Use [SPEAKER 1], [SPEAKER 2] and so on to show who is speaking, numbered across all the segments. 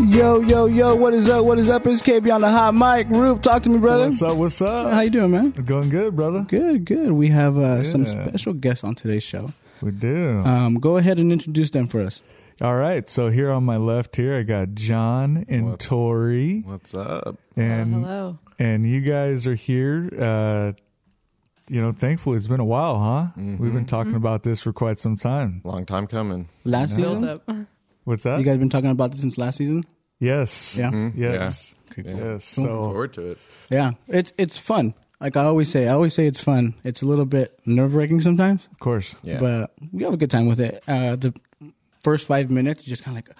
[SPEAKER 1] Yo, yo, yo, what is up? What is up? It's KB on the hot mic. Rube, talk to me, brother.
[SPEAKER 2] What's up? What's up?
[SPEAKER 1] How you doing, man?
[SPEAKER 2] Going good, brother.
[SPEAKER 1] Good, good. We have uh, some
[SPEAKER 2] Yeah.
[SPEAKER 1] special guests on today's show.
[SPEAKER 2] We do.
[SPEAKER 1] Um, go ahead and introduce them for us.
[SPEAKER 2] All right. So here on my left here, I got John and Tori,
[SPEAKER 3] What's up?
[SPEAKER 2] and
[SPEAKER 4] Hello.
[SPEAKER 2] and you guys are here. Uh, you know, thankfully it's been a while, huh?
[SPEAKER 1] Mm-hmm.
[SPEAKER 2] We've been talking about this for quite some time.
[SPEAKER 3] Long time coming.
[SPEAKER 1] Last
[SPEAKER 4] Build
[SPEAKER 1] season,
[SPEAKER 4] up.
[SPEAKER 2] What's that?
[SPEAKER 1] you guys been talking about this since last season.
[SPEAKER 2] yes.
[SPEAKER 1] Yeah,
[SPEAKER 2] Yes.
[SPEAKER 1] Okay, Mm-hmm. cool.
[SPEAKER 2] Yes.
[SPEAKER 1] Oh.
[SPEAKER 2] So
[SPEAKER 3] Forward to it.
[SPEAKER 1] yeah. It's it's fun. Like I always say, I always say it's fun. It's a little bit nerve wracking sometimes,
[SPEAKER 2] of course.
[SPEAKER 3] Yeah.
[SPEAKER 1] but we have a good time with it. Uh, the first five minutes, you're just kind of like,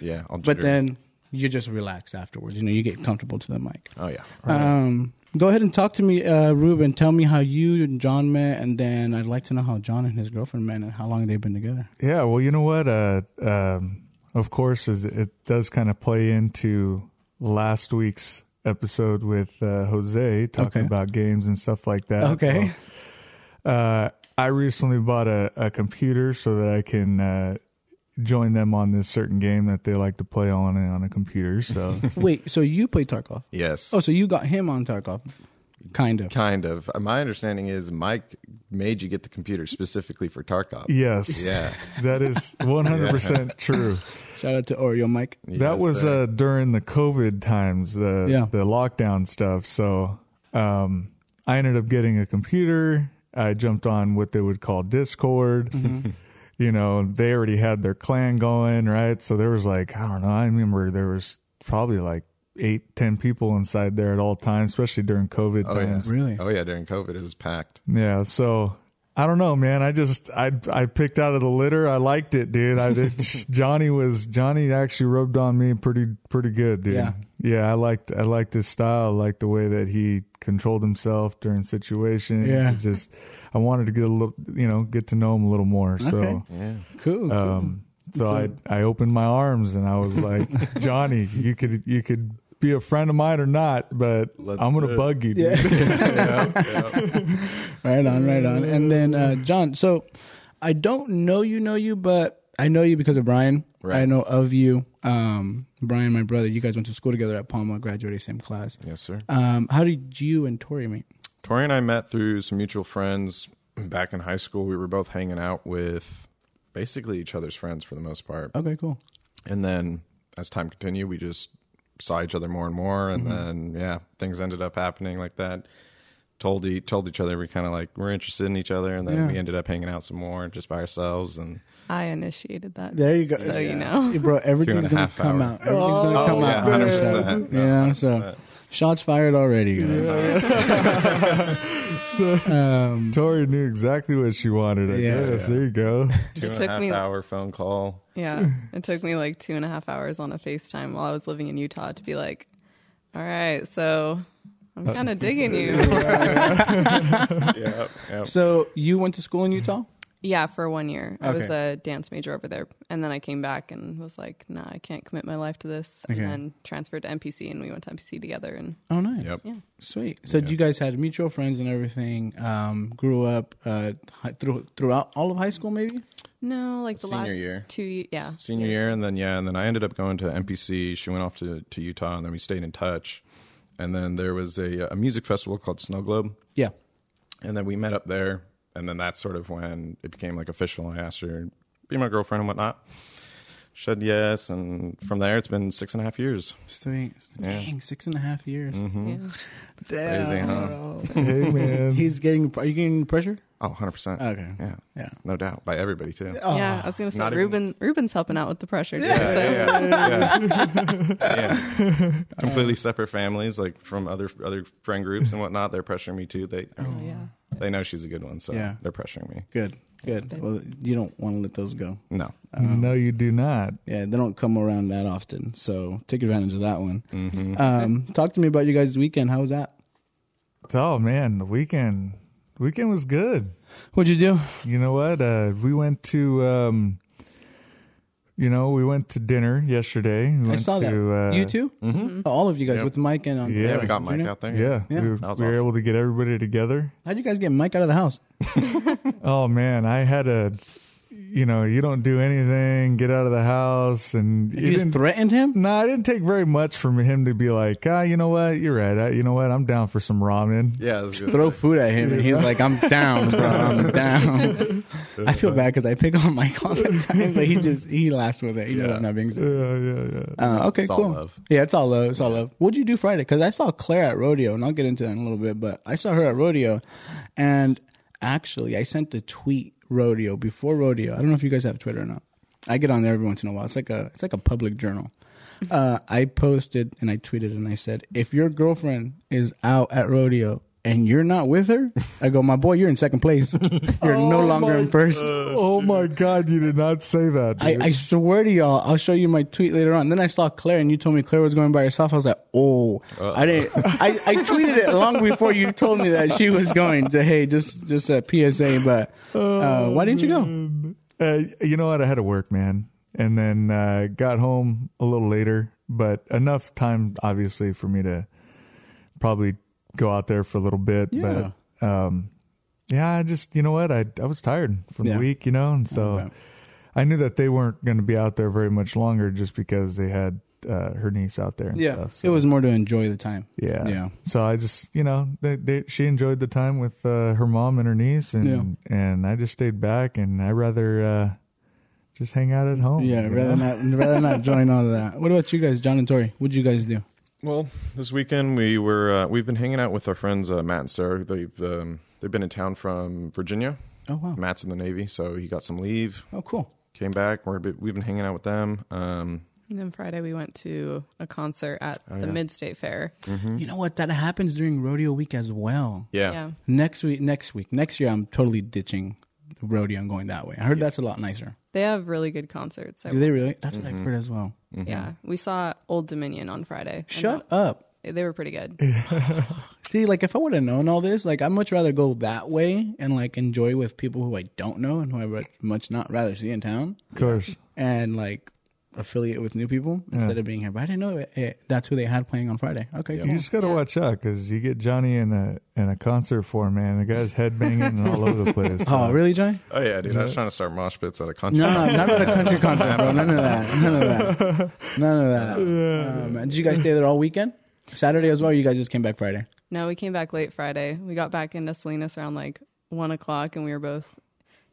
[SPEAKER 3] yeah. I'll
[SPEAKER 1] but then you just relax afterwards. You know, you get comfortable to the mic.
[SPEAKER 3] Oh, yeah.
[SPEAKER 1] Um, go ahead and talk to me, uh, Ruben. Tell me how you and John met, and then I'd like to know how John and his girlfriend met, and how long they've been together.
[SPEAKER 2] Yeah, well, you know what? Uh, um, of course, is it does kind of play into last week's episode with uh, Jose talking
[SPEAKER 1] Okay.
[SPEAKER 2] about games and stuff like that.
[SPEAKER 1] Okay.
[SPEAKER 2] So, uh, I recently bought a, a computer so that I can uh, join them on this certain game that they like to play on on a computer. So
[SPEAKER 1] Wait, so you play Tarkov?
[SPEAKER 3] Yes.
[SPEAKER 1] Oh, so you got him on Tarkov, kind of.
[SPEAKER 3] Kind of. Uh, My understanding is Mike made you get the computer specifically for Tarkov.
[SPEAKER 2] yes,
[SPEAKER 3] Yeah.
[SPEAKER 2] that is one hundred percent true.
[SPEAKER 1] Shout out to Oreo Mike.
[SPEAKER 2] that was
[SPEAKER 3] uh,
[SPEAKER 2] uh, during the COVID times, the
[SPEAKER 1] Yeah.
[SPEAKER 2] the lockdown stuff. So um, I ended up getting a computer. I jumped on what they would call Discord. you know, they already had their clan going, right? So there was like I don't know. I remember there was probably like eight, ten people inside there at all times, especially during COVID
[SPEAKER 3] Oh, yeah.
[SPEAKER 2] times.
[SPEAKER 1] Really?
[SPEAKER 3] Oh, yeah. During COVID, it was packed.
[SPEAKER 2] Yeah, so I don't know, man. I just I I picked out of the litter. I liked it, dude. I did, Johnny was Johnny actually rubbed on me pretty pretty good, dude.
[SPEAKER 1] Yeah.
[SPEAKER 2] Yeah, I liked I liked his style. I liked the way that he controlled himself during situations.
[SPEAKER 1] Yeah.
[SPEAKER 2] It just I wanted to get a little, you know, get to know him a little more. So
[SPEAKER 3] Yeah.
[SPEAKER 1] Cool. cool.
[SPEAKER 2] um so I I opened my arms and I was like, "Johnny, you could you could be a friend of mine or not, but
[SPEAKER 3] Let's
[SPEAKER 2] I'm going
[SPEAKER 3] do
[SPEAKER 2] to
[SPEAKER 3] it."
[SPEAKER 2] bug you." dude.
[SPEAKER 1] right on, right on. And then uh, John. So I don't know you, know you, but I know you because of Brian.
[SPEAKER 3] Right.
[SPEAKER 1] I know of you, um, Brian, my brother. You guys went to school together at Palma, graduated same class.
[SPEAKER 3] Yes, sir.
[SPEAKER 1] Um, how did you and Tori meet?
[SPEAKER 3] Tori and I met through some mutual friends back in high school. We were both hanging out with basically each other's friends for the most part.
[SPEAKER 1] Okay, cool.
[SPEAKER 3] And then as time continued, we just saw each other more and more. And
[SPEAKER 4] Mm-hmm.
[SPEAKER 3] then, yeah, things ended up happening like that. Told, e- told each other we kind of like were interested in each other. And then
[SPEAKER 1] Yeah.
[SPEAKER 3] we ended up hanging out some more just by ourselves. And
[SPEAKER 4] I initiated that.
[SPEAKER 1] There you go.
[SPEAKER 4] So you know.
[SPEAKER 1] Hey, bro,
[SPEAKER 3] Two
[SPEAKER 1] everything's
[SPEAKER 3] and a
[SPEAKER 1] gonna
[SPEAKER 3] half
[SPEAKER 1] come
[SPEAKER 3] hour.
[SPEAKER 1] out. Everything's gonna
[SPEAKER 3] Oh,
[SPEAKER 1] come
[SPEAKER 3] yeah,
[SPEAKER 1] out. on the
[SPEAKER 3] 100%.
[SPEAKER 1] show. Yeah, so shots fired already. guys. um,
[SPEAKER 2] Tori knew exactly what she wanted. I
[SPEAKER 1] Yeah.
[SPEAKER 2] guess there you go.
[SPEAKER 3] two and a half
[SPEAKER 4] took me-
[SPEAKER 3] hour phone call.
[SPEAKER 4] Yeah. It took me like two and a half hours on a FaceTime while I was living in Utah to be like, all right, so I'm kind of digging you.
[SPEAKER 3] yep, yep.
[SPEAKER 1] so you went to school in Utah?
[SPEAKER 4] yeah, for one year. I was
[SPEAKER 1] Okay.
[SPEAKER 4] a dance major over there. And then I came back and was like, nah, I can't commit my life to this.
[SPEAKER 1] Okay.
[SPEAKER 4] And then transferred to MPC and we went to MPC together. And
[SPEAKER 1] Oh, nice.
[SPEAKER 3] Yep.
[SPEAKER 4] yeah.
[SPEAKER 1] Sweet. So you guys had mutual friends and everything. Um, grew up uh, hi- through, throughout all of high school, maybe.
[SPEAKER 4] No, like the
[SPEAKER 3] Senior
[SPEAKER 4] last
[SPEAKER 3] year.
[SPEAKER 4] two years. Yeah.
[SPEAKER 3] Senior year. And then, yeah, and then I ended up going to MPC. She went off to, to Utah and then we stayed in touch. And then there was a, a music festival called Snow Globe.
[SPEAKER 1] Yeah.
[SPEAKER 3] And then we met up there. And then that's sort of when it became like official. I asked her, be my girlfriend and whatnot. She said yes. And from there, it's been six and a half years.
[SPEAKER 1] Sweet. Dang, six and a half years.
[SPEAKER 4] Yeah.
[SPEAKER 1] Damn,
[SPEAKER 3] Mm-hmm. Crazy, huh?
[SPEAKER 1] bro.
[SPEAKER 2] Hey man,
[SPEAKER 1] He's getting. Are you getting pressure?
[SPEAKER 3] Oh, 100%.
[SPEAKER 1] Okay.
[SPEAKER 3] Yeah.
[SPEAKER 1] Yeah.
[SPEAKER 3] No doubt. By everybody, too.
[SPEAKER 1] Oh,
[SPEAKER 4] Yeah, I was gonna say
[SPEAKER 3] Not
[SPEAKER 4] Ruben. Ruben's helping out with the pressure. too, so-
[SPEAKER 3] yeah, yeah, yeah. Yeah. Completely separate families, like from other other friend groups and whatnot. They're pressuring me too. They I mean,
[SPEAKER 4] yeah.
[SPEAKER 3] they know she's a good one, so
[SPEAKER 1] Oh. Yeah.
[SPEAKER 3] they're pressuring me.
[SPEAKER 1] Good. Good. Well, you don't want to let those go.
[SPEAKER 3] No,
[SPEAKER 1] Um,
[SPEAKER 2] no, you do not.
[SPEAKER 1] Yeah, they don't come around that often. So take advantage of that one.
[SPEAKER 3] Mm-hmm.
[SPEAKER 1] Um, talk to me about you guys' weekend. How was that?
[SPEAKER 2] Oh man, the weekend weekend was good.
[SPEAKER 1] What'd you do?
[SPEAKER 2] You know what? Uh, we went to um, you know, we went to dinner yesterday. We
[SPEAKER 1] I
[SPEAKER 2] went
[SPEAKER 1] saw that.
[SPEAKER 2] to, Uh,
[SPEAKER 1] you too? Mm-hmm. all of you guys
[SPEAKER 3] Yep.
[SPEAKER 1] with Mike and um, on.
[SPEAKER 2] Yeah,
[SPEAKER 3] yeah, we got Mike
[SPEAKER 1] Junior?
[SPEAKER 3] out there.
[SPEAKER 2] Yeah, we, we were
[SPEAKER 3] was awesome.
[SPEAKER 2] able to get everybody together.
[SPEAKER 1] How'd you guys get Mike out of the house?
[SPEAKER 2] Oh man, I had a you know, you don't do anything, get out of the house, and
[SPEAKER 1] You just threatened him?
[SPEAKER 2] No, nah, it didn't take very much for him to be like, ah, you know what, you're right. I, you know what, I'm down for some ramen.
[SPEAKER 3] Yeah, that's good.
[SPEAKER 1] Throw food at him, and he's like, "I'm down, bro. I'm down." I feel bad because I pick on Mike all the time, but he just he laughs with it. He knows
[SPEAKER 3] Yeah.
[SPEAKER 1] I'm not being.
[SPEAKER 2] Yeah, yeah, yeah.
[SPEAKER 1] Uh, okay,
[SPEAKER 3] It's all
[SPEAKER 1] cool.
[SPEAKER 3] love.
[SPEAKER 1] Yeah, it's all love. It's all love. What'd you do Friday? Because I saw Claire at rodeo, and I'll get into that in a little bit. But I saw her at rodeo, and actually, I sent the tweet rodeo before rodeo. I don't know if you guys have Twitter or not. I get on there every once in a while. It's like a it's like a public journal. Uh, I posted and I tweeted and I said, if your girlfriend is out at rodeo and you're not with her, I go, my boy, you're in second place. You're no longer in first.
[SPEAKER 2] oh my god, you did not say that.
[SPEAKER 1] I,
[SPEAKER 2] dude.
[SPEAKER 1] I swear to y'all, I'll show you my tweet later on. Then I saw Claire, and you told me Claire was going by herself. I was like, oh, I didn't. I, I tweeted it long before you told me that she was going. To, hey, just just a PSA, but uh, why didn't you go?
[SPEAKER 2] Uh, you know what? I had to work, man, and then uh, got home a little later, but enough time, obviously, for me to probably go out there for a little bit.
[SPEAKER 1] Yeah.
[SPEAKER 2] But um, yeah, I just you know what? I I was tired from
[SPEAKER 1] Yeah.
[SPEAKER 2] the week, you know, and so
[SPEAKER 1] bet.
[SPEAKER 2] I knew that they weren't going to be out there very much longer, just because they had uh, her niece out there. And
[SPEAKER 1] Yeah,
[SPEAKER 2] stuff,
[SPEAKER 1] it was more to enjoy the time.
[SPEAKER 2] yeah.
[SPEAKER 1] Yeah.
[SPEAKER 2] So I just, you know, they, they, she enjoyed the time with uh, her mom and her niece, and and I just stayed back, and I rather uh, just hang out at home.
[SPEAKER 1] Yeah,
[SPEAKER 2] you
[SPEAKER 1] rather
[SPEAKER 2] know?
[SPEAKER 1] not rather not join all of that. What about you guys, John and Tori? What'd you guys do?
[SPEAKER 3] Well, this weekend we were uh, we've been hanging out with our friends uh, Matt and Sarah. They've um, they've been in town from Virginia.
[SPEAKER 1] Oh wow,
[SPEAKER 3] Matt's in the Navy, so he got some leave,
[SPEAKER 1] oh cool.
[SPEAKER 3] came back. We're a bit, we've been hanging out with them. Um,
[SPEAKER 4] And then Friday we went to a concert at the
[SPEAKER 1] Oh,
[SPEAKER 3] yeah.
[SPEAKER 4] Mid State Fair.
[SPEAKER 1] You know what? That happens during rodeo week as well.
[SPEAKER 3] yeah.
[SPEAKER 4] Yeah.
[SPEAKER 1] Next week, next week, next year, I'm totally ditching the rodeo and going that way. I heard that's a lot nicer.
[SPEAKER 4] They have really good concerts. I-
[SPEAKER 1] Do they really? That's what I've heard as well.
[SPEAKER 4] Yeah. We saw Old Dominion on Friday. and
[SPEAKER 1] Shut up.
[SPEAKER 4] that- They were pretty good.
[SPEAKER 1] See, like if I would have known all this, like I'd much rather go that way and like enjoy with people who I don't know and who I would much not rather see in town
[SPEAKER 2] Of course.
[SPEAKER 1] and like affiliate with new people instead of being here. But I didn't know it, it- that's who they had playing on Friday. Okay,
[SPEAKER 2] You
[SPEAKER 1] cool.
[SPEAKER 2] just gotta watch out because you get Johnny in a in a concert form, man. The guy's headbanging and all over the place.
[SPEAKER 1] Oh, really, John?
[SPEAKER 3] Oh yeah, dude. I was trying to start mosh pits at a country.
[SPEAKER 1] No, not at a country concert, bro. None of that. None of that. None of that. Um, and did you guys stay there all weekend? Saturday as well. Or you guys just came back Friday.
[SPEAKER 4] No, we came back late Friday. We got back into Salinas around like one o'clock, and we were both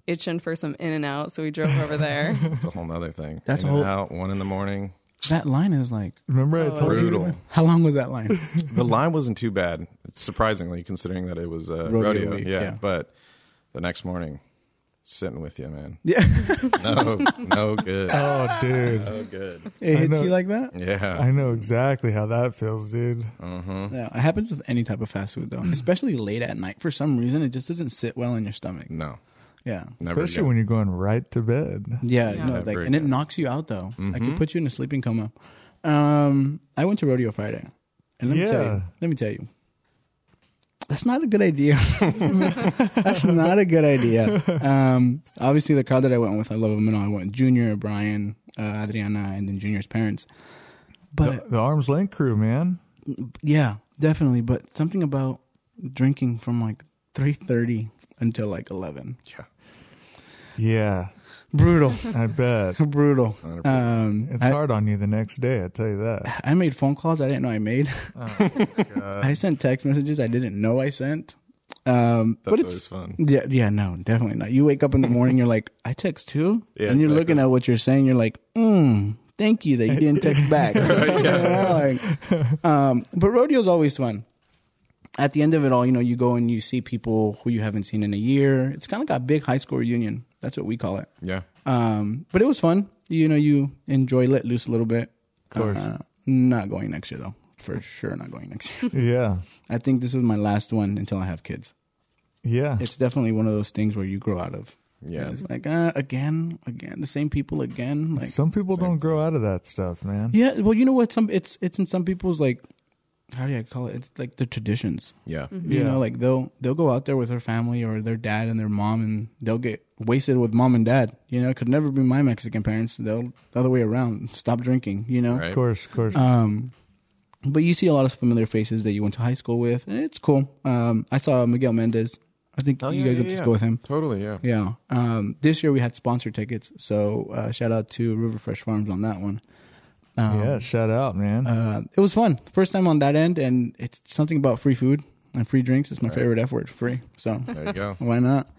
[SPEAKER 4] itching for some in and out, so we drove over there.
[SPEAKER 3] It's a whole nother thing.
[SPEAKER 1] That's
[SPEAKER 3] In
[SPEAKER 1] a whole-
[SPEAKER 3] and out one in the morning.
[SPEAKER 1] That line is like,
[SPEAKER 2] Remember
[SPEAKER 1] Oh,
[SPEAKER 2] I told you.
[SPEAKER 3] Brutal.
[SPEAKER 1] how long was that line?
[SPEAKER 3] the line wasn't too bad, surprisingly, considering that it was uh,
[SPEAKER 1] Rodeo
[SPEAKER 3] rodeo.
[SPEAKER 1] week,
[SPEAKER 3] yeah.
[SPEAKER 1] yeah.
[SPEAKER 3] but the next morning, sitting with you, man.
[SPEAKER 1] Yeah.
[SPEAKER 3] No, no good.
[SPEAKER 2] Oh, dude.
[SPEAKER 3] No good.
[SPEAKER 1] It
[SPEAKER 2] I
[SPEAKER 1] hits
[SPEAKER 2] know.
[SPEAKER 1] you like that?
[SPEAKER 3] Yeah.
[SPEAKER 2] I know exactly how that feels, dude.
[SPEAKER 1] Yeah, it happens with any type of fast food though, especially late at night. For some reason, it just doesn't sit well in your stomach.
[SPEAKER 3] No,
[SPEAKER 1] Yeah,
[SPEAKER 3] never.
[SPEAKER 2] Especially
[SPEAKER 3] again.
[SPEAKER 2] when you're going right to bed.
[SPEAKER 1] yeah, no,
[SPEAKER 4] Yeah.
[SPEAKER 3] Not
[SPEAKER 1] like,
[SPEAKER 3] very
[SPEAKER 1] and it
[SPEAKER 3] good.
[SPEAKER 1] knocks you out though. Like it puts you in a sleeping coma. Um, I went to rodeo Friday, and let me tell
[SPEAKER 2] Yeah.
[SPEAKER 1] you, let me tell you, that's not a good idea. that's not a good idea. Um, obviously, the crowd that I went with, I love them and all. I went Junior, Brian, uh, Adriana, and then Junior's parents. But
[SPEAKER 2] The, the arms length crew, man.
[SPEAKER 1] Yeah, definitely. But something about drinking from like three thirty until like eleven.
[SPEAKER 3] Yeah.
[SPEAKER 2] Yeah,
[SPEAKER 1] Brutal,
[SPEAKER 2] I bet.
[SPEAKER 1] brutal. Um,
[SPEAKER 2] It's
[SPEAKER 1] I,
[SPEAKER 2] hard on you the next day, I tell you that.
[SPEAKER 1] I made phone calls I didn't know I made. I sent text messages I didn't know I sent. Um, but
[SPEAKER 3] That's
[SPEAKER 1] it's
[SPEAKER 3] always fun.
[SPEAKER 1] yeah, yeah, no, definitely not. You wake up in the morning, you're like, I text too,
[SPEAKER 3] Yeah,
[SPEAKER 1] and you're
[SPEAKER 3] exactly.
[SPEAKER 1] looking at what you're saying, you're like, mm, thank you that you didn't text back. You know, like, um, but rodeo's always fun. At the end of it all, you know, you go and you see people who you haven't seen in a year. It's kind of like a big high school reunion. That's what we call it.
[SPEAKER 3] Yeah.
[SPEAKER 1] Um, but it was fun. You know, you enjoy let loose a little bit. Of
[SPEAKER 2] course.
[SPEAKER 1] not going next year though. For sure, not going next year.
[SPEAKER 2] Yeah.
[SPEAKER 1] I think this was my last one until I have kids
[SPEAKER 2] Yeah.
[SPEAKER 1] it's definitely one of those things where you grow out of.
[SPEAKER 3] Yeah.
[SPEAKER 1] And it's like uh, again, again, the same people again. Like
[SPEAKER 2] Some people don't grow out of that stuff, man.
[SPEAKER 1] yeah, well, you know what? Some it's it's in some people's like how do I call it? It's like their traditions.
[SPEAKER 3] Yeah.
[SPEAKER 1] You
[SPEAKER 2] Yeah.
[SPEAKER 1] know, like they'll they'll go out there with their family or their dad and their mom, and they'll get wasted with mom and dad. You know, it could never be my Mexican parents. They'll the other way around. Stop drinking. You know.
[SPEAKER 3] Right.
[SPEAKER 2] Of course, of course.
[SPEAKER 1] Um, but you see a lot of familiar faces that you went to high school with, and it's cool. Um, I saw Miguel Mendez I think
[SPEAKER 3] Oh,
[SPEAKER 1] you
[SPEAKER 3] yeah,
[SPEAKER 1] guys
[SPEAKER 3] yeah,
[SPEAKER 1] would just
[SPEAKER 3] yeah.
[SPEAKER 1] go with him.
[SPEAKER 3] Totally, yeah.
[SPEAKER 1] Yeah. Um, this year we had sponsor tickets, so uh, shout out to River Fresh Farms on that one. Um,
[SPEAKER 2] yeah, shout out, man.
[SPEAKER 1] Uh, it was fun. First time on that end, and it's something about free food and free drinks. It's my favorite F word, free. So
[SPEAKER 3] There you go.
[SPEAKER 1] why not?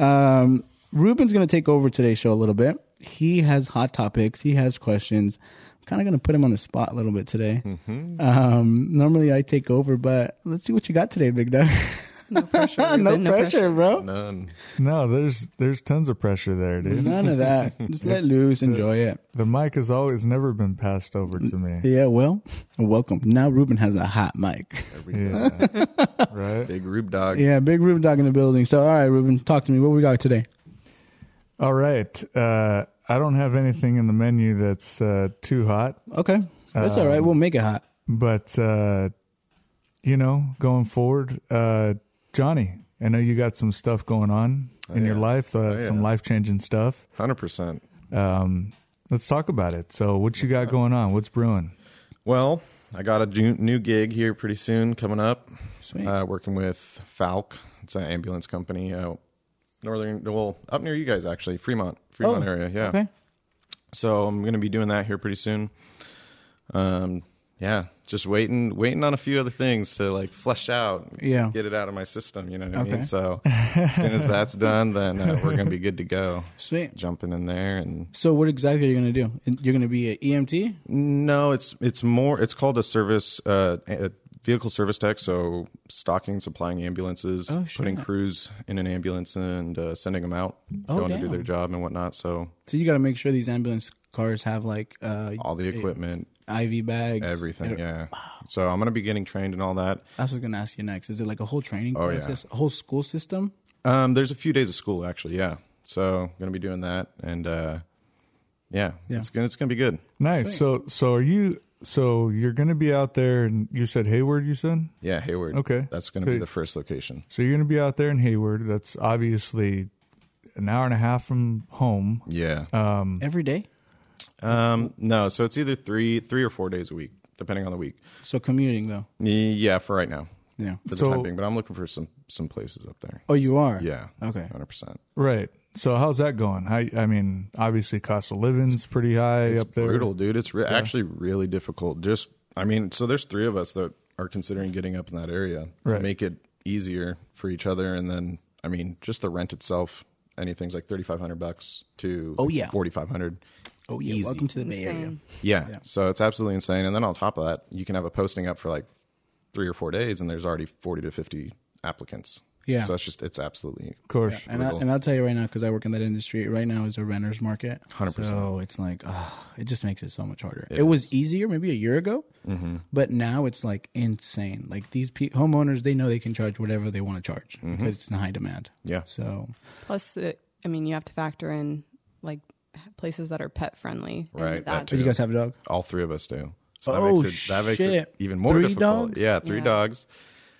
[SPEAKER 1] Um, Ruben's going to take over today's show a little bit. He has hot topics. He has questions. I'm kind of going to put him on the spot a little bit today. Um, normally I take over, but let's see what you got today, Big Doug.
[SPEAKER 4] No pressure. Ruben,
[SPEAKER 1] no, pressure, bro.
[SPEAKER 3] None.
[SPEAKER 2] no, there's there's tons of pressure there, dude.
[SPEAKER 1] None of that. Just let loose. Enjoy it.
[SPEAKER 2] The mic has always never been passed over to me.
[SPEAKER 1] Yeah, well, welcome. Now Ruben has a hot mic.
[SPEAKER 3] There we go.
[SPEAKER 2] Yeah. right.
[SPEAKER 3] Big Rube Dog.
[SPEAKER 1] Yeah, big Ruben dog in the building. So, all right, Ruben, talk to me. What we got today?
[SPEAKER 2] All right. Uh, I don't have anything in the menu that's uh, too hot,
[SPEAKER 1] Okay, that's all right. We'll make it hot.
[SPEAKER 2] but uh, you know, going forward, uh, Johnny, I know you got some stuff going on in your
[SPEAKER 3] Oh, yeah.
[SPEAKER 2] life, uh,
[SPEAKER 3] yeah.
[SPEAKER 2] some life changing stuff.
[SPEAKER 3] 100%.
[SPEAKER 2] Um, let's talk about it. So, what you got going on? What's brewing?
[SPEAKER 3] Well, I got a ju- new gig here pretty soon coming up.
[SPEAKER 1] Sweet.
[SPEAKER 3] Uh, working with Falk. It's an ambulance company out northern, well, up near you guys actually, Fremont, Fremont
[SPEAKER 1] Oh,
[SPEAKER 3] area. Yeah.
[SPEAKER 1] Okay.
[SPEAKER 3] So I'm going to be doing that here pretty soon. Um, yeah, just waiting, waiting on a few other things to like flesh out,
[SPEAKER 1] Yeah.
[SPEAKER 3] get it out of my system. You know what I
[SPEAKER 1] Okay.
[SPEAKER 3] mean? So as soon as that's done, then uh, we're going to be good to go.
[SPEAKER 1] Sweet.
[SPEAKER 3] Jumping in there and
[SPEAKER 1] So, what exactly are you gonna do? You're gonna be E an EMT.
[SPEAKER 3] No, it's it's more. It's called a service, uh, a vehicle service tech. So stocking, supplying ambulances,
[SPEAKER 1] Oh, shit.
[SPEAKER 3] putting crews in an ambulance, and uh, sending them out,
[SPEAKER 1] Oh,
[SPEAKER 3] going to do
[SPEAKER 1] damn.
[SPEAKER 3] their job and whatnot. So
[SPEAKER 1] So you got to make sure these ambulance cars have like uh,
[SPEAKER 3] all the equipment,
[SPEAKER 1] IV bags,
[SPEAKER 3] everything. Yeah. So I'm gonna be getting trained and all that.
[SPEAKER 1] That's what I was gonna ask you next. Is it like a whole training
[SPEAKER 3] Oh, yeah.
[SPEAKER 1] process, a whole school system?
[SPEAKER 3] Um, there's a few days of school actually. Yeah. So gonna be doing that, and uh, yeah,
[SPEAKER 1] Yeah.
[SPEAKER 3] it's gonna it's gonna be good.
[SPEAKER 2] Nice. So, so are you? So you're going to be out there, and you said Hayward. You said
[SPEAKER 3] Yeah, Hayward.
[SPEAKER 2] Okay.
[SPEAKER 3] That's gonna
[SPEAKER 2] Hey.
[SPEAKER 3] be the first location.
[SPEAKER 2] so. You're going to be out there in Hayward. That's obviously an hour and a half from home.
[SPEAKER 3] Yeah.
[SPEAKER 2] Uh,
[SPEAKER 1] Every day.
[SPEAKER 3] um, no. So it's either three three or four days a week, depending on the week.
[SPEAKER 1] So commuting though.
[SPEAKER 3] Yeah, for right now.
[SPEAKER 1] Yeah.
[SPEAKER 3] for
[SPEAKER 2] So-
[SPEAKER 3] the time being, but I'm looking for some some places up there.
[SPEAKER 1] Oh, you are.
[SPEAKER 3] Yeah.
[SPEAKER 1] Okay.
[SPEAKER 3] 100%.
[SPEAKER 2] Right. So how's that going? How, I mean, obviously cost of living's pretty high
[SPEAKER 3] It's
[SPEAKER 2] up there.
[SPEAKER 3] brutal, dude. It's re- actually really difficult. Just I mean, so there's three of us that are considering getting up in that area
[SPEAKER 2] Right.
[SPEAKER 3] to make it easier for each other and then I mean, just the rent itself, anything's like 3500 bucks to
[SPEAKER 1] Oh, yeah.
[SPEAKER 3] 4500.
[SPEAKER 1] Oh yeah.
[SPEAKER 3] Easy.
[SPEAKER 1] Welcome to the Bay Area.
[SPEAKER 4] Insane.
[SPEAKER 3] Yeah. So it's absolutely insane and then on top of that, you can have a posting up for like 3 or 4 days and there's already 40 to 50 applicants.
[SPEAKER 1] Yeah.
[SPEAKER 3] So it's just it's absolutely
[SPEAKER 2] Of course.
[SPEAKER 1] and, I,
[SPEAKER 3] Brutal.
[SPEAKER 1] and I'll tell you right now because I work in that industry. Right now is a renter's market,
[SPEAKER 3] 100%.
[SPEAKER 1] So it's like, ah, it just makes it so much harder. It, was easier maybe a year ago,
[SPEAKER 3] Mm-hmm.
[SPEAKER 1] but now it's like insane. Like these pe- homeowners, they know they can charge whatever they want to charge because it's in high demand.
[SPEAKER 3] Mm-hmm. Yeah.
[SPEAKER 1] So
[SPEAKER 4] Plus, it, I mean, you have to factor in like places that are pet friendly. and
[SPEAKER 3] Right, that
[SPEAKER 4] That
[SPEAKER 3] too.
[SPEAKER 1] you guys have a dog?
[SPEAKER 3] All three of us do. So
[SPEAKER 1] Oh,
[SPEAKER 3] makes it, that makes
[SPEAKER 1] shit.
[SPEAKER 3] it even more
[SPEAKER 1] Three
[SPEAKER 3] difficult.
[SPEAKER 1] dogs?
[SPEAKER 3] Yeah, three
[SPEAKER 4] Yeah.
[SPEAKER 3] dogs.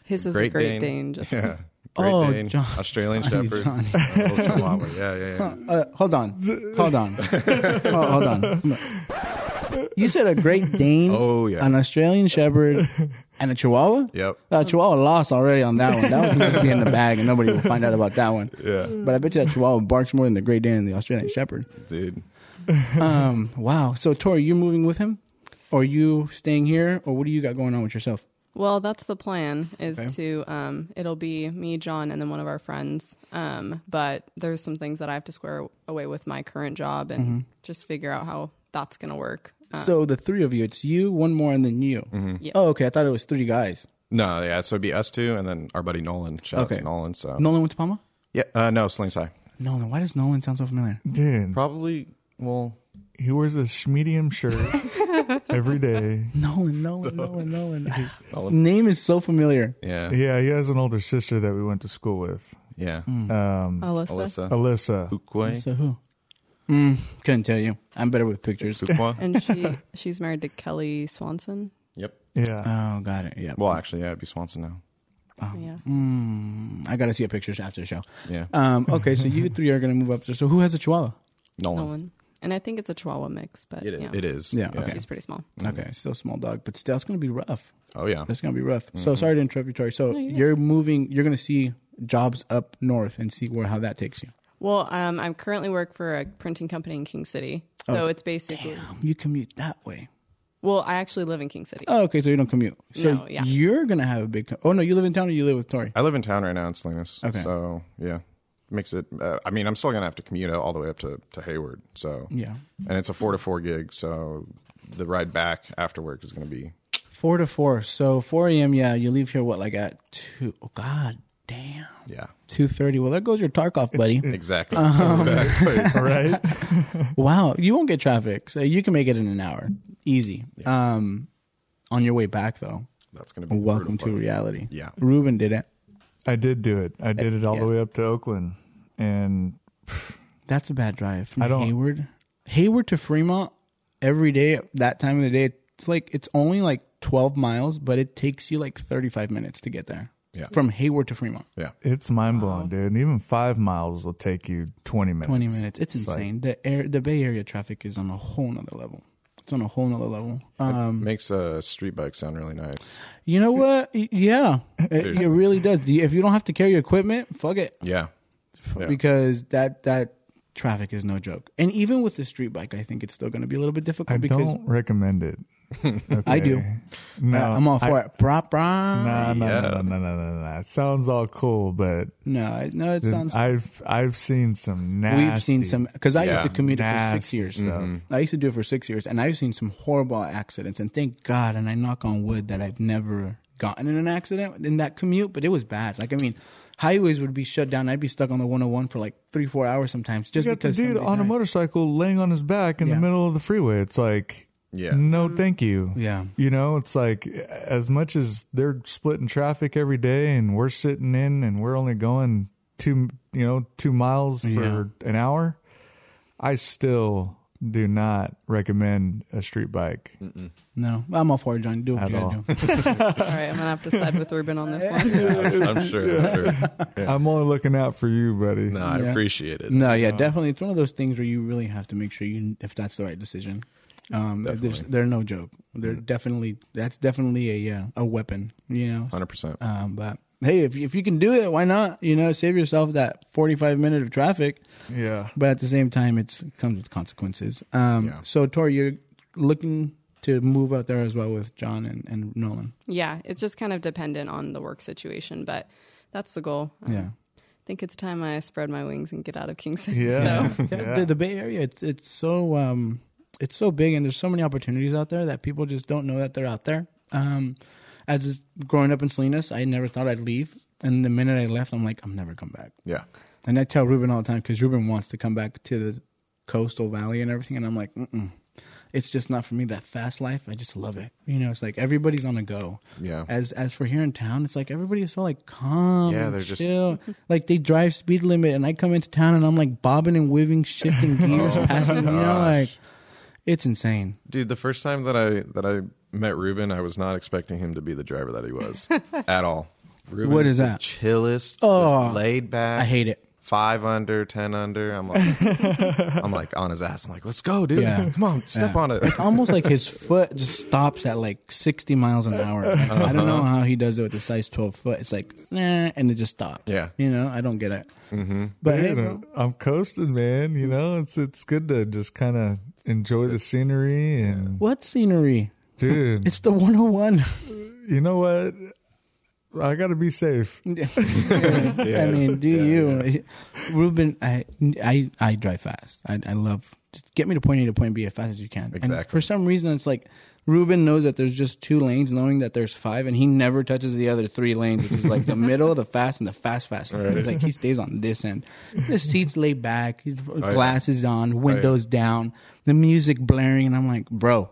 [SPEAKER 4] his is a Great Dane. just
[SPEAKER 3] yeah. Great
[SPEAKER 1] Oh,
[SPEAKER 3] Dane,
[SPEAKER 1] John-
[SPEAKER 3] Australian
[SPEAKER 1] Johnny,
[SPEAKER 3] Shepherd, Oh,
[SPEAKER 1] Johnny.
[SPEAKER 3] a little Chihuahua. Yeah, yeah, yeah.
[SPEAKER 1] Uh, hold on, hold on, oh, hold on. You said a Great Dane,
[SPEAKER 3] Oh, yeah.
[SPEAKER 1] an Australian Shepherd, and a Chihuahua.
[SPEAKER 3] Yep.
[SPEAKER 1] Uh, Chihuahua lost already on that one. That one can just be in the bag, and nobody will find out about that one.
[SPEAKER 3] Yeah,
[SPEAKER 1] But I bet you that Chihuahua barks more than the Great Dane and the Australian Shepherd.
[SPEAKER 3] dude.
[SPEAKER 1] Um, wow. So Tori, you moving with him, or you staying here, or what do you got going on with yourself?
[SPEAKER 4] Well, that's the plan is
[SPEAKER 1] Okay.
[SPEAKER 4] to um it'll be me, John, and then one of our friends. Um but there's some things that I have to square away with my current job and
[SPEAKER 1] Mm-hmm.
[SPEAKER 4] just figure out how that's going to work. Um,
[SPEAKER 1] so the three of you, it's you, one more, and then you.
[SPEAKER 3] Mm-hmm.
[SPEAKER 4] Yeah.
[SPEAKER 1] Oh, okay. I thought it was three guys.
[SPEAKER 3] No, yeah. So it'd be us two, and then our buddy Nolan. Shout out
[SPEAKER 1] Okay.
[SPEAKER 3] to Nolan. So
[SPEAKER 1] Nolan went to Palma.
[SPEAKER 3] yeah, uh, no, Slings High.
[SPEAKER 1] Nolan. Why does Nolan sound so familiar?
[SPEAKER 2] Dude,
[SPEAKER 3] Probably. Well,
[SPEAKER 2] he wears this medium shirt every day.
[SPEAKER 1] Nolan. Nolan. Nolan. Nolan.
[SPEAKER 3] Nolan.
[SPEAKER 1] Name is so familiar.
[SPEAKER 3] yeah, yeah.
[SPEAKER 2] Yeah, he has an older sister that we went to school with,
[SPEAKER 1] Hmm.
[SPEAKER 2] Um,
[SPEAKER 4] Alyssa.
[SPEAKER 3] Alyssa
[SPEAKER 2] Alyssa.
[SPEAKER 3] Ukwe.
[SPEAKER 1] So who? Mm, couldn't tell you. I'm better with pictures.
[SPEAKER 3] Ukwa.
[SPEAKER 4] And she she's married to Kelly Swanson.
[SPEAKER 3] Yep.
[SPEAKER 2] Yeah.
[SPEAKER 1] Oh, got it. Yeah.
[SPEAKER 3] Well, actually, yeah, it'd be Swanson now.
[SPEAKER 1] Oh,
[SPEAKER 4] Yeah.
[SPEAKER 1] Mm, I gotta see a picture after the show.
[SPEAKER 3] Yeah,
[SPEAKER 1] Um, okay, so you three are gonna move up there. So who has a Chihuahua?
[SPEAKER 3] Nolan.
[SPEAKER 4] Nolan. And I think it's a Chihuahua mix, but
[SPEAKER 3] It is.
[SPEAKER 4] yeah.
[SPEAKER 3] It is.
[SPEAKER 1] Yeah, okay.
[SPEAKER 4] She's pretty small.
[SPEAKER 1] Okay, still small dog, but still, it's gonna be rough.
[SPEAKER 3] Oh yeah.
[SPEAKER 1] Mm-hmm. That's gonna be rough. So sorry to interrupt you, Tori. So
[SPEAKER 4] you're
[SPEAKER 1] you're moving. You're gonna see jobs up north and see where how that takes you.
[SPEAKER 4] Well, um, I currently work for a printing company in King City.
[SPEAKER 1] Oh,
[SPEAKER 4] So it's basically,
[SPEAKER 1] You commute that way.
[SPEAKER 4] well, I actually live in King City.
[SPEAKER 1] Oh, okay. So you don't commute. So
[SPEAKER 4] No, yeah.
[SPEAKER 1] you're gonna have a big. Co- oh no, you live in town or you live with Tori.
[SPEAKER 3] I live in town right now in Salinas.
[SPEAKER 1] Okay.
[SPEAKER 3] So yeah, makes it. Uh, I mean, I'm still gonna have to commute all the way up to to Hayward. So
[SPEAKER 1] Yeah.
[SPEAKER 3] and it's a four to four gig. So the ride back after work is gonna be.
[SPEAKER 1] Four to four. So four a.m. Yeah, you leave here what like at two oh God damn.
[SPEAKER 3] Yeah.
[SPEAKER 1] Two thirty. Well, there goes your Tarkov, buddy.
[SPEAKER 3] Exactly.
[SPEAKER 1] Uh-huh.
[SPEAKER 2] right?
[SPEAKER 1] wow, you won't get traffic, so you can make it in an hour, easy. Um, on your way back though,
[SPEAKER 3] That's gonna be
[SPEAKER 1] welcome to
[SPEAKER 3] brutal,
[SPEAKER 1] reality.
[SPEAKER 3] Yeah.
[SPEAKER 1] Ruben did it.
[SPEAKER 2] I did do it. I did it all the
[SPEAKER 1] Yeah.
[SPEAKER 2] way up to Oakland, and
[SPEAKER 1] That's a bad drive from
[SPEAKER 2] I don't-
[SPEAKER 1] Hayward. Hayward to Fremont every day at that time of the day. It's like it's only like 12 miles, but it takes you like 35 minutes to get there.
[SPEAKER 3] Yeah.
[SPEAKER 1] From Hayward to Fremont.
[SPEAKER 3] but- Yeah.
[SPEAKER 2] it's mind blowing, dude. And even five miles will take you twenty minutes.
[SPEAKER 1] 20 minutes. It's, insane. the air the Bay Area traffic is on a whole nother level. It's on a whole nother level. Um,
[SPEAKER 3] Makes a street bike sound really nice.
[SPEAKER 1] you know what? Y- Yeah, it,
[SPEAKER 3] Seriously.
[SPEAKER 1] it really does. Do you- If you don't have to carry equipment, fuck it.
[SPEAKER 3] Yeah. Yeah.
[SPEAKER 1] because that that traffic is no joke. And even with the street bike, I think it's still going to be a little bit difficult
[SPEAKER 2] I
[SPEAKER 1] because
[SPEAKER 2] don't recommend it.
[SPEAKER 1] I do. Uh,
[SPEAKER 2] Okay. No,
[SPEAKER 1] I'm all
[SPEAKER 2] I-
[SPEAKER 1] for it. Brah, brah.
[SPEAKER 2] Nah, nah, nah,
[SPEAKER 3] Yeah.
[SPEAKER 2] nah, nah, nah, nah, nah. It sounds all cool, but
[SPEAKER 1] No, I- no, it sounds.
[SPEAKER 2] I've I've seen some nasty.
[SPEAKER 1] we've seen some because I used
[SPEAKER 3] Yeah. Mm-hmm.
[SPEAKER 1] to commute it for six
[SPEAKER 2] Nasty
[SPEAKER 1] years.
[SPEAKER 2] stuff. Mhm.
[SPEAKER 1] I used to do it for six years, and I've seen some horrible accidents. And thank God, and I knock on wood that I've never gotten in an accident in that commute. But it was bad. Like I mean, highways would be shut down. I'd be stuck on the 101 for like three, four hours sometimes just
[SPEAKER 2] You got the
[SPEAKER 1] because
[SPEAKER 2] dude
[SPEAKER 1] somebody
[SPEAKER 2] on a
[SPEAKER 1] died.
[SPEAKER 2] motorcycle laying on his back in
[SPEAKER 1] Yeah. Mm.
[SPEAKER 2] the middle of the freeway. It's like,
[SPEAKER 3] Yeah.
[SPEAKER 2] no, thank you.
[SPEAKER 1] Yeah.
[SPEAKER 2] You know, it's like as much as they're splitting traffic every day and we're sitting in and we're only going two, you know, two miles
[SPEAKER 1] Yeah.
[SPEAKER 2] for an hour, I still do not recommend a street bike.
[SPEAKER 1] No, I'm all for it, John. Do what
[SPEAKER 2] At
[SPEAKER 1] you gotta
[SPEAKER 2] all.
[SPEAKER 1] do.
[SPEAKER 4] All right, I'm going to have to side with Ruben on this one.
[SPEAKER 3] I'm sure. I'm sure. Yeah.
[SPEAKER 2] I'm only looking out for you, buddy.
[SPEAKER 3] No, I
[SPEAKER 1] Yeah. Mm.
[SPEAKER 3] appreciate it.
[SPEAKER 1] No, yeah, definitely. It's one of those things where you really have to make sure you if that's the right decision. Um, there's, they're no joke. They're definitely that's definitely a uh, a weapon. You know.
[SPEAKER 3] Hundred percent.
[SPEAKER 1] Um, but hey, if you- if you can do it, why not? You know, save yourself that 45 minute of traffic.
[SPEAKER 2] Yeah.
[SPEAKER 1] But at the same time, it's it comes with consequences. Um,
[SPEAKER 3] Yeah.
[SPEAKER 1] so Tori, you're looking to move out there as well with John and, and Nolan.
[SPEAKER 4] Yeah, it's just kind of dependent on the work situation, but that's the goal. Um,
[SPEAKER 1] Yeah.
[SPEAKER 4] I think it's time I spread my wings and get out of King City.
[SPEAKER 2] Yeah.
[SPEAKER 4] So,
[SPEAKER 1] Yeah, The, the Bay Area, it's it's so um, it's so big, and there's so many opportunities out there that people just don't know that they're out there. Um, as is- growing up in Salinas, I never thought I'd leave, and the minute I left, I'm like, I'm never come back.
[SPEAKER 3] Yeah.
[SPEAKER 1] And I tell Ruben all the time because Ruben wants to come back to the coastal valley and everything, and I'm like, Mm-mm. it's just not for me. That fast life, I just love it. You know, it's like everybody's on a go.
[SPEAKER 3] Yeah.
[SPEAKER 1] As as for here in town, it's like everybody is so like calm.
[SPEAKER 3] Yeah,
[SPEAKER 1] Yeah, they're
[SPEAKER 3] they're just-
[SPEAKER 1] chill. just like they drive speed limit, and I come into town and I'm like bobbing and weaving, shifting
[SPEAKER 3] Oh
[SPEAKER 1] gears, passing. You know, like it's insane.
[SPEAKER 3] Dude, the first time that I that I met Ruben, I was not expecting him to be the driver that he was at all. Ruben
[SPEAKER 1] What is
[SPEAKER 3] the
[SPEAKER 1] that?
[SPEAKER 3] Chillest,
[SPEAKER 1] Oh,
[SPEAKER 3] just laid back.
[SPEAKER 1] I hate it.
[SPEAKER 3] Five under, ten under. I'm like, I'm like on his ass. I'm like, let's go, dude.
[SPEAKER 1] Yeah.
[SPEAKER 3] Come on, step
[SPEAKER 1] Yeah.
[SPEAKER 3] on it.
[SPEAKER 1] It's almost like his foot just stops at like 60 miles an hour. Like, I don't know
[SPEAKER 3] Uh-huh.
[SPEAKER 1] how he does it with a size 12 foot. It's like, "Nah," and it just stops.
[SPEAKER 3] Yeah.
[SPEAKER 1] You know, I don't get it. Mm-hmm. But hey,
[SPEAKER 2] Dude,
[SPEAKER 1] bro.
[SPEAKER 2] I'm coasting, man. You know, it's it's good to just kind of enjoy the scenery and
[SPEAKER 1] what scenery?
[SPEAKER 2] dude.
[SPEAKER 1] It's the 101.
[SPEAKER 2] You know what? I gotta be safe.
[SPEAKER 1] I mean, do you, Ruben? I, I I drive fast. I I love just get me to point A to point B as fast as you can. And
[SPEAKER 3] Exactly.
[SPEAKER 1] for some reason, it's like Ruben knows that there's just two lanes, knowing that there's five, and he never touches the other three lanes, which is like the middle, the fast, and the fast fast. lane. It's like he stays on this end. The seats laid back, his glasses on, windows down, the music blaring, and I'm like, bro,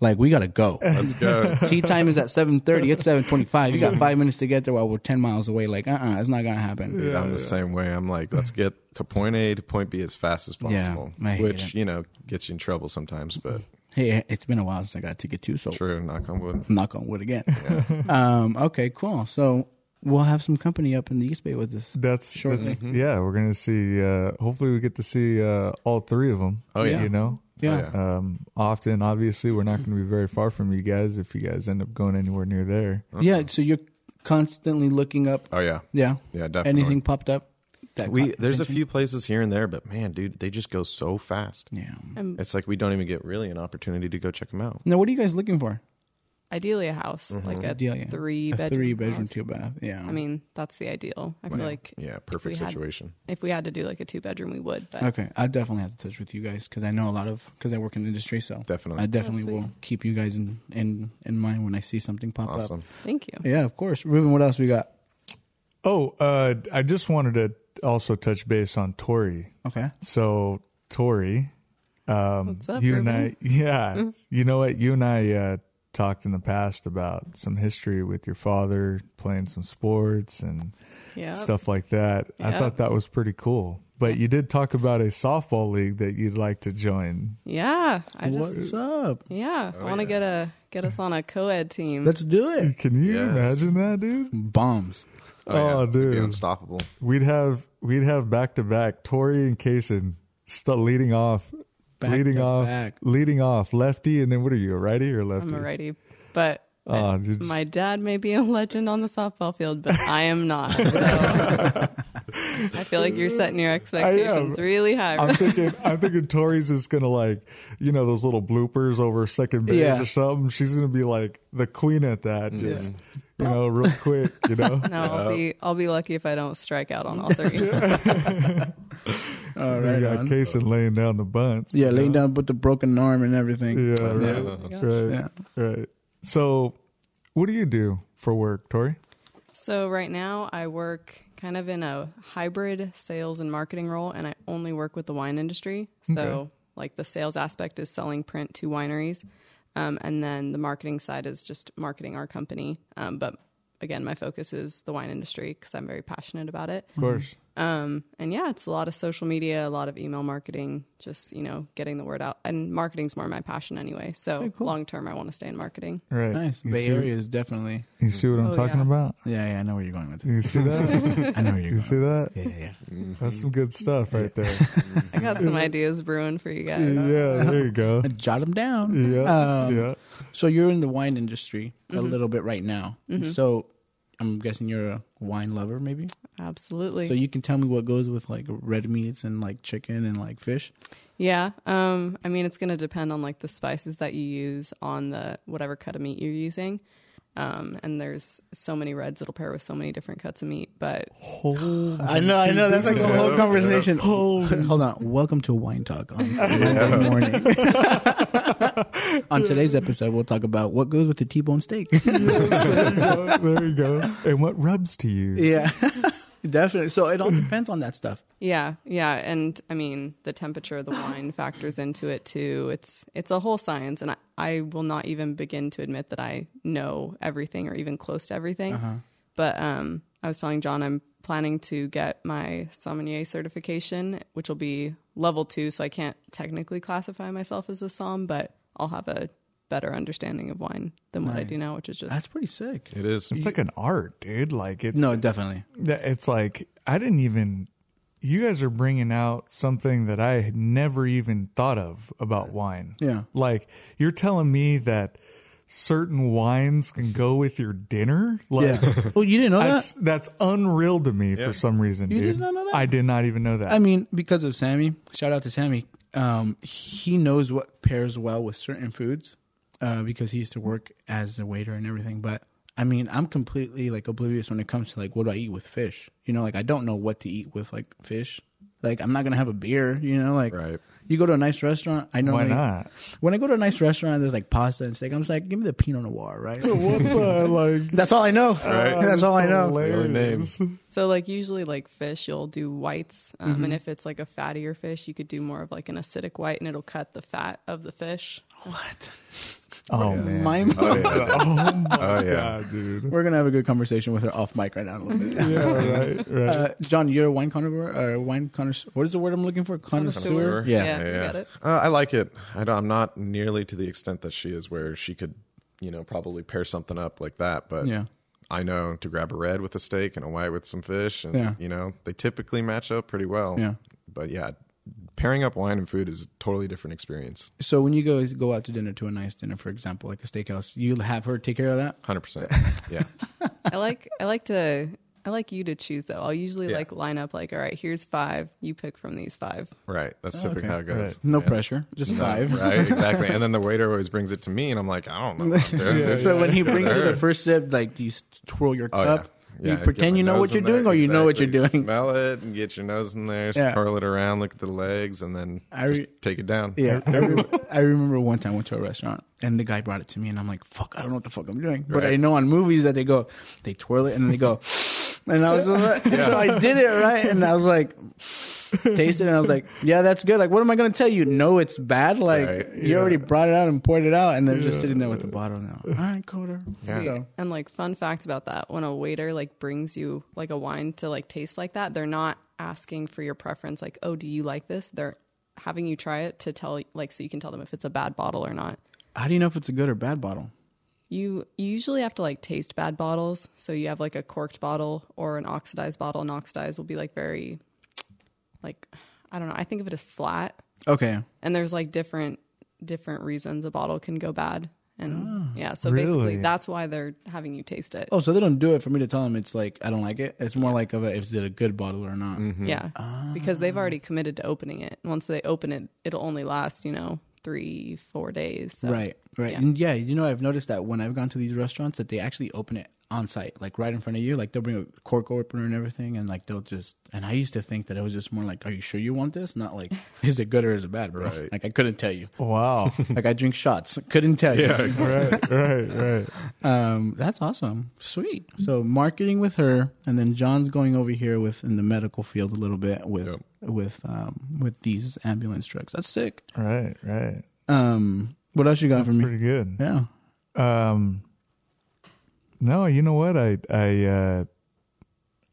[SPEAKER 1] like we gotta go.
[SPEAKER 3] Let's go.
[SPEAKER 1] Tea time is at seven thirty. It's seven twenty-five. You got five minutes to get there while we're ten miles away. Like, uh, uh it's not gonna happen.
[SPEAKER 3] Dude, I'm the same way. I'm like, let's get to point A to point B as fast as
[SPEAKER 1] Yeah,
[SPEAKER 3] possible,
[SPEAKER 1] I hate
[SPEAKER 3] which
[SPEAKER 1] it.
[SPEAKER 3] you know gets you in trouble sometimes. But
[SPEAKER 1] Hey, it's been a while since I got a ticket too, so
[SPEAKER 3] true, knock on wood.
[SPEAKER 1] knock on wood again. um, okay, cool. So we'll have some company up in the East Bay with us.
[SPEAKER 3] Oh,
[SPEAKER 2] That's,
[SPEAKER 1] Shortly.
[SPEAKER 2] that's-
[SPEAKER 4] Mm-hmm.
[SPEAKER 2] yeah. We're gonna see. Uh, hopefully, we get to see uh, all three of them.
[SPEAKER 3] Oh, yeah. Mm-hmm.
[SPEAKER 2] you know.
[SPEAKER 1] Yeah.
[SPEAKER 3] Oh, yeah.
[SPEAKER 2] Um, often, obviously, we're not going to be very far from you guys if you guys end up going anywhere near there.
[SPEAKER 1] Yeah, so your constantly looking up.
[SPEAKER 3] Oh yeah,
[SPEAKER 1] Yeah.
[SPEAKER 3] yeah, definitely.
[SPEAKER 1] Anything popped up? That
[SPEAKER 3] we
[SPEAKER 1] caught
[SPEAKER 3] there's a
[SPEAKER 1] attention?
[SPEAKER 3] few places here and there, but man, dude, they just go so fast.
[SPEAKER 1] Yeah.
[SPEAKER 4] And
[SPEAKER 3] It's like we don't even get really an opportunity to go check them out.
[SPEAKER 1] Now, what are you guys looking for?
[SPEAKER 4] ideally a house, like a
[SPEAKER 1] Ideally, yeah.
[SPEAKER 4] three
[SPEAKER 1] a
[SPEAKER 4] bedroom.
[SPEAKER 1] three bedroom,
[SPEAKER 4] house.
[SPEAKER 1] two bath. Yeah.
[SPEAKER 4] I mean, that's the ideal. I feel like
[SPEAKER 3] Yeah,
[SPEAKER 4] if
[SPEAKER 3] perfect
[SPEAKER 4] we had-
[SPEAKER 3] situation.
[SPEAKER 4] If we had to do like a two bedroom, we would. But
[SPEAKER 1] okay. I definitely have to touch with you guys because I know a lot of because I work in the industry. So
[SPEAKER 3] Definitely.
[SPEAKER 1] I definitely
[SPEAKER 4] sweet.
[SPEAKER 1] will keep you guys in in in mind when I see something pop
[SPEAKER 3] Awesome.
[SPEAKER 1] up.
[SPEAKER 4] thank you.
[SPEAKER 1] Yeah, of course, Ruben. What else we got?
[SPEAKER 2] Oh, uh, I just wanted to also touch base on Tori.
[SPEAKER 1] Okay.
[SPEAKER 2] So Tori, um,
[SPEAKER 4] What's up, Mm-hmm.
[SPEAKER 2] you and I,
[SPEAKER 4] Ruben?
[SPEAKER 2] yeah, you know what? You and I uh, talked in the past about some history with your father playing some sports and
[SPEAKER 4] Yeah.
[SPEAKER 2] stuff like that. I
[SPEAKER 4] Yep.
[SPEAKER 2] thought that was pretty cool. But you did talk about a softball league that you'd like to join.
[SPEAKER 4] Yeah. I just
[SPEAKER 1] What's up?
[SPEAKER 4] yeah. I want to get a get us on a co ed team.
[SPEAKER 1] Let's do it.
[SPEAKER 2] Can you
[SPEAKER 3] Yes.
[SPEAKER 2] imagine that, dude?
[SPEAKER 1] Bombs.
[SPEAKER 2] Oh,
[SPEAKER 3] yeah. We'd be
[SPEAKER 2] dude.
[SPEAKER 3] unstoppable.
[SPEAKER 2] We'd have we'd have back to back Tori and Kaysen st- leading off,
[SPEAKER 1] Back
[SPEAKER 2] leading
[SPEAKER 1] to
[SPEAKER 2] off,
[SPEAKER 1] back.
[SPEAKER 2] leading off lefty, and then what are you, a righty or lefty?
[SPEAKER 4] I'm a righty, but
[SPEAKER 2] Oh,
[SPEAKER 4] I-
[SPEAKER 2] dude.
[SPEAKER 4] my dad may be a legend on the softball field, but I am not. so- I feel like you're setting your expectations really high.
[SPEAKER 2] I'm thinking I'm thinking Tori's is gonna like you know those little bloopers over second base
[SPEAKER 1] Yeah.
[SPEAKER 2] or something. She's gonna be like the queen at that,
[SPEAKER 3] Mm-hmm.
[SPEAKER 2] just you know, real quick, you know.
[SPEAKER 4] no, I'll be I'll be lucky if I don't strike out on all three.
[SPEAKER 1] All
[SPEAKER 2] you
[SPEAKER 1] right.
[SPEAKER 2] got
[SPEAKER 1] on.
[SPEAKER 2] Kaysen laying down the bunts.
[SPEAKER 1] Yeah,
[SPEAKER 2] you
[SPEAKER 1] laying
[SPEAKER 2] know?
[SPEAKER 1] down with the broken arm and everything.
[SPEAKER 2] Yeah, right, right, right. So, what do you do for work, Tori?
[SPEAKER 1] Mm-hmm.
[SPEAKER 4] So right now I work kind of in a hybrid sales and marketing role and I only work with the wine industry. So
[SPEAKER 2] Okay.
[SPEAKER 4] like the sales aspect is selling print to wineries. Um, and then the marketing side is just marketing our company. Um, but again, my focus is the wine industry because I'm very passionate about it.
[SPEAKER 2] Of course.
[SPEAKER 4] Um, and yeah, it's a lot of social media, a lot of email marketing, just, you know, getting the word out. And marketing's more my passion anyway. So long term, I want to stay in marketing.
[SPEAKER 2] Right.
[SPEAKER 1] Nice.
[SPEAKER 2] You
[SPEAKER 1] Bay
[SPEAKER 2] see,
[SPEAKER 1] Area is definitely.
[SPEAKER 2] You see what I'm
[SPEAKER 4] Oh,
[SPEAKER 2] talking
[SPEAKER 4] yeah.
[SPEAKER 2] about?
[SPEAKER 1] Yeah, yeah. I know where you're going with it.
[SPEAKER 2] You see that?
[SPEAKER 1] I know where you're
[SPEAKER 2] you
[SPEAKER 1] going.
[SPEAKER 2] see that?
[SPEAKER 1] Yeah, yeah, Mm-hmm. yeah.
[SPEAKER 2] That's some good stuff right there.
[SPEAKER 4] I got some ideas brewing for you guys.
[SPEAKER 2] yeah, there you go.
[SPEAKER 1] Jot them down.
[SPEAKER 2] Yeah,
[SPEAKER 1] Um,
[SPEAKER 2] yeah.
[SPEAKER 1] So you're in the wine industry a little bit right now. So I'm guessing you're a wine lover, maybe.
[SPEAKER 4] Absolutely.
[SPEAKER 1] So you can tell me what goes with like red meats and like chicken and like fish.
[SPEAKER 4] Yeah. Um, I mean, it's going to depend on like the spices that you use on the whatever cut of meat you're using. Um, and there's so many reds that'll pair with so many different cuts of meat. But
[SPEAKER 2] Holy
[SPEAKER 1] I know, I know. That's like the whole
[SPEAKER 3] Yeah.
[SPEAKER 1] conversation. Hold on. Welcome to Wine Talk on Monday morning. on today's episode, we'll talk about what goes with the T-bone steak.
[SPEAKER 2] there, you go, there you go. And what rubs to use?
[SPEAKER 1] yeah, definitely. So it all depends on that stuff.
[SPEAKER 4] yeah, yeah. And I mean, the temperature of the wine factors into it too. It's it's a whole science, and I, I will not even begin to admit that I know everything or even close to everything. But um, I was telling John I'm planning to get my sommelier certification, which will be level two, so I can't technically classify myself as a som, but I'll have a better understanding of wine than what I do now, which is just
[SPEAKER 1] That's pretty sick.
[SPEAKER 3] It is.
[SPEAKER 2] It's like an art, dude. Like it,
[SPEAKER 1] No, definitely.
[SPEAKER 2] that- it's like I didn't even. You guys are bringing out something that I had never even thought of about wine.
[SPEAKER 1] Yeah.
[SPEAKER 2] Like you're telling me that certain wines can go with your dinner. Like
[SPEAKER 1] yeah. Well, you didn't know
[SPEAKER 2] that's
[SPEAKER 1] that.
[SPEAKER 2] that's unreal to me for some reason,
[SPEAKER 1] You
[SPEAKER 2] dude.
[SPEAKER 1] did not know that?
[SPEAKER 2] I did not even know that.
[SPEAKER 1] I mean, because of Sammy. Shout out to Sammy. Um, he knows what pairs well with certain foods, uh, because he used to work as a waiter and everything. But I mean, I'm completely like oblivious when it comes to like what do I eat with fish. You know, like I don't know what to eat with like fish. Like I'm not gonna have a beer. You know, like
[SPEAKER 3] Right.
[SPEAKER 1] you go to a nice restaurant. I know
[SPEAKER 2] Why
[SPEAKER 1] like,
[SPEAKER 2] not?
[SPEAKER 1] When I go to a nice restaurant, there's like pasta and steak. I'm just like, give me the Pinot Noir, right?
[SPEAKER 2] what the like?
[SPEAKER 1] That's all I know.
[SPEAKER 3] Right.
[SPEAKER 1] That's all I know.
[SPEAKER 2] hilarious.
[SPEAKER 4] So like usually like fish, you'll do whites, um, and if it's like a fattier fish, you could do more of like an acidic white, and it'll cut the fat of the fish.
[SPEAKER 1] What?
[SPEAKER 2] Oh man.
[SPEAKER 1] Mind
[SPEAKER 3] Oh, yeah.
[SPEAKER 2] oh my
[SPEAKER 3] Oh, yeah.
[SPEAKER 2] god, dude.
[SPEAKER 1] We're gonna have a good conversation with her off mic right now. in a little bit.
[SPEAKER 2] Yeah, right, right.
[SPEAKER 1] Uh, John, you're a wine connoisseur. Or wine connoisseur. What is the word I'm looking for? Connoisseur.
[SPEAKER 4] Connoisseur.
[SPEAKER 1] Yeah.
[SPEAKER 4] Yeah. you got it.
[SPEAKER 3] Uh, I like it. I don't, I'm not nearly to the extent that she is, where she could, you know, probably pair something up like that. But
[SPEAKER 1] Yeah.
[SPEAKER 3] I know to grab a red with a steak and a white with some fish, and
[SPEAKER 1] Yeah.
[SPEAKER 3] you know, they typically match up pretty well.
[SPEAKER 1] Yeah.
[SPEAKER 3] But yeah, pairing up wine and food is a totally different experience.
[SPEAKER 1] So when you guys go out to dinner to a nice dinner, for example, like a steakhouse, you'll have her take care of that.
[SPEAKER 3] Hundred percent. Yeah.
[SPEAKER 4] I like I like to I like you to choose though. I'll usually
[SPEAKER 3] Yeah.
[SPEAKER 4] like line up like all right, here's five. You pick from these five.
[SPEAKER 3] Right. That's typically how it goes.
[SPEAKER 2] Right.
[SPEAKER 1] Oh, No
[SPEAKER 3] Yeah.
[SPEAKER 1] pressure, just
[SPEAKER 3] No,
[SPEAKER 1] five.
[SPEAKER 3] right, exactly. And then the waiter always brings it to me, and I'm like, I don't know. dude. There's-
[SPEAKER 1] so when he brings you
[SPEAKER 3] Sure.
[SPEAKER 1] the first sip, like, do you s- twirl your
[SPEAKER 3] Oh,
[SPEAKER 1] cup?
[SPEAKER 3] yeah. Yeah,
[SPEAKER 1] you
[SPEAKER 3] get
[SPEAKER 1] pretend
[SPEAKER 3] my
[SPEAKER 1] you know
[SPEAKER 3] nose
[SPEAKER 1] what you're
[SPEAKER 3] in there,
[SPEAKER 1] doing, or you know what you're
[SPEAKER 3] exactly.
[SPEAKER 1] doing.
[SPEAKER 3] Smell it and get your nose in there,
[SPEAKER 1] Yeah.
[SPEAKER 3] swirl it around, look at the legs, and then
[SPEAKER 1] I re-
[SPEAKER 3] just take it down.
[SPEAKER 1] Yeah, I, rem- I remember one time I went to a restaurant and the guy brought it to me and I'm like, "Fuck, I don't know what the fuck I'm doing." But
[SPEAKER 3] Right.
[SPEAKER 1] I know on movies that they go, they twirl it and then they go, and I was just like, so I did it right and I was like, tasted it and I was like, "Yeah, that's good." Like, what am I gonna tell you? No, it's bad. Like
[SPEAKER 3] Right.
[SPEAKER 1] you already brought it out and poured it out and they're just sitting there with the bottle now. All right, coder.
[SPEAKER 3] Yeah.
[SPEAKER 1] So,
[SPEAKER 4] And like fun fact about that, when a waiter like brings you like a wine to like taste like that, they're not asking for your preference like, "Oh, do you like this?" They're having you try it to tell like so you can tell them if it's a bad bottle or not.
[SPEAKER 1] how do you know if it's a good or bad bottle?
[SPEAKER 4] You you usually have to like taste bad bottles. So you have like a corked bottle or an oxidized bottle. And oxidized will be like very like I don't know. I think of it as flat.
[SPEAKER 1] Okay.
[SPEAKER 4] And there's like different different reasons a bottle can go bad. And yeah, so
[SPEAKER 2] really?
[SPEAKER 4] basically that's why they're having you taste it.
[SPEAKER 1] Ah, Oh, so they don't do it for me to tell them it's like I don't like it. It's more like of a, is it a good bottle or not?
[SPEAKER 4] Yeah.
[SPEAKER 1] Ah.
[SPEAKER 4] Because they've already committed to opening it. Once they open it, it'll only last, you know, three, four days. So.
[SPEAKER 1] Right, right.
[SPEAKER 4] yeah.
[SPEAKER 1] And yeah, you know, I've noticed that when I've gone to these restaurants that they actually open it on site, like right in front of you. Like they'll bring a cork opener and everything, and like they'll just. And I used to think that it was just more like, "Are you sure you want this?" Not like, "Is it good or is it bad?" Bro.
[SPEAKER 3] Right.
[SPEAKER 1] Like I couldn't tell you.
[SPEAKER 2] Wow.
[SPEAKER 1] Like I drink shots, couldn't tell you.
[SPEAKER 2] right, right, right.
[SPEAKER 1] Um, that's awesome. Sweet. So marketing with her, and then John's going over here with in the medical field a little bit with
[SPEAKER 3] Yep.
[SPEAKER 1] with um with these ambulance trucks. That's sick.
[SPEAKER 2] Right, right.
[SPEAKER 1] Um, what else you got for me?
[SPEAKER 2] Pretty good.
[SPEAKER 1] yeah.
[SPEAKER 2] Um No, you know what? I I uh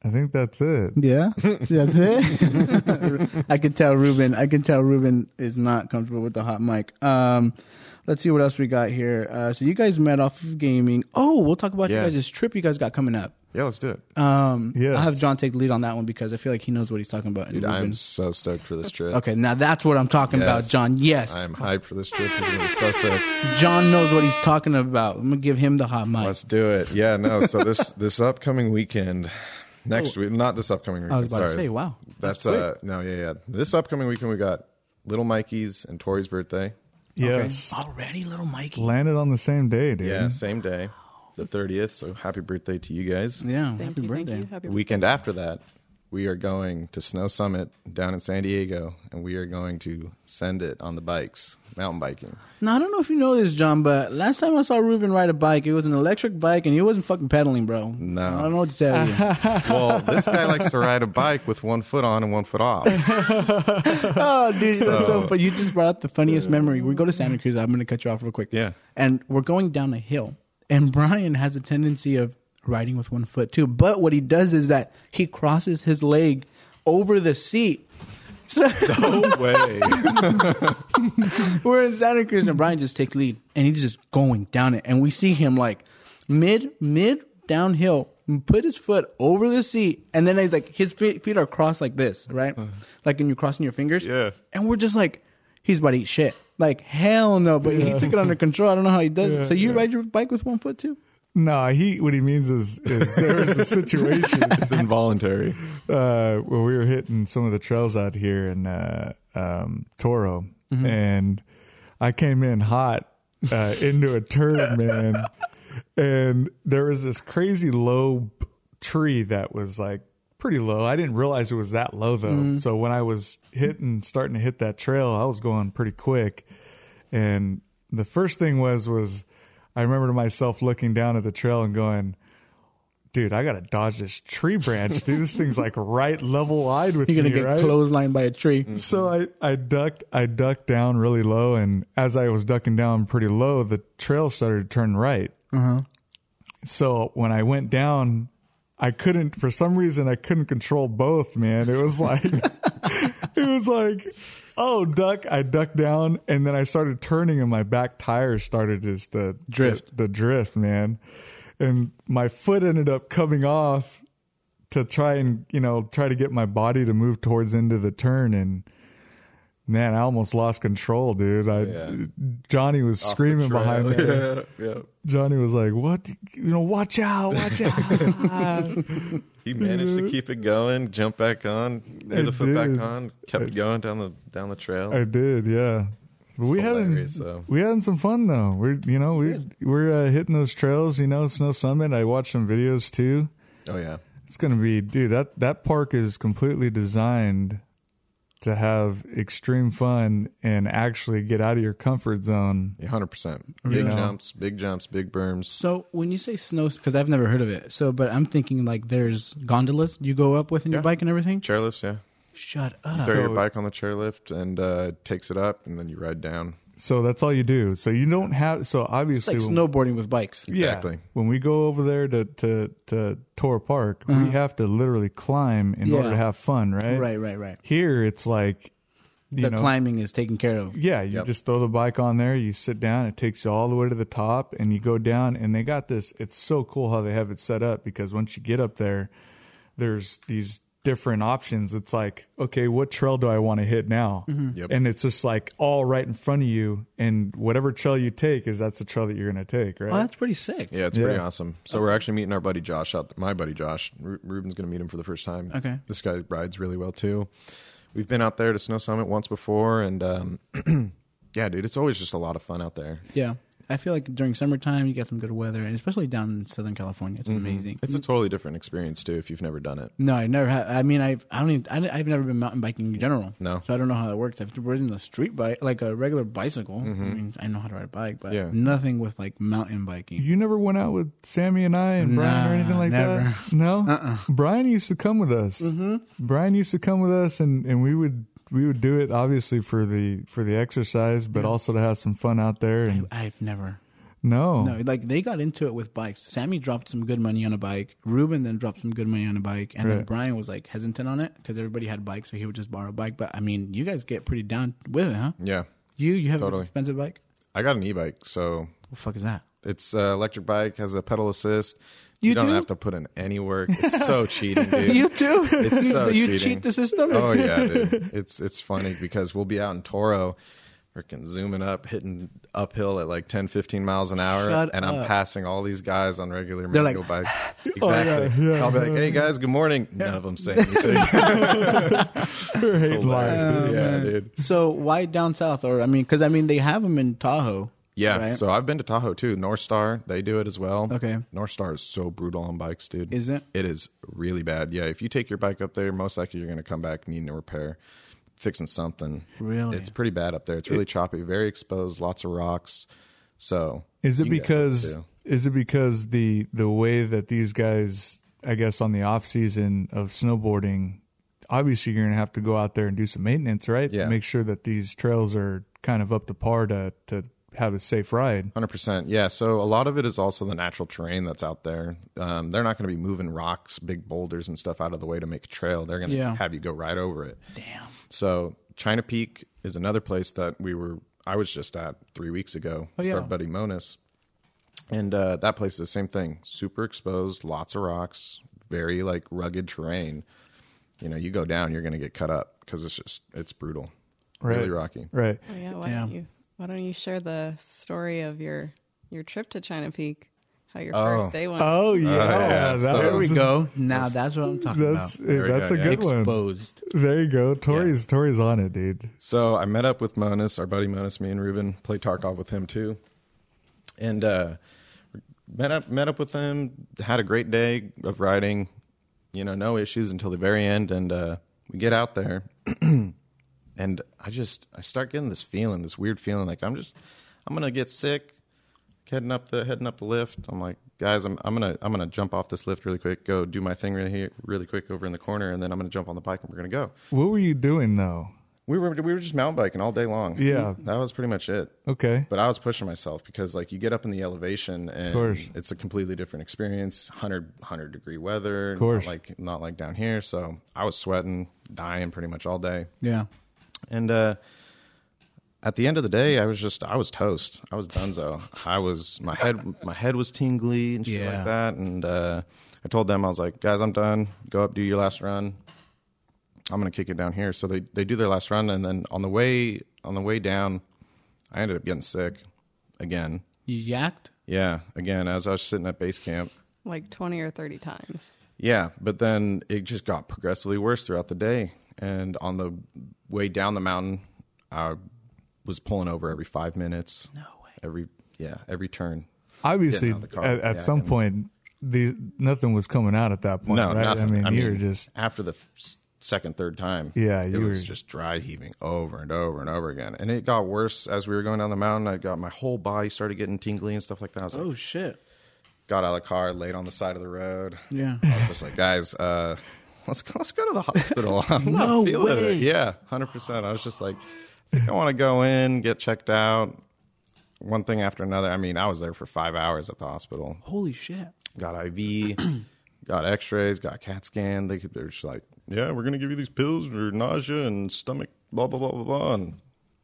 [SPEAKER 2] I think that's it.
[SPEAKER 1] Yeah, that's it. I can tell Ruben. I can tell Ruben is not comfortable with the hot mic. Um, let's see what else we got here. Uh, so you guys met off of gaming. Oh, we'll talk about
[SPEAKER 3] Yeah.
[SPEAKER 1] you guys' trip you guys got coming up.
[SPEAKER 3] Yeah, let's do it.
[SPEAKER 1] Um,
[SPEAKER 2] Yes.
[SPEAKER 1] I'll have John take the lead on that one because I feel like he knows what he's talking about. and
[SPEAKER 3] Dude,
[SPEAKER 1] Ruben-
[SPEAKER 3] I'm so stoked for this trip.
[SPEAKER 1] okay, now that's what I'm talking about,
[SPEAKER 3] Yes.
[SPEAKER 1] John. Yes,
[SPEAKER 3] I'm hyped for this trip. This is gonna be so sick.
[SPEAKER 1] John knows what he's talking about. I'm gonna give him the hot mic.
[SPEAKER 3] Let's do it. Yeah, no. So this this upcoming weekend, next week, not this upcoming weekend.
[SPEAKER 1] Oh. I was about
[SPEAKER 3] sorry.
[SPEAKER 1] to say, wow,
[SPEAKER 3] That's, uh no, yeah, yeah. This upcoming weekend we got Little Mikey's and Tori's birthday.
[SPEAKER 2] Yes.
[SPEAKER 1] already, little Mikey.
[SPEAKER 2] Landed on the same day, dude.
[SPEAKER 3] Yeah, same day, the thirtieth. So happy birthday to you guys.
[SPEAKER 1] yeah,
[SPEAKER 4] Thank
[SPEAKER 1] happy
[SPEAKER 4] you.
[SPEAKER 1] birthday.
[SPEAKER 4] Thank you. Happy
[SPEAKER 3] weekend after that, we are going to Snow Summit down in San Diego, and we are going to send it on the bikes, mountain biking.
[SPEAKER 1] Now I don't know if you know this, John, but last time I saw Ruben ride a bike, it was an electric bike, and he wasn't fucking pedaling, bro.
[SPEAKER 3] No.
[SPEAKER 1] I don't know what to tell you.
[SPEAKER 3] Well, this guy likes to ride a bike with one foot on and one foot off.
[SPEAKER 1] oh, dude, that's so
[SPEAKER 3] So-
[SPEAKER 1] funny. You just brought up the funniest memory. We go to Santa Cruz. I'm gonna cut you off real quick.
[SPEAKER 3] Yeah.
[SPEAKER 1] and we're going down a hill, and Brian has a tendency of riding with one foot too. But what he does is that he crosses his leg over the seat. So
[SPEAKER 3] No way.
[SPEAKER 1] we're in Santa Cruz, and Brian just takes lead, and he's just going down it, and we see him like mid mid downhill, put his foot over the seat, and then he's like his feet, feet are crossed like this, right? Like when you're crossing your fingers,
[SPEAKER 3] Yeah.
[SPEAKER 1] And we're just like, he's about to eat shit. Like hell no, but he took it under control. I don't know how he does it. So you ride your bike with one foot too?
[SPEAKER 2] No, he what he means is, is there was a situation
[SPEAKER 3] It's involuntary.
[SPEAKER 2] uh, where we were hitting some of the trails out here in uh, um, Toro, and I came in hot uh, into a turn, man, and there was this crazy low b- tree that was like pretty low. I didn't realize it was that low though. So when I was hitting, starting to hit that trail, I was going pretty quick, and the first thing was was I remember myself looking down at the trail and going dude, I gotta dodge this tree branch, dude. This thing's like right level eyed with
[SPEAKER 1] You're gonna
[SPEAKER 2] me,
[SPEAKER 1] get
[SPEAKER 2] right? Mm.
[SPEAKER 1] clotheslined by a tree.
[SPEAKER 2] So I, I ducked I ducked down really low, and as I was ducking down pretty low, the trail started to turn right. So when I went down, I couldn't for some reason I couldn't control both. Man, it was like it was like oh duck. I ducked down, and then I started turning, and my back tire started just to
[SPEAKER 1] Drift.
[SPEAKER 2] The, drift, man, and my foot ended up coming off to try and you know try to get my body to move towards into the turn and Man, I almost lost control, dude. I,
[SPEAKER 3] Yeah.
[SPEAKER 2] Johnny was screaming behind me.
[SPEAKER 3] yeah, yeah.
[SPEAKER 2] Johnny was like, "What? You know, watch out, watch out."
[SPEAKER 3] He managed to keep it going, jump back on, threw the
[SPEAKER 2] I
[SPEAKER 3] foot
[SPEAKER 2] did.
[SPEAKER 3] back on, kept it going down the down the trail.
[SPEAKER 2] I did, yeah. But we having
[SPEAKER 3] hilarious, though.
[SPEAKER 2] we having some fun though. We're you know we we're uh, hitting those trails. You know, Snow Summit. I watched some videos too.
[SPEAKER 3] oh yeah,
[SPEAKER 2] It's gonna be dude. That that park is completely designed to have extreme fun and actually get out of your comfort zone.
[SPEAKER 3] hundred percent. Big
[SPEAKER 2] Oh, Yeah.
[SPEAKER 3] jumps, big jumps, big berms.
[SPEAKER 1] So when you say snow, because I've never heard of it. So, but I'm thinking like there's gondolas you go up with in your
[SPEAKER 3] Yeah.
[SPEAKER 1] bike and everything.
[SPEAKER 3] Chairlifts, yeah.
[SPEAKER 1] Shut up.
[SPEAKER 3] Throw your
[SPEAKER 2] So-
[SPEAKER 3] bike on the chairlift and uh, it takes it up, and then you ride down.
[SPEAKER 2] So that's all you do. So you don't have. So
[SPEAKER 1] It's like
[SPEAKER 2] obviously, when-
[SPEAKER 1] snowboarding with bikes.
[SPEAKER 2] Yeah.
[SPEAKER 3] Exactly.
[SPEAKER 2] When we go over there to to, to Tor Park, we have to literally climb in
[SPEAKER 1] Uh-huh. Yeah.
[SPEAKER 2] order to have fun, right?
[SPEAKER 1] Right, right, right.
[SPEAKER 2] Here, it's like you
[SPEAKER 1] The
[SPEAKER 2] know,
[SPEAKER 1] climbing is taken care of.
[SPEAKER 2] Yeah, you
[SPEAKER 3] Yep.
[SPEAKER 2] just throw the bike on there, you sit down, it takes you all the way to the top, and you go down. And they got this. It's so cool how they have it set up because once you get up there, there's these different options. It's like, okay, what trail do I want to hit now?
[SPEAKER 3] Yep.
[SPEAKER 2] And it's just like all right in front of you, and whatever trail you take is that's the trail that you're going to take, right?
[SPEAKER 1] Oh, that's pretty sick.
[SPEAKER 3] Yeah, it's pretty
[SPEAKER 2] Yeah.
[SPEAKER 3] awesome. So we're actually meeting our buddy Josh out. my buddy Josh, Ru- Ruben's going to meet him for the first time.
[SPEAKER 1] Okay.
[SPEAKER 3] this guy rides really well too. We've been out there to Snow Summit once before, and um, yeah, dude, it's always just a lot of fun out there.
[SPEAKER 1] Yeah. I feel like during summertime you get some good weather, and especially down in Southern California, it's amazing.
[SPEAKER 3] Mm-hmm. It's a
[SPEAKER 2] Mm.
[SPEAKER 3] totally different experience too if you've never done it.
[SPEAKER 1] No, I never have. I mean, I've I don't even I, I've never been mountain biking in general.
[SPEAKER 3] No.
[SPEAKER 1] so I don't know how that works. I've ridden a street bike, like a regular bicycle. I mean, I know how to ride a bike, but
[SPEAKER 3] Mm-hmm. Yeah.
[SPEAKER 1] nothing with like mountain biking.
[SPEAKER 2] You never went out with Sammy and I and Brian or
[SPEAKER 1] Nah,
[SPEAKER 2] anything like
[SPEAKER 1] never.
[SPEAKER 2] that? No? Brian used to come with us. Mm-hmm. Brian used to come with us and, and we would we would do it obviously for the for the exercise, but also to have some fun out there and
[SPEAKER 1] I've never.
[SPEAKER 2] no.
[SPEAKER 1] No, like they got into it with bikes. Sammy dropped some good money on a bike. Ruben then dropped some good money on a bike, and then
[SPEAKER 2] Right.
[SPEAKER 1] Brian was like hesitant on it because everybody had bikes, so he would just borrow a bike. But I mean, you guys get pretty down with it, huh?
[SPEAKER 3] Yeah,
[SPEAKER 1] You you have an
[SPEAKER 3] Totally.
[SPEAKER 1] expensive bike.
[SPEAKER 3] I got an e-bike, so
[SPEAKER 1] What the fuck is that?
[SPEAKER 3] It's uh, electric bike has a pedal assist.
[SPEAKER 1] You
[SPEAKER 3] You, don't
[SPEAKER 1] do?
[SPEAKER 3] have to put in any work. It's so cheating, dude.
[SPEAKER 1] You too.
[SPEAKER 3] It's so
[SPEAKER 1] you
[SPEAKER 3] cheating.
[SPEAKER 1] cheat the system.
[SPEAKER 3] oh yeah, dude. It's it's funny because we'll be out in Toro, freaking zooming up, hitting uphill at like 10, 15 miles an hour,
[SPEAKER 1] Shut
[SPEAKER 3] and I'm
[SPEAKER 1] up.
[SPEAKER 3] passing all these guys on regular
[SPEAKER 1] They're like, Oh,
[SPEAKER 3] manual bikes. Exactly. I'll be like, "Hey guys, good morning." None of them say anything.
[SPEAKER 2] Hate life.
[SPEAKER 1] Oh,
[SPEAKER 3] yeah, dude.
[SPEAKER 1] So why down south? Or I mean, because I mean they have them in Tahoe.
[SPEAKER 3] Yeah,
[SPEAKER 1] right?
[SPEAKER 3] so I've been to Tahoe too. North Star, they do it as well.
[SPEAKER 1] Okay.
[SPEAKER 3] North Star is so brutal on bikes, dude.
[SPEAKER 1] Is it?
[SPEAKER 3] It is really bad. Yeah, if you take your bike up there, most likely you're going to come back needing a repair, fixing something.
[SPEAKER 1] Really?
[SPEAKER 3] It's pretty bad up there. It's really choppy, very exposed, lots of rocks. So,
[SPEAKER 2] Is it
[SPEAKER 3] you can get hurt,
[SPEAKER 2] because
[SPEAKER 3] too.
[SPEAKER 2] is it because the the way that these guys I guess on the off season of snowboarding, obviously you're gonna have to go out there and do some maintenance, right?
[SPEAKER 3] Yeah.
[SPEAKER 2] To make sure that these trails are kind of up to par to to have a safe ride.
[SPEAKER 3] Hundred percent, yeah. So a lot of it is also the natural terrain that's out there. Um, they're not going to be moving rocks, big boulders, and stuff out of the way to make a trail. They're going to
[SPEAKER 1] Yeah.
[SPEAKER 3] have you go right over it.
[SPEAKER 1] Damn.
[SPEAKER 3] So China Peak is another place that we were. I was just at three weeks ago with
[SPEAKER 1] Oh, yeah.
[SPEAKER 3] our buddy Monas, and uh, that place is the same thing. Super exposed, lots of rocks, very like rugged terrain. You know, you go down, you're going to get cut up because it's just it's brutal, really
[SPEAKER 2] Right.
[SPEAKER 3] rocky.
[SPEAKER 2] Right.
[SPEAKER 4] Oh yeah, why
[SPEAKER 1] Damn.
[SPEAKER 4] don't you why don't you share the story of your your trip to China Peak? How your
[SPEAKER 3] Oh.
[SPEAKER 4] first day went?
[SPEAKER 2] Oh yeah,
[SPEAKER 3] yeah.
[SPEAKER 2] that
[SPEAKER 3] So-
[SPEAKER 1] There we
[SPEAKER 2] was-
[SPEAKER 1] go. Now that's what I'm talking
[SPEAKER 2] That's
[SPEAKER 1] about.
[SPEAKER 2] eh,
[SPEAKER 3] we
[SPEAKER 2] that's
[SPEAKER 3] go,
[SPEAKER 2] a
[SPEAKER 3] yeah.
[SPEAKER 2] good one.
[SPEAKER 1] Exposed.
[SPEAKER 2] There you go. Tori's Tori's on it, dude.
[SPEAKER 3] So I met up with Monas, our buddy Monas, me and Ruben play Tarkov with him too. And uh met up met up with him, had a great day of riding, you know, no issues until the very end and uh we get out there and I just I start getting this feeling, this weird feeling like I'm just I'm going to get sick heading up the heading up the lift. I'm like, guys, I'm I'm gonna I'm gonna jump off this lift really quick, go do my thing really here, really quick over in the corner, and then I'm gonna jump on the bike and we're gonna go.
[SPEAKER 2] What were you doing though?
[SPEAKER 3] We were we were just mountain biking all day long.
[SPEAKER 2] Yeah.
[SPEAKER 3] that was pretty much it.
[SPEAKER 2] Okay.
[SPEAKER 3] But I was pushing myself because like you get up in the elevation
[SPEAKER 2] course.
[SPEAKER 3] and it's a completely different experience. 100, 100 degree weather, of
[SPEAKER 2] course.
[SPEAKER 3] Not like not like down here. So I was sweating, dying pretty much all day.
[SPEAKER 1] Yeah.
[SPEAKER 3] And uh, at the end of the day, I was just I was toast. I was dunzo. I was my head my head was tingly and shit
[SPEAKER 1] Yeah.
[SPEAKER 3] like that. And uh, I told them I was like, guys, I'm done. Go up, do your last run. I'm gonna kick it down here. So they they do their last run, and then on the way on the way down, I ended up getting sick again.
[SPEAKER 1] You yacked?
[SPEAKER 3] Yeah, again as I was sitting at base camp.
[SPEAKER 4] like 20 or 30 times.
[SPEAKER 3] Yeah, but then it just got progressively worse throughout the day. And on the way down the mountain, I was pulling over every five minutes. No way. Every yeah, every turn.
[SPEAKER 2] Obviously,
[SPEAKER 3] Getting out of the car,
[SPEAKER 2] at, at
[SPEAKER 3] yeah,
[SPEAKER 2] some
[SPEAKER 3] and-
[SPEAKER 2] point, the nothing was coming out at that point.
[SPEAKER 3] No,
[SPEAKER 2] right?
[SPEAKER 3] nothing.
[SPEAKER 2] I mean, you were just
[SPEAKER 3] after the f- second, third time.
[SPEAKER 2] Yeah,
[SPEAKER 3] it
[SPEAKER 2] you
[SPEAKER 3] was
[SPEAKER 2] were-
[SPEAKER 3] just dry heaving over and over and over again, and it got worse as we were going down the mountain. I got my whole body started getting tingly and stuff like that. I was like,
[SPEAKER 1] Oh shit!
[SPEAKER 3] got out of the car, laid on the side of the road.
[SPEAKER 1] Yeah.
[SPEAKER 3] I was just like, guys, uh, let's go, let's go to the hospital. I'm
[SPEAKER 1] No
[SPEAKER 3] not feeling
[SPEAKER 1] way.
[SPEAKER 3] it. Yeah, hundred percent. I was just like, I, think I want to go in, get checked out. One thing after another. I mean, I was there for five hours at the hospital.
[SPEAKER 1] Holy shit!
[SPEAKER 3] Got IV, got X-rays, got CAT scan. They could, they're just like, yeah, we're gonna give you these pills for nausea and stomach, blah blah blah blah blah. And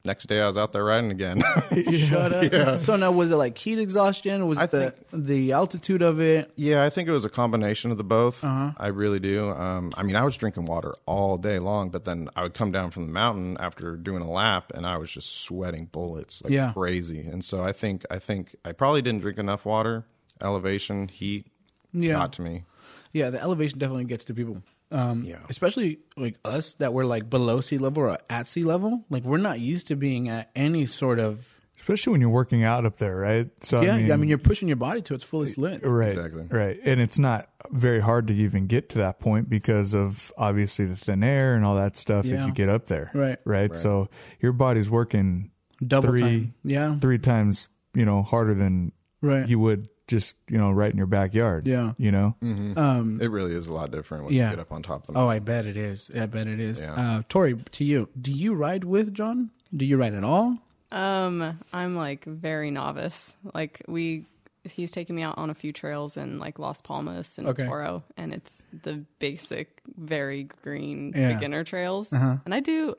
[SPEAKER 3] next day, I was out there riding again.
[SPEAKER 1] Shut up. So now, was it like heat exhaustion? Was
[SPEAKER 3] I
[SPEAKER 1] it the the altitude of it?
[SPEAKER 3] Yeah, I think it was a combination of the both.
[SPEAKER 1] Uh-huh.
[SPEAKER 3] I really do. Um, I mean, I was drinking water all day long, but then I would come down from the mountain after doing a lap, and I was just sweating bullets like
[SPEAKER 1] Yeah.
[SPEAKER 3] crazy. And so I think I think I probably didn't drink enough water. Elevation, heat,
[SPEAKER 1] Yeah.
[SPEAKER 3] not to me.
[SPEAKER 1] Yeah, the elevation definitely gets to people. Um,
[SPEAKER 3] Yeah.
[SPEAKER 1] Especially like us that were like below sea level or at sea level. Like we're not used to being at any sort of.
[SPEAKER 2] especially when you're working out up there, right? So
[SPEAKER 1] Yeah, I mean, you're pushing your body to its fullest limit.
[SPEAKER 2] Right.
[SPEAKER 3] Exactly.
[SPEAKER 2] Right. And it's not very hard to even get to that point because of obviously the thin air and all that stuff
[SPEAKER 1] Yeah.
[SPEAKER 2] as you get up there.
[SPEAKER 1] Right.
[SPEAKER 2] Right. So your body's working
[SPEAKER 1] Double
[SPEAKER 2] three
[SPEAKER 1] time. Yeah.
[SPEAKER 2] three times, you know, harder than
[SPEAKER 1] Right.
[SPEAKER 2] you would just, you know, right in your backyard.
[SPEAKER 1] Yeah.
[SPEAKER 2] You know?
[SPEAKER 3] Mm. It really is a lot different when
[SPEAKER 1] Yeah.
[SPEAKER 3] you get up on top of them.
[SPEAKER 1] Oh, I bet it is. I bet it is.
[SPEAKER 3] Yeah.
[SPEAKER 1] Uh, Tori, to you, do you ride with John? Do you ride at all?
[SPEAKER 4] Um, I'm like very novice. Like we, he's taken me out on a few trails in like Las Palmas and
[SPEAKER 1] Okay.
[SPEAKER 4] Toro, and it's the basic, very green
[SPEAKER 1] Yeah.
[SPEAKER 4] beginner trails. And I do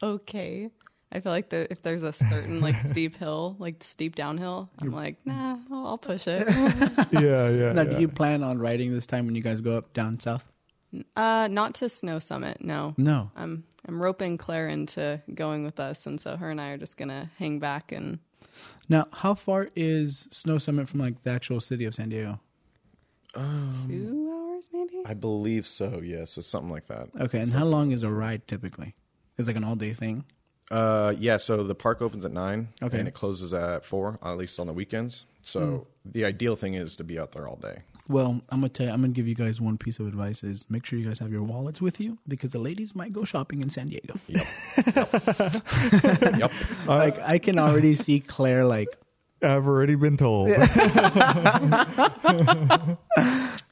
[SPEAKER 4] okay. I feel like the, if there's a certain like steep hill, like steep downhill, I'm like, nah, I'll, I'll push it.
[SPEAKER 2] yeah, yeah.
[SPEAKER 1] Now, do you plan on riding this time when you guys go up down south?
[SPEAKER 4] uh, not to Snow Summit, no.
[SPEAKER 1] No.
[SPEAKER 4] I'm I'm roping Claire into going with us, and so her and I are just gonna hang back and
[SPEAKER 1] Now, how far is Snow Summit from like the actual city of San Diego?
[SPEAKER 4] two hours maybe.
[SPEAKER 3] I believe so. Yes, it's something like that.
[SPEAKER 1] Okay, and how long is a ride typically? It's like an all day thing.
[SPEAKER 3] Uh, yeah. So the park opens at nine,
[SPEAKER 1] Okay.
[SPEAKER 3] and it closes at four, at least on the weekends. So
[SPEAKER 1] Hmm.
[SPEAKER 3] the ideal thing is to be out there all day.
[SPEAKER 1] Well, I'm gonna tell you, I'm gonna give you guys one piece of advice: is make sure you guys have your wallets with you because the ladies might go shopping in San Diego.
[SPEAKER 3] yep.
[SPEAKER 1] like I can already see Claire like
[SPEAKER 2] I've already been told.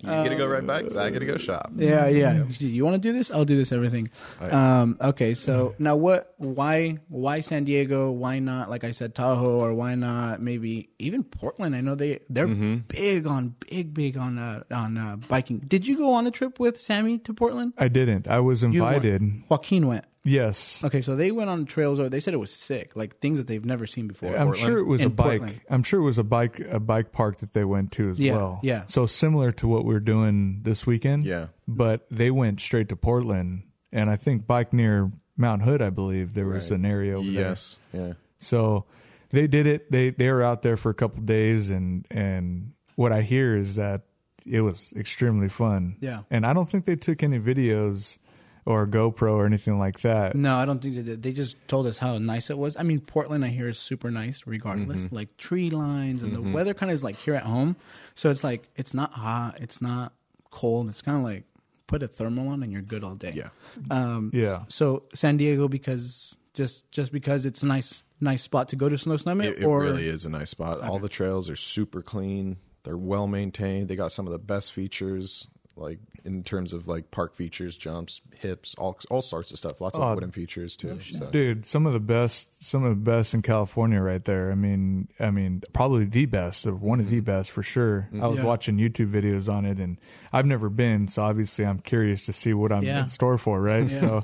[SPEAKER 3] You get to go right back. 'cause I get to go shop.
[SPEAKER 1] Yeah, yeah. Gee, You want to do this? I'll do this. Everything. Um, okay. So now, what? Why? Why San Diego? Why not? Like I said, Tahoe, or why not? Maybe even Portland. I know they they're big on big big on uh, on uh, biking. Did you go on a trip with Sammy to Portland?
[SPEAKER 2] I didn't. I was
[SPEAKER 1] You went.
[SPEAKER 2] invited.
[SPEAKER 1] Joaquin went.
[SPEAKER 2] Yes.
[SPEAKER 1] Okay, so they went on trails. Or they said it was sick, like things that they've never seen before.
[SPEAKER 2] I'm sure it was
[SPEAKER 1] In
[SPEAKER 2] a bike.
[SPEAKER 1] Portland.
[SPEAKER 2] I'm sure it was a bike a bike park that they went to as
[SPEAKER 1] Yeah,
[SPEAKER 2] well.
[SPEAKER 1] yeah.
[SPEAKER 2] So similar to what we're doing this weekend.
[SPEAKER 3] Yeah.
[SPEAKER 2] But they went straight to Portland, and I think bike near Mount Hood. I believe there was
[SPEAKER 3] Right.
[SPEAKER 2] an area over there.
[SPEAKER 3] Yes. Yeah.
[SPEAKER 2] So they did it. They they were out there for a couple days, and and what I hear is that it was extremely fun.
[SPEAKER 1] Yeah.
[SPEAKER 2] And I don't think they took any videos or GoPro or anything like that.
[SPEAKER 1] No, I don't think they did. They just told us how nice it was. I mean, Portland, I hear, is super nice regardless.
[SPEAKER 3] Mm-hmm.
[SPEAKER 1] Like tree lines and the weather kind of is like here at home. So it's like, it's not hot, it's not cold. It's kind of like put a thermal on and you're good all day.
[SPEAKER 3] Yeah.
[SPEAKER 1] Um,
[SPEAKER 2] Yeah.
[SPEAKER 1] So San Diego, because just just because it's a nice, nice spot to go to Snow Summit,
[SPEAKER 3] It, it
[SPEAKER 1] or
[SPEAKER 3] really is a nice spot. All the trails are super clean. They're well maintained. They got some of the best features, like in terms of like park features, jumps, hips, all all sorts of stuff. Lots
[SPEAKER 2] Oh,
[SPEAKER 3] of wooden features too. so.
[SPEAKER 2] Dude, some of the best, some of the best in California, right there. I mean, I mean, probably the best, or one of the best for sure. I was
[SPEAKER 1] Mm-hmm. Yeah.
[SPEAKER 2] watching YouTube videos on it, and I've never been, so obviously I'm curious to see what I'm
[SPEAKER 1] Yeah.
[SPEAKER 2] in store for, right? So,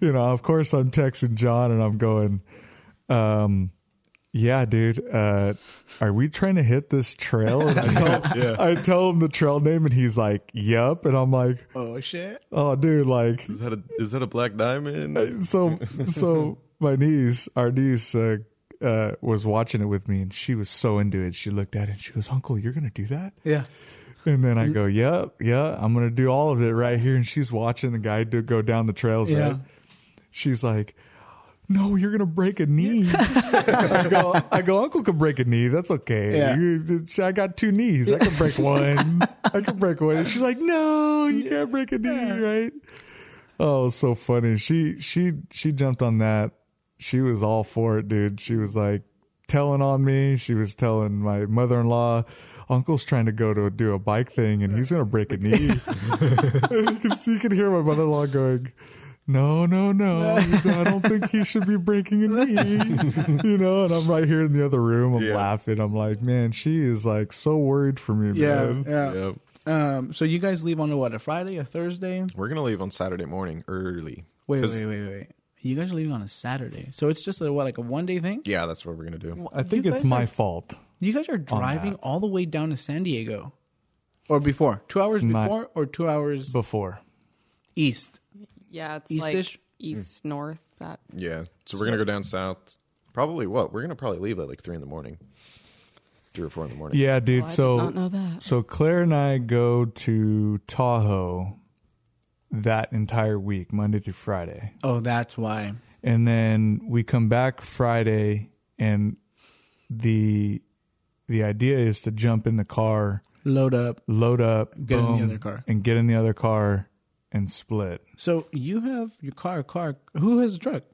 [SPEAKER 2] you know, of course I'm texting John, and I'm going, um, yeah, dude, uh, are we trying to hit this trail? And I, told, I tell him the trail name, and he's like, "Yep," and I'm like,
[SPEAKER 1] Oh shit!
[SPEAKER 2] "Oh, dude, like,
[SPEAKER 3] Is that a is that a black diamond?
[SPEAKER 2] so so my niece our niece uh, uh, was watching it with me and she was so into it she looked at it and she goes uncle you're gonna do that
[SPEAKER 1] Yeah.
[SPEAKER 2] and then i go yep yeah i'm gonna do all of it right here and she's watching the guy do, go down the trails
[SPEAKER 1] Yeah.
[SPEAKER 2] right she's like no, you're gonna break a knee. I go, I go. Uncle can break a knee. That's okay.
[SPEAKER 1] Yeah.
[SPEAKER 2] You- I got two knees. I can break one. I can break one. And she's like, no, you can't break a knee, right? Oh, so funny. She she she jumped on that. She was all for it, dude. She was like telling on me. She was telling my mother in law, Uncle's trying to go to do a bike thing and he's gonna break a knee. And you, can, you can hear my mother in law going, No, no, no. I don't think he should be breaking a knee. You know, and I'm right here in the other room. I'm
[SPEAKER 3] Yeah.
[SPEAKER 2] laughing. I'm like, man, she is like so worried for me,
[SPEAKER 1] Yeah.
[SPEAKER 2] man.
[SPEAKER 1] Yeah.
[SPEAKER 3] Yep.
[SPEAKER 1] Um. So you guys leave on a, what? A Friday? A Thursday?
[SPEAKER 3] We're gonna leave on Saturday morning early.
[SPEAKER 1] Wait,
[SPEAKER 3] 'Cause-
[SPEAKER 1] wait, wait, wait. You guys are leaving on a Saturday, so it's just a, what, like a one day thing.
[SPEAKER 3] Yeah, that's what we're gonna do.
[SPEAKER 2] I think
[SPEAKER 1] You
[SPEAKER 2] it's
[SPEAKER 1] guys
[SPEAKER 2] my
[SPEAKER 1] are-
[SPEAKER 2] fault.
[SPEAKER 1] You guys are driving all the way down to San Diego, or before two hours
[SPEAKER 2] It's my-
[SPEAKER 1] before, or two hours
[SPEAKER 2] Before.
[SPEAKER 1] east.
[SPEAKER 4] Yeah, it's
[SPEAKER 1] East-ish?
[SPEAKER 4] like east north. That
[SPEAKER 3] Yeah, so we're gonna go down south. Probably what? We're gonna probably leave at like three in the morning, three or four in the morning.
[SPEAKER 2] Yeah, dude.
[SPEAKER 4] Well, I did
[SPEAKER 2] so
[SPEAKER 4] not know that.
[SPEAKER 2] so Claire and I go to Tahoe that entire week, Monday through Friday,
[SPEAKER 1] Oh, that's why.
[SPEAKER 2] and then we come back Friday, and the the idea is to jump in the car,
[SPEAKER 1] Load up.
[SPEAKER 2] load up,
[SPEAKER 1] Get in the
[SPEAKER 2] boom,
[SPEAKER 1] other car.
[SPEAKER 2] and get in the other car and split.
[SPEAKER 1] So you have your car. Car. Who has a truck?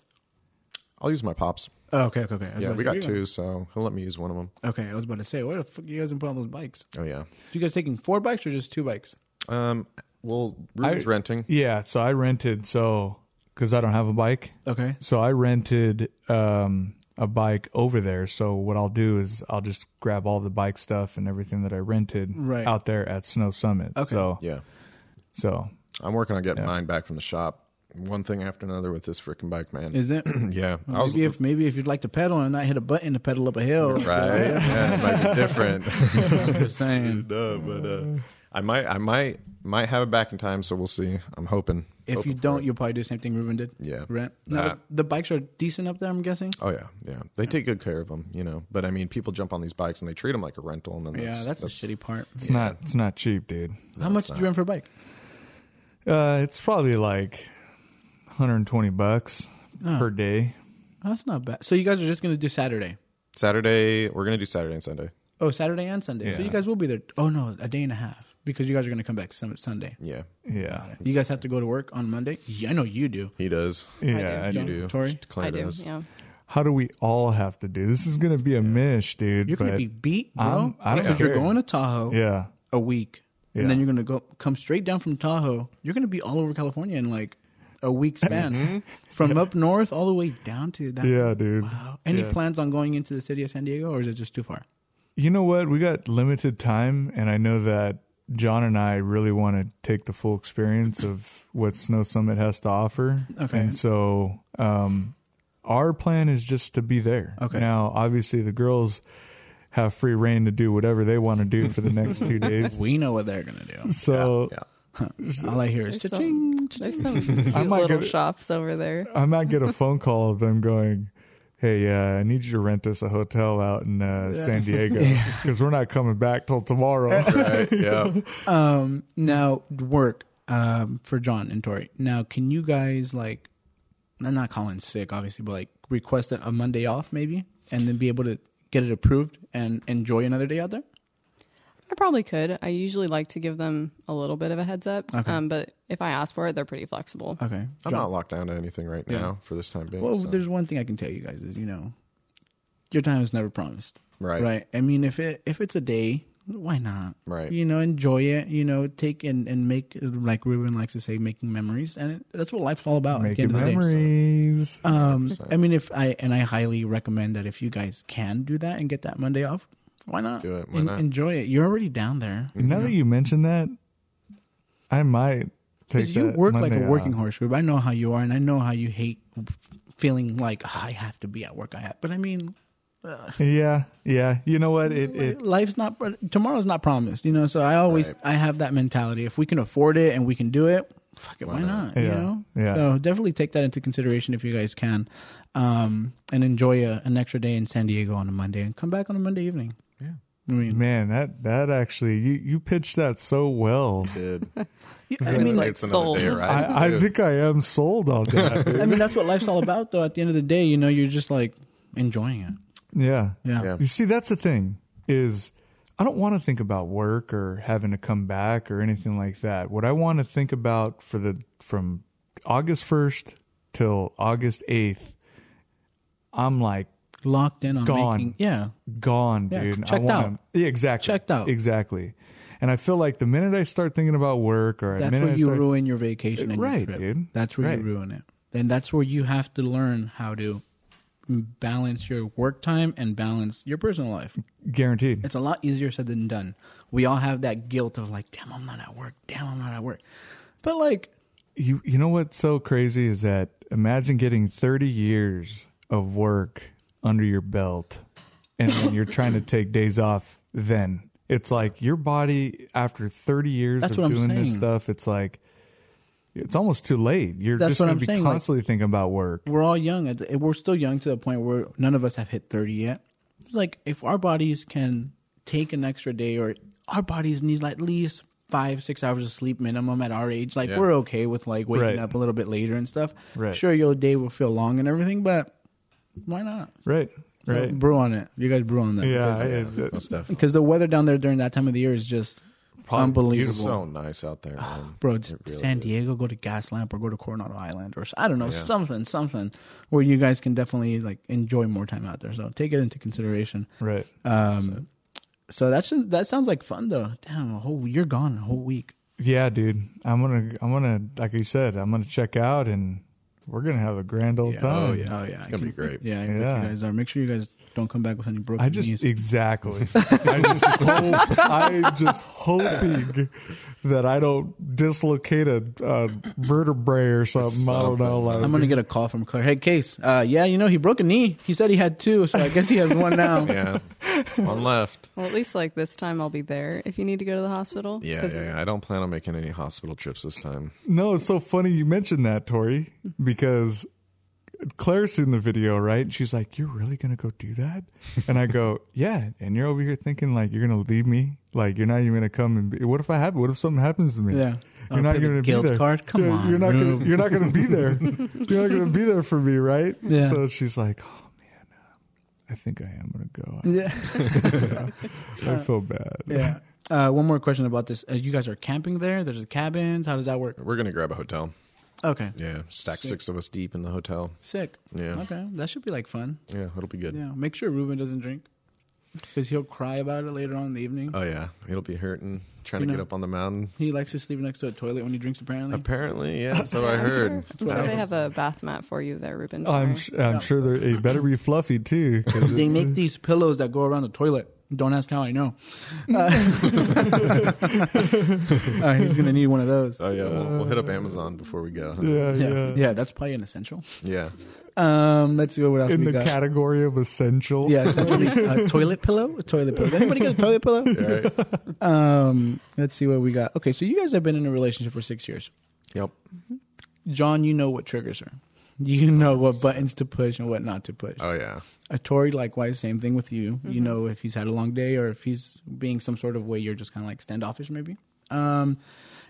[SPEAKER 3] I'll use my pops.
[SPEAKER 1] Oh, okay, okay, okay. I was
[SPEAKER 3] Yeah,
[SPEAKER 1] about
[SPEAKER 3] we
[SPEAKER 1] to-
[SPEAKER 3] got
[SPEAKER 1] you
[SPEAKER 3] two, so he'll let me use one of them.
[SPEAKER 1] Okay, I was about to say, where the fuck you guys been putting on those bikes?
[SPEAKER 3] Oh yeah.
[SPEAKER 1] You guys taking four bikes or just two bikes?
[SPEAKER 3] Um. Well, Ruben's
[SPEAKER 2] I-
[SPEAKER 3] renting.
[SPEAKER 2] Yeah, so I rented so because I don't have a bike.
[SPEAKER 1] Okay.
[SPEAKER 2] So I rented um, a bike over there. So what I'll do is I'll just grab all the bike stuff and everything that I rented
[SPEAKER 1] Right.
[SPEAKER 2] out there at Snow Summit.
[SPEAKER 1] Okay.
[SPEAKER 2] So
[SPEAKER 3] Yeah.
[SPEAKER 2] so
[SPEAKER 3] I'm working on getting mine back from the shop. One thing after another with this freaking bike, man.
[SPEAKER 1] Is it?
[SPEAKER 3] yeah, I was
[SPEAKER 1] maybe if maybe if you'd like to pedal and not hit a button to pedal up a hill.
[SPEAKER 3] right. Yeah, it might be different.
[SPEAKER 1] I'm just saying.
[SPEAKER 3] no, but uh, I might, I might, might have it back in time. So we'll see. I'm hoping.
[SPEAKER 1] If you don't, you'll probably do the same thing Ruben did.
[SPEAKER 3] Yeah.
[SPEAKER 1] Right. Now,
[SPEAKER 3] That-
[SPEAKER 1] the bikes are decent up there, I'm guessing.
[SPEAKER 3] Oh yeah, yeah. They take good care of them, you know. But I mean, people jump on these bikes and they treat them like a rental, and then that's,
[SPEAKER 1] yeah, that's, the shitty part.
[SPEAKER 2] it's not it's not cheap, dude.
[SPEAKER 1] How much did you rent for a bike?
[SPEAKER 2] Uh, it's probably like 120 bucks per day.
[SPEAKER 1] Oh, that's not bad. So you guys are just gonna do Saturday.
[SPEAKER 3] Saturday. We're gonna do Saturday and Sunday.
[SPEAKER 1] Oh, Saturday and Sunday. So
[SPEAKER 2] Yeah.
[SPEAKER 1] you guys will be there. Oh no, a day and a half because you guys are gonna come back some, Sunday.
[SPEAKER 3] Yeah,
[SPEAKER 2] Yeah,
[SPEAKER 1] You guys have to go to work on Monday. Yeah, I know you do.
[SPEAKER 3] he does.
[SPEAKER 2] yeah. I
[SPEAKER 4] do.
[SPEAKER 3] You
[SPEAKER 2] do.
[SPEAKER 3] do.
[SPEAKER 1] Tori?
[SPEAKER 3] Claire
[SPEAKER 4] I do.
[SPEAKER 3] does.
[SPEAKER 4] Yeah.
[SPEAKER 2] How do we all have to do? This is gonna be a mish, dude.
[SPEAKER 1] You're gonna
[SPEAKER 2] but-
[SPEAKER 1] be beat, bro.
[SPEAKER 2] I'm- I don't
[SPEAKER 1] because you're
[SPEAKER 2] care.
[SPEAKER 1] going to Tahoe
[SPEAKER 2] yeah.
[SPEAKER 1] a week,
[SPEAKER 2] Yeah.
[SPEAKER 1] and then you're gonna go come straight down from Tahoe. You're gonna be all over California in like a week span, from up north all the way down to that.
[SPEAKER 2] Mm-hmm. Yeah, dude.
[SPEAKER 1] Wow. Any plans on going into the city of San Diego, or is it just too far?
[SPEAKER 2] You know what? We got limited time, and I know that John and I really want to take the full experience of what Snow Summit has to offer.
[SPEAKER 1] Okay.
[SPEAKER 2] And so, um, our plan is just to be there.
[SPEAKER 1] Okay.
[SPEAKER 2] Now, obviously, the girls have free reign to do whatever they want to do for the next two days.
[SPEAKER 1] We know what they're gonna do.
[SPEAKER 2] So
[SPEAKER 3] Yeah.
[SPEAKER 1] All I hear is
[SPEAKER 4] There's
[SPEAKER 1] cha-ching.
[SPEAKER 4] some, there's some cute
[SPEAKER 2] might
[SPEAKER 4] little
[SPEAKER 2] get it.
[SPEAKER 4] shops over there.
[SPEAKER 2] I might get a phone call of them going, "Hey, uh, I need you to rent us a hotel out in uh, San Diego because we're not coming back till tomorrow."
[SPEAKER 3] Right. Yeah.
[SPEAKER 1] Um, now work um, for John and Tori. Now, can you guys like? I'm not calling sick, obviously, but like request a a Monday off maybe, and then be able to get it approved and enjoy another day out there.
[SPEAKER 4] I probably could. I usually like to give them a little bit of a heads up. Um, but if I ask for it, they're pretty flexible.
[SPEAKER 1] Okay.
[SPEAKER 3] I'm not locked down to anything right now for this time being.
[SPEAKER 1] Well,
[SPEAKER 3] so-
[SPEAKER 1] there's one thing I can tell you guys is you know, your time is never promised.
[SPEAKER 3] Right.
[SPEAKER 1] Right. I mean, if it if it's a day, why not?
[SPEAKER 3] Right.
[SPEAKER 1] You know, enjoy it. You know, take and and make like Ruben likes to say, making memories, and it, that's what life's all about. at the
[SPEAKER 2] Making
[SPEAKER 1] end of the day.
[SPEAKER 2] memories.
[SPEAKER 1] Um, I mean, if I and I highly recommend that if you guys can do that and get that Monday off, why not?
[SPEAKER 3] Do it, why
[SPEAKER 1] En-
[SPEAKER 3] not?
[SPEAKER 1] Enjoy it. You're already down there.
[SPEAKER 2] Now that you mention that, I might take
[SPEAKER 1] you
[SPEAKER 2] that
[SPEAKER 1] work like
[SPEAKER 2] Monday
[SPEAKER 1] a working
[SPEAKER 2] off.
[SPEAKER 1] horse, Rube. I know how you are, and I know how you hate feeling like "Ah, I have to be at work. I have, but I mean,
[SPEAKER 2] Yeah, yeah. You know what? It, it
[SPEAKER 1] Life's not tomorrow's not promised, you know. So I always
[SPEAKER 3] Right.
[SPEAKER 1] I have that mentality. If we can afford it and we can do it, fuck it, why, not? You
[SPEAKER 2] Yeah,
[SPEAKER 1] know.
[SPEAKER 2] yeah.
[SPEAKER 1] So definitely take that into consideration if you guys can, um, and enjoy a, an extra day in San Diego on a Monday and come back on a Monday evening.
[SPEAKER 3] Yeah.
[SPEAKER 1] I mean,
[SPEAKER 2] man, that that actually you you pitched that so well.
[SPEAKER 3] Did.
[SPEAKER 1] I mean,
[SPEAKER 4] like,
[SPEAKER 3] it's another day
[SPEAKER 4] sold.
[SPEAKER 3] ride.
[SPEAKER 2] I, I
[SPEAKER 3] too.
[SPEAKER 2] think I am sold on that.
[SPEAKER 1] I mean, that's what life's all about, though. At the end of the day, you know, you're just like enjoying it.
[SPEAKER 2] yeah.
[SPEAKER 1] Yeah.
[SPEAKER 3] Yeah.
[SPEAKER 2] You see, that's the thing is I don't want to think about work or having to come back or anything like that. What I want to think about for the from August first till August eighth, I'm like
[SPEAKER 1] Locked in on
[SPEAKER 2] Gone.
[SPEAKER 1] making. Yeah.
[SPEAKER 2] gone,
[SPEAKER 1] Yeah,
[SPEAKER 2] dude.
[SPEAKER 1] checked
[SPEAKER 2] wanna-
[SPEAKER 1] out.
[SPEAKER 2] Yeah, exactly.
[SPEAKER 1] Checked out.
[SPEAKER 2] Exactly. And I feel like the minute I start thinking about work or the
[SPEAKER 1] That's
[SPEAKER 2] minute
[SPEAKER 1] where
[SPEAKER 2] I
[SPEAKER 1] you
[SPEAKER 2] start,
[SPEAKER 1] ruin your vacation and
[SPEAKER 2] Right,
[SPEAKER 1] your trip.
[SPEAKER 2] dude.
[SPEAKER 1] That's where
[SPEAKER 2] Right.
[SPEAKER 1] you ruin it. And that's where you have to learn how to balance your work time and balance your personal life.
[SPEAKER 2] guaranteed.
[SPEAKER 1] It's a lot easier said than done. We all have that guilt of like, damn, I'm not at work. Damn, I'm not at work. But like,
[SPEAKER 2] You you know what's so crazy is that imagine getting 30 years of work under your belt and then you're trying to take days off then. It's like your body after 30 years
[SPEAKER 1] That's
[SPEAKER 2] of
[SPEAKER 1] what I'm
[SPEAKER 2] doing this
[SPEAKER 1] saying.
[SPEAKER 2] stuff, it's like it's almost too late. You're
[SPEAKER 1] That's
[SPEAKER 2] just
[SPEAKER 1] what
[SPEAKER 2] going
[SPEAKER 1] I'm
[SPEAKER 2] to be
[SPEAKER 1] saying, like-
[SPEAKER 2] constantly thinking about work.
[SPEAKER 1] we're all young. at the- We're still young to the point where none of us have hit 30 yet. It's like if our bodies can take an extra day or our bodies need like at least five, six hours of sleep minimum at our age, like
[SPEAKER 3] Yeah.
[SPEAKER 1] we're okay with like waking
[SPEAKER 2] Right.
[SPEAKER 1] up a little bit later and stuff.
[SPEAKER 2] Right.
[SPEAKER 1] Sure, your day will feel long and everything, but why not?
[SPEAKER 2] Right.
[SPEAKER 1] So
[SPEAKER 2] Right.
[SPEAKER 1] brew on it. You guys brew on that.
[SPEAKER 2] yeah.
[SPEAKER 1] Because, uh,
[SPEAKER 2] it- it-
[SPEAKER 3] Most definitely.
[SPEAKER 1] because the weather down there during that time of the year is just
[SPEAKER 2] Probably
[SPEAKER 1] unbelievable.
[SPEAKER 3] It's so nice out there, man.
[SPEAKER 1] Bro, it's
[SPEAKER 3] It really
[SPEAKER 1] San
[SPEAKER 3] is.
[SPEAKER 1] Diego. Go to Gaslamp or go to Coronado Island or s- I don't know
[SPEAKER 3] Yeah.
[SPEAKER 1] something, something where you guys can definitely like enjoy more time out there. So take it into consideration.
[SPEAKER 2] right.
[SPEAKER 1] Um, so that's that sounds like fun though. Damn, a whole you're gone a whole week.
[SPEAKER 2] Yeah, dude. I'm gonna I'm gonna like you said, I'm gonna check out and we're gonna have a grand old time.
[SPEAKER 3] Oh, yeah.
[SPEAKER 1] Oh yeah,
[SPEAKER 3] It's gonna be great.
[SPEAKER 1] Yeah, I think
[SPEAKER 2] Yeah.
[SPEAKER 1] you guys are. Make sure you guys don't come back with any broken
[SPEAKER 2] I just e-
[SPEAKER 1] knees.
[SPEAKER 2] exactly. I just hope, I'm just hoping that I don't dislocate a, a vertebrae or something. I don't know. Like,
[SPEAKER 1] I'm gonna get a call from Claire. Hey, Case. Uh, yeah, you know he broke a knee. He said he had two, so I guess he has one now.
[SPEAKER 3] Yeah. One left.
[SPEAKER 4] Well, at least like this time I'll be there if you need to go to the hospital.
[SPEAKER 3] Yeah,
[SPEAKER 4] 'Cause
[SPEAKER 3] yeah, yeah. I don't plan on making any hospital trips this time.
[SPEAKER 2] no, it's so funny you mentioned that, Tori, because Claire's in the video, right? And she's like, "You're really gonna go do that?" And I go, "Yeah." And you're over here thinking like you're gonna leave me, like you're not even gonna come. And be, what if I have? What if something happens to me?
[SPEAKER 1] Yeah.
[SPEAKER 2] You're
[SPEAKER 1] Oh,
[SPEAKER 2] not
[SPEAKER 1] play the
[SPEAKER 2] going to be
[SPEAKER 1] guilt
[SPEAKER 2] there.
[SPEAKER 1] card? Come
[SPEAKER 2] Yeah,
[SPEAKER 1] on,
[SPEAKER 2] You're not
[SPEAKER 1] Rube.
[SPEAKER 2] gonna, you're not going to be there. you're not going to be there for me, right?
[SPEAKER 1] Yeah.
[SPEAKER 2] So she's like, "Oh man, uh, I think I am going to go.
[SPEAKER 1] Yeah.
[SPEAKER 2] I, I feel bad."
[SPEAKER 1] Yeah. Uh, one more question about this. Uh, you guys are camping there. There's cabins. How does that work?
[SPEAKER 3] We're gonna grab a hotel.
[SPEAKER 1] Okay.
[SPEAKER 3] Yeah, stack six of us deep in the hotel.
[SPEAKER 1] Sick.
[SPEAKER 3] Yeah.
[SPEAKER 1] Okay. That should be like fun.
[SPEAKER 3] Yeah, it'll be good.
[SPEAKER 1] Yeah. Make sure Ruben doesn't drink because he'll cry about it later on in the evening.
[SPEAKER 3] Oh yeah, it'll be hurting trying
[SPEAKER 1] You
[SPEAKER 3] to
[SPEAKER 1] know.
[SPEAKER 3] get up on the mountain.
[SPEAKER 1] he likes to sleep next to a toilet when he drinks, apparently.
[SPEAKER 3] Apparently, yeah. So I
[SPEAKER 4] I'm
[SPEAKER 3] heard.
[SPEAKER 4] sure- I'm sure they have a bath mat for you there, Ruben. don't
[SPEAKER 2] I'm
[SPEAKER 4] worry.
[SPEAKER 2] sh- I'm sure they're it better be fluffy too. 'cause
[SPEAKER 1] they
[SPEAKER 2] it's-
[SPEAKER 1] make these pillows that go around the toilet. Don't ask how I know. Uh, uh, he's going to need one of those.
[SPEAKER 3] Oh yeah, we'll, we'll hit up Amazon before we go. huh?
[SPEAKER 2] yeah, yeah.
[SPEAKER 1] Yeah. yeah. That's probably an essential.
[SPEAKER 3] yeah.
[SPEAKER 1] Um, let's see what else
[SPEAKER 2] In
[SPEAKER 1] we
[SPEAKER 2] the
[SPEAKER 1] got.
[SPEAKER 2] category of essential.
[SPEAKER 1] yeah, a toilet pillow. A toilet pillow. Anybody got a toilet pillow?
[SPEAKER 3] Right.
[SPEAKER 1] Um, let's see what we got. Okay, so you guys have been in a relationship for six years.
[SPEAKER 3] Yep.
[SPEAKER 1] John, you know what triggers her. You know what buttons to push and what not to push.
[SPEAKER 3] Oh yeah.
[SPEAKER 1] A Tori, likewise, same thing with you. You know if he's had a long day or if he's being some sort of way you're just kind of like standoffish, maybe. Um,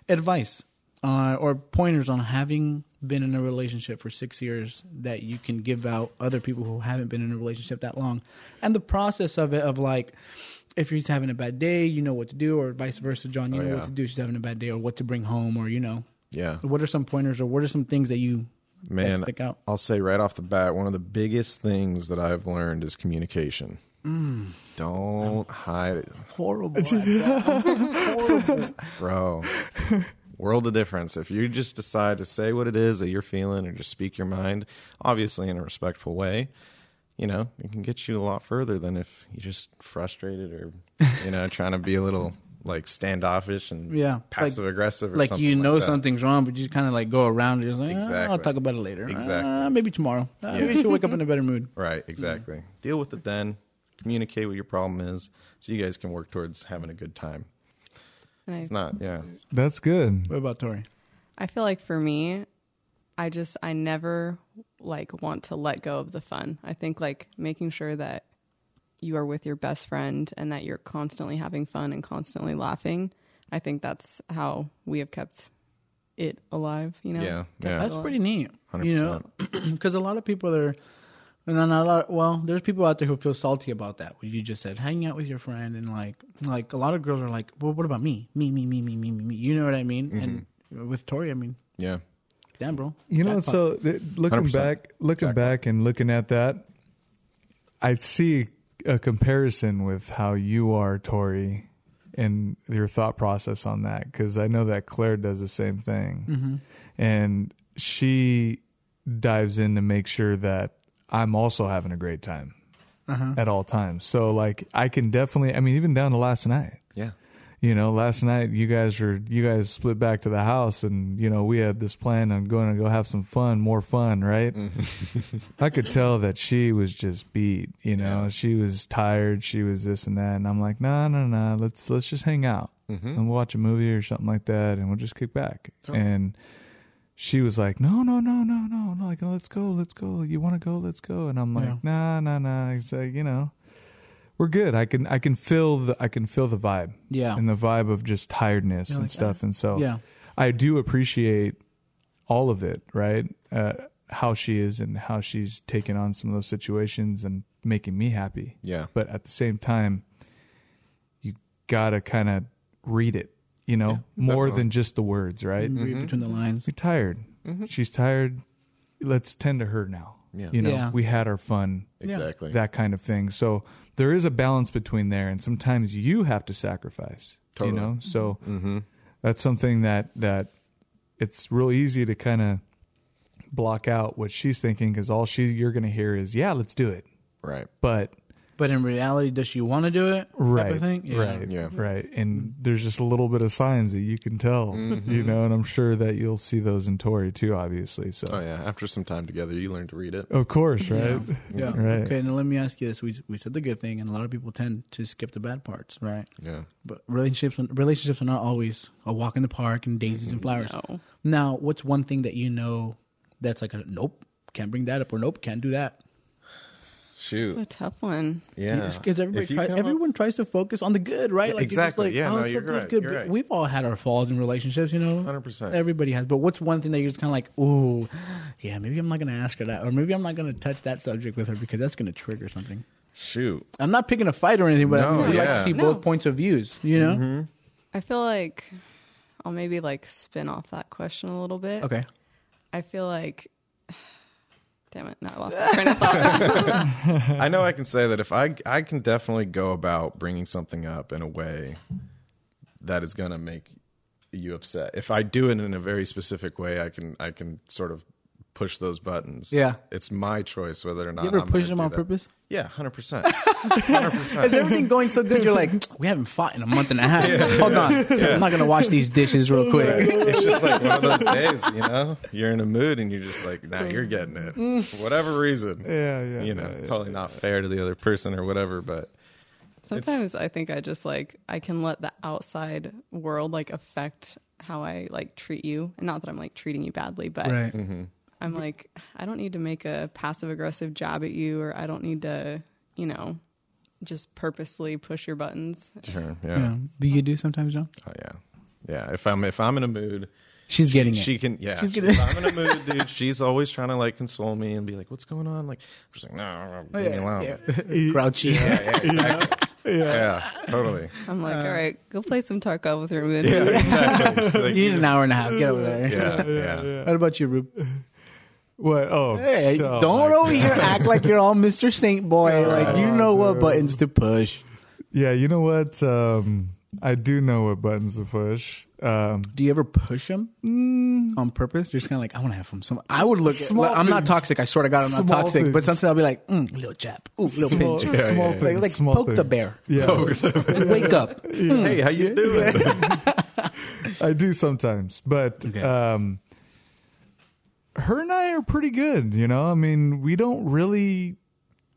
[SPEAKER 1] advice uh, or pointers on having been in a relationship for six years that you can give out other people who haven't been in a relationship that long, and the process of it of like if he's having a bad day, you know what to do, or vice versa. John, you
[SPEAKER 3] Oh,
[SPEAKER 1] know
[SPEAKER 3] yeah.
[SPEAKER 1] what to do. She's having a bad day, or what to bring home, or you know
[SPEAKER 3] Yeah.
[SPEAKER 1] what are some pointers or what are some things that you
[SPEAKER 3] Man,
[SPEAKER 1] stick out?
[SPEAKER 3] I'll say right off the bat, one of the biggest things that I've learned is communication. Don't hide it.
[SPEAKER 1] Mm. horrible at that. horrible
[SPEAKER 3] Bro, world of difference. If you just decide to say what it is that you're feeling or just speak your mind, obviously in a respectful way, you know, it can get you a lot further than if you're just frustrated or, you know, trying to be a little like standoffish and
[SPEAKER 1] Yeah, like-
[SPEAKER 3] passive aggressive. Or
[SPEAKER 1] like
[SPEAKER 3] something
[SPEAKER 1] you know
[SPEAKER 3] like that.
[SPEAKER 1] something's wrong, but you kind of like go around. You're just like, "Ah, I'll
[SPEAKER 3] Exactly.
[SPEAKER 1] talk about it later.
[SPEAKER 3] Exactly.
[SPEAKER 1] "Ah, maybe tomorrow. Ah, Maybe
[SPEAKER 3] Yeah.
[SPEAKER 1] you should wake up in a better mood.
[SPEAKER 3] Right, exactly. Deal with it then. Communicate what your problem is, so you guys can work towards having a good time.
[SPEAKER 4] And I,
[SPEAKER 3] It's not, yeah,
[SPEAKER 2] That's good.
[SPEAKER 1] What about Tori?
[SPEAKER 4] I feel like for me, I just I never like want to let go of the fun. I think like making sure that you are with your best friend and that you're constantly having fun and constantly laughing. I think that's how we have kept it alive, you know.
[SPEAKER 3] yeah,
[SPEAKER 4] Kept
[SPEAKER 3] yeah.
[SPEAKER 4] it
[SPEAKER 1] That's
[SPEAKER 4] alive.
[SPEAKER 1] pretty neat. You know, because a lot of people are, and then a lot. Well, there's people out there who feel salty about that. What you just said, hanging out with your friend, and like, like a lot of girls are like, well, what about me? Me, me, me, me, me, me, me. You know what I mean?
[SPEAKER 3] Mm-hmm.
[SPEAKER 1] And with Tori, I mean,
[SPEAKER 3] yeah.
[SPEAKER 1] damn, bro.
[SPEAKER 2] You know,
[SPEAKER 1] Jackpot.
[SPEAKER 2] so th- looking
[SPEAKER 3] 100%.
[SPEAKER 2] back, looking back and looking at that, I see a comparison with how you are, Tori, and your thought process on that. Because I know that Claire does the same thing,
[SPEAKER 1] Mm-hmm.
[SPEAKER 2] and she dives in to make sure that I'm also having a great time
[SPEAKER 1] Uh-huh.
[SPEAKER 2] at all times. So, like, I can definitely. I mean, even down to last night
[SPEAKER 3] Yeah.
[SPEAKER 2] you know last night you guys were you guys split back to the house and you know we had this plan on going to go have some fun more fun right i could tell that she was just beat you know
[SPEAKER 3] Yeah.
[SPEAKER 2] she was tired she was this and that and i'm like no no no let's let's just hang out and we'll watch a movie or something like that and we'll just kick back and she was like, no, no, no, no, no, no, like let's go, let's go. You want to go? Let's go. And I'm like,
[SPEAKER 1] Yeah.
[SPEAKER 2] nah, nah, nah. It's like you know, we're good. I can, I can feel the, I can feel the vibe
[SPEAKER 1] Yeah.
[SPEAKER 2] and the vibe of just tiredness
[SPEAKER 1] You're
[SPEAKER 2] and
[SPEAKER 1] like, "Oh."
[SPEAKER 2] stuff. and so,
[SPEAKER 1] yeah.
[SPEAKER 2] I do appreciate all of it, right? Uh, how she is and how she's taken on some of those situations and making me happy.
[SPEAKER 3] Yeah.
[SPEAKER 2] But at the same time, you gotta kind of read it, you know, more
[SPEAKER 3] definitely.
[SPEAKER 2] than just the words, right?
[SPEAKER 1] Read
[SPEAKER 3] Mm-hmm.
[SPEAKER 1] between the lines.
[SPEAKER 2] You're tired. She's tired. Let's tend to her now.
[SPEAKER 3] Yeah.
[SPEAKER 2] You know,
[SPEAKER 1] Yeah.
[SPEAKER 2] we had our fun,
[SPEAKER 3] Exactly.
[SPEAKER 2] that kind of thing. So there is a balance between there, and sometimes you have to sacrifice.
[SPEAKER 3] Totally. Mm-hmm.
[SPEAKER 2] You know, so that's something that that it's real easy to kind of block out what she's thinking because all she you're going to hear is, "Yeah, let's do it,"
[SPEAKER 3] Right.
[SPEAKER 2] but
[SPEAKER 1] But in reality, does she want to do it?
[SPEAKER 2] right
[SPEAKER 1] Type of thing? Yeah.
[SPEAKER 2] right
[SPEAKER 3] Yeah.
[SPEAKER 2] right and there's just a little bit of signs that you can tell
[SPEAKER 3] Mm-hmm.
[SPEAKER 2] you know and i'm sure that you'll see those in tori too obviously so
[SPEAKER 3] Oh yeah. After some time together, you learn to read it.
[SPEAKER 2] of course right
[SPEAKER 1] Yeah.
[SPEAKER 2] Right.
[SPEAKER 1] Okay. Now let me ask you this: we we said the good thing, and a lot of people tend to skip the bad parts, right?
[SPEAKER 3] Yeah.
[SPEAKER 1] But relationships relationships are not always a walk in the park and daisies and flowers.
[SPEAKER 4] No.
[SPEAKER 1] Now, what's one thing that you know that's like a nope, can't bring that up, or nope, can't do that?
[SPEAKER 3] Shoot.
[SPEAKER 4] It's a tough one.
[SPEAKER 3] Yeah.
[SPEAKER 1] Because everybody
[SPEAKER 3] If you
[SPEAKER 1] try,
[SPEAKER 3] come up-
[SPEAKER 1] everyone tries to focus on the good, right?
[SPEAKER 3] Yeah,
[SPEAKER 1] it's just "Oh,
[SPEAKER 3] exactly. Yeah, no,
[SPEAKER 1] it's
[SPEAKER 3] you're
[SPEAKER 1] so good,
[SPEAKER 3] right.
[SPEAKER 1] good,
[SPEAKER 3] You're
[SPEAKER 1] but
[SPEAKER 3] right.
[SPEAKER 1] We've all had our falls in relationships, you know.
[SPEAKER 3] 100%.
[SPEAKER 1] Everybody has. But what's one thing that you're just kind of like, ooh, yeah, maybe I'm not going to ask her that, or maybe I'm not going to touch that subject with her because that's going to trigger something.
[SPEAKER 3] Shoot.
[SPEAKER 1] I'm not picking a fight or anything, but I
[SPEAKER 3] No,
[SPEAKER 1] mean, we like to
[SPEAKER 3] yeah. Mm-hmm.
[SPEAKER 1] see
[SPEAKER 4] No.
[SPEAKER 1] both points of views, you know.
[SPEAKER 4] I feel like I'll maybe like spin off that question a little bit.
[SPEAKER 1] Okay.
[SPEAKER 4] I feel like damn it, no, I lost my train of thought.
[SPEAKER 3] I know I can say that if I I can definitely go about bringing something up in a way that is going to make you upset. If I do it in a very specific way, I can I can sort of push those buttons.
[SPEAKER 1] Yeah.
[SPEAKER 3] it's my choice whether or not.
[SPEAKER 1] You ever
[SPEAKER 3] I'm
[SPEAKER 1] push
[SPEAKER 3] gonna
[SPEAKER 1] them
[SPEAKER 3] do
[SPEAKER 1] on
[SPEAKER 3] that.
[SPEAKER 1] purpose?
[SPEAKER 3] Yeah, hundred percent. Hundred
[SPEAKER 1] Is
[SPEAKER 3] percent.
[SPEAKER 1] everything going so good? You're like, we haven't fought in a month and a half. Hold on, I'm not gonna wash these dishes real quick.
[SPEAKER 3] It's just like one of those days, you know. You're in a mood, and you're just like, "Nah, you're getting it for whatever reason."
[SPEAKER 2] Yeah, yeah,
[SPEAKER 3] You know,
[SPEAKER 2] yeah, yeah,
[SPEAKER 3] totally not fair to the other person or whatever, but
[SPEAKER 4] Sometimes I think I just like I can let the outside world like affect how I like treat you. And not that I'm like treating you badly, but
[SPEAKER 1] Right.
[SPEAKER 3] Mm-hmm.
[SPEAKER 4] I'm like, I don't need to make a passive aggressive jab at you, or I don't need to, you know, just purposely push your buttons.
[SPEAKER 3] sure,
[SPEAKER 1] Yeah.
[SPEAKER 3] yeah,
[SPEAKER 1] Do you do sometimes, John?
[SPEAKER 3] Oh, yeah, yeah. If I'm if I'm in a mood,
[SPEAKER 1] She's getting it.
[SPEAKER 3] she can yeah
[SPEAKER 1] She's
[SPEAKER 3] she's
[SPEAKER 1] getting-
[SPEAKER 3] i'm in a mood dude she's always trying to like console me and be like what's going on like i'm just like no
[SPEAKER 1] Oh,
[SPEAKER 3] leave me alone Oh, yeah,
[SPEAKER 1] Grouchy.
[SPEAKER 3] yeah. totally
[SPEAKER 4] I'm
[SPEAKER 1] Uh,
[SPEAKER 4] like, all right, go play some Tarkov with your mood.
[SPEAKER 3] yeah exactly Like,
[SPEAKER 1] You need an hour and a half. Get over there.
[SPEAKER 3] yeah yeah
[SPEAKER 1] What about you, Rube?
[SPEAKER 2] what oh
[SPEAKER 1] Hey,
[SPEAKER 2] so-
[SPEAKER 1] don't over here act like you're all Mr. Saint Boy. Like you know what
[SPEAKER 2] dude.
[SPEAKER 1] buttons to push.
[SPEAKER 2] Yeah, you know what? Um, I do know what buttons to push. Um,
[SPEAKER 1] Do you ever push them on purpose? You're just kind of like, I want to have from some. I would look. At,
[SPEAKER 2] Mm. Small
[SPEAKER 1] like, I'm not
[SPEAKER 2] things.
[SPEAKER 1] toxic. I swear to God, I'm not
[SPEAKER 2] Small
[SPEAKER 1] toxic. But
[SPEAKER 2] things.
[SPEAKER 1] sometimes I'll be like, mm, little chap, ooh, little
[SPEAKER 2] small,
[SPEAKER 1] pinch.
[SPEAKER 2] small
[SPEAKER 3] yeah, yeah.
[SPEAKER 2] things,
[SPEAKER 1] Like, like
[SPEAKER 2] small
[SPEAKER 1] poke the
[SPEAKER 2] things.
[SPEAKER 1] bear.
[SPEAKER 2] Yeah,
[SPEAKER 1] Wake up. Mm.
[SPEAKER 3] hey, how you doing?
[SPEAKER 2] I do sometimes, but
[SPEAKER 1] Okay.
[SPEAKER 2] um, her and I are pretty good. You know, I mean, we don't really,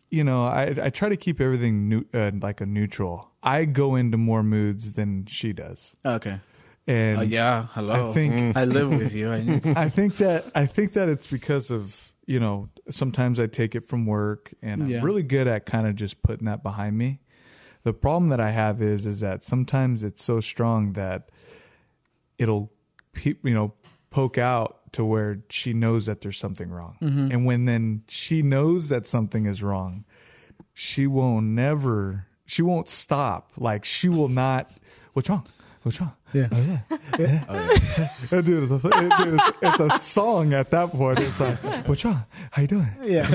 [SPEAKER 2] you know, I I try to keep everything new, uh, like a neutral. I go into more moods than she does,
[SPEAKER 1] Okay.
[SPEAKER 2] and
[SPEAKER 1] Uh, yeah. Hello.
[SPEAKER 2] I think-
[SPEAKER 1] I live with you. I,
[SPEAKER 2] I think that I think that it's because of you know sometimes I take it from work and I'm
[SPEAKER 1] Yeah.
[SPEAKER 2] really good at kind of just putting that behind me. The problem that I have is is that sometimes it's so strong that it'll pe- you know poke out to where she knows that there's something wrong, and when then she knows that something is wrong, she won't never she won't stop like she will not. What's wrong? What's wrong?
[SPEAKER 1] yeah.
[SPEAKER 2] Oh, Uh, dude, it's a, it- dude, it's, it's a song at that point. It's like, what's wrong? How you doing?
[SPEAKER 1] Yeah.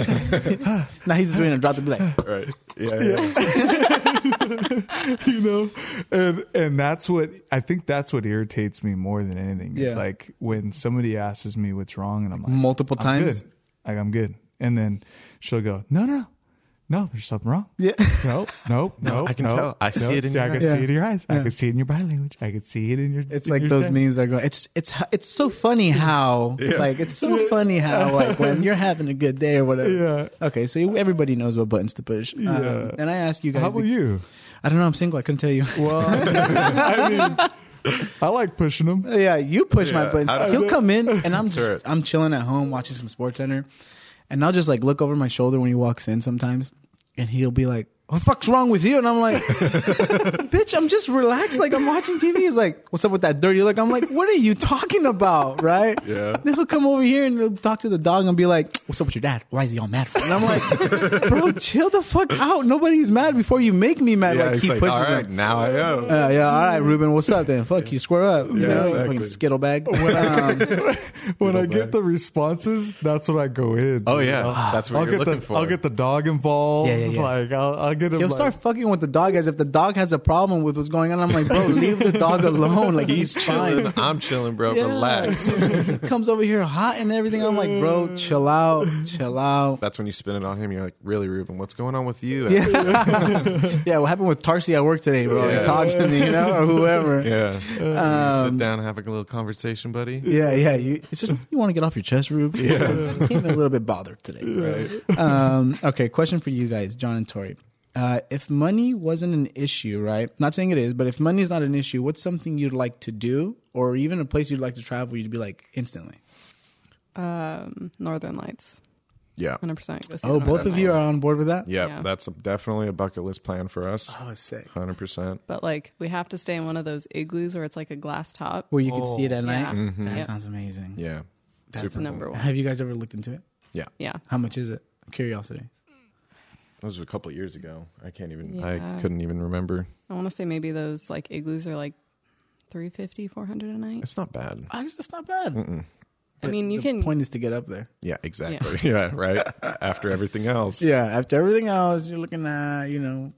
[SPEAKER 1] now he's doing a drop to be like,
[SPEAKER 3] right. Yeah. yeah.
[SPEAKER 2] You know, and and that's what I think. That's what irritates me more than anything.
[SPEAKER 1] Yeah.
[SPEAKER 2] It's like when somebody asks me what's wrong, and I'm like,
[SPEAKER 1] multiple
[SPEAKER 2] I'm
[SPEAKER 1] times.
[SPEAKER 2] good. Like I'm good, and then she'll go, no, no, no, no, there's something wrong.
[SPEAKER 1] Yeah.
[SPEAKER 2] Nope, nope, nope.
[SPEAKER 3] I can
[SPEAKER 2] nope,
[SPEAKER 3] tell. I see
[SPEAKER 2] nope.
[SPEAKER 3] it in
[SPEAKER 2] yeah,
[SPEAKER 3] your
[SPEAKER 2] I can
[SPEAKER 1] eyes.
[SPEAKER 2] see it in your eyes.
[SPEAKER 1] Yeah.
[SPEAKER 2] I can see it in your body language. I can see it in your.
[SPEAKER 1] It's
[SPEAKER 2] in
[SPEAKER 1] like
[SPEAKER 2] your
[SPEAKER 1] those
[SPEAKER 2] thing.
[SPEAKER 1] memes that are going. It's it's it's so funny how like it's so funny how like when you're having a good day or whatever.
[SPEAKER 2] Yeah.
[SPEAKER 1] Okay, so everybody knows what buttons to push. Um,
[SPEAKER 2] Yeah.
[SPEAKER 1] and I asked you guys.
[SPEAKER 2] How about
[SPEAKER 1] be-
[SPEAKER 2] you?
[SPEAKER 1] I don't know. I'm single. I couldn't tell you.
[SPEAKER 2] Well, I mean, I like pushing them.
[SPEAKER 1] yeah, you push my
[SPEAKER 3] Yeah,
[SPEAKER 1] buttons.
[SPEAKER 3] I don't-
[SPEAKER 1] He'll come in and I'm
[SPEAKER 3] hear it.
[SPEAKER 1] just, I'm chilling at home watching some Sports Center, and I'll just like look over my shoulder when he walks in sometimes, and he'll be like. What the fuck's wrong with you? And I'm like, bitch, I'm just relaxed. Like I'm watching TV. He's like, what's up with that dirty look? I'm like, what are you talking about? Right?
[SPEAKER 3] Yeah.
[SPEAKER 1] Then he'll come over here and he'll talk to the dog and be like, what's up with your dad? Why is he all mad for? And I'm like, bro, chill the fuck out. Nobody's mad before you make me mad.
[SPEAKER 3] Yeah,
[SPEAKER 1] like
[SPEAKER 3] he's
[SPEAKER 1] he
[SPEAKER 3] like,
[SPEAKER 1] pushes
[SPEAKER 3] all right,
[SPEAKER 1] like,
[SPEAKER 3] now I am.
[SPEAKER 1] uh, yeah, all right, Ruben, what's up then? Fuck you, square up. You
[SPEAKER 3] Yeah,
[SPEAKER 1] know,
[SPEAKER 3] exactly.
[SPEAKER 1] fucking skittle bag. Um,
[SPEAKER 2] when I
[SPEAKER 3] Little
[SPEAKER 2] get
[SPEAKER 3] bag.
[SPEAKER 2] the responses, that's when I go in.
[SPEAKER 3] Oh,
[SPEAKER 2] you
[SPEAKER 3] yeah.
[SPEAKER 2] know?
[SPEAKER 3] That's what
[SPEAKER 2] I'll
[SPEAKER 3] you're
[SPEAKER 2] get the,
[SPEAKER 3] looking for.
[SPEAKER 2] I'll get the dog involved.
[SPEAKER 1] Yeah, yeah, yeah.
[SPEAKER 2] Like I'll, I'll get him.
[SPEAKER 1] he'll
[SPEAKER 2] like,
[SPEAKER 1] start fucking with the dog as if the dog has a problem with what's going on. I'm like, bro, leave the dog alone. Like he's,
[SPEAKER 3] He's
[SPEAKER 1] fine.
[SPEAKER 3] chilling. I'm chilling, bro.
[SPEAKER 1] Yeah.
[SPEAKER 3] Relax. Mm.
[SPEAKER 1] he comes over here hot and everything. I'm like, bro, chill out, chill out.
[SPEAKER 3] That's when you spin it on him. You're like, really, Ruben? What's going on with you?
[SPEAKER 1] Yeah, what happened with Tarsi at work today, bro?
[SPEAKER 3] Yeah.
[SPEAKER 1] Like, talk to me, you know, or whoever.
[SPEAKER 3] Yeah.
[SPEAKER 1] Um,
[SPEAKER 3] Sit down, and have a little conversation, buddy.
[SPEAKER 1] Yeah, yeah. You, it's just you want to get off your chest, Rube. Yeah, you came in a little bit bothered today. Um, okay, question for you guys, John and Tori. Uh, if money wasn't an issue, right? Not saying it is, but if money is not an issue, what's something you'd like to do, or even a place you'd like to travel? You'd be like instantly.
[SPEAKER 4] Um, Northern Lights,
[SPEAKER 3] Yeah.
[SPEAKER 4] 100%. Go see
[SPEAKER 1] Oh,
[SPEAKER 4] the
[SPEAKER 1] both
[SPEAKER 4] Northern
[SPEAKER 1] of you
[SPEAKER 4] Lights.
[SPEAKER 1] are on board with that.
[SPEAKER 3] Yeah. Uh,
[SPEAKER 4] Yeah.
[SPEAKER 3] That's definitely a bucket list plan for us.
[SPEAKER 1] Oh, sick.
[SPEAKER 3] 100%.
[SPEAKER 4] But like, we have to stay in one of those igloos where it's like a glass top.
[SPEAKER 1] Where you could see it at
[SPEAKER 4] Yeah.
[SPEAKER 1] night.
[SPEAKER 4] Mhm.
[SPEAKER 1] That
[SPEAKER 4] Yep.
[SPEAKER 1] sounds amazing.
[SPEAKER 3] Yeah.
[SPEAKER 1] That's
[SPEAKER 4] That's number one.
[SPEAKER 1] Have you guys ever looked into it?
[SPEAKER 4] Yeah.
[SPEAKER 1] How much is it? Curiosity.
[SPEAKER 3] That was a couple of years ago. I can't even,
[SPEAKER 4] Yeah.
[SPEAKER 3] I couldn't even remember.
[SPEAKER 4] I want to say maybe those like igloos are like 350, 400 a night.
[SPEAKER 3] It's not bad.
[SPEAKER 1] Actually, it's not bad.
[SPEAKER 3] Mm-mm.
[SPEAKER 4] I mean, you
[SPEAKER 1] the
[SPEAKER 4] can-
[SPEAKER 1] Point is to get up there.
[SPEAKER 3] Yeah, exactly. Yeah. right. After everything else.
[SPEAKER 1] Yeah, after everything else, you're looking at, you know,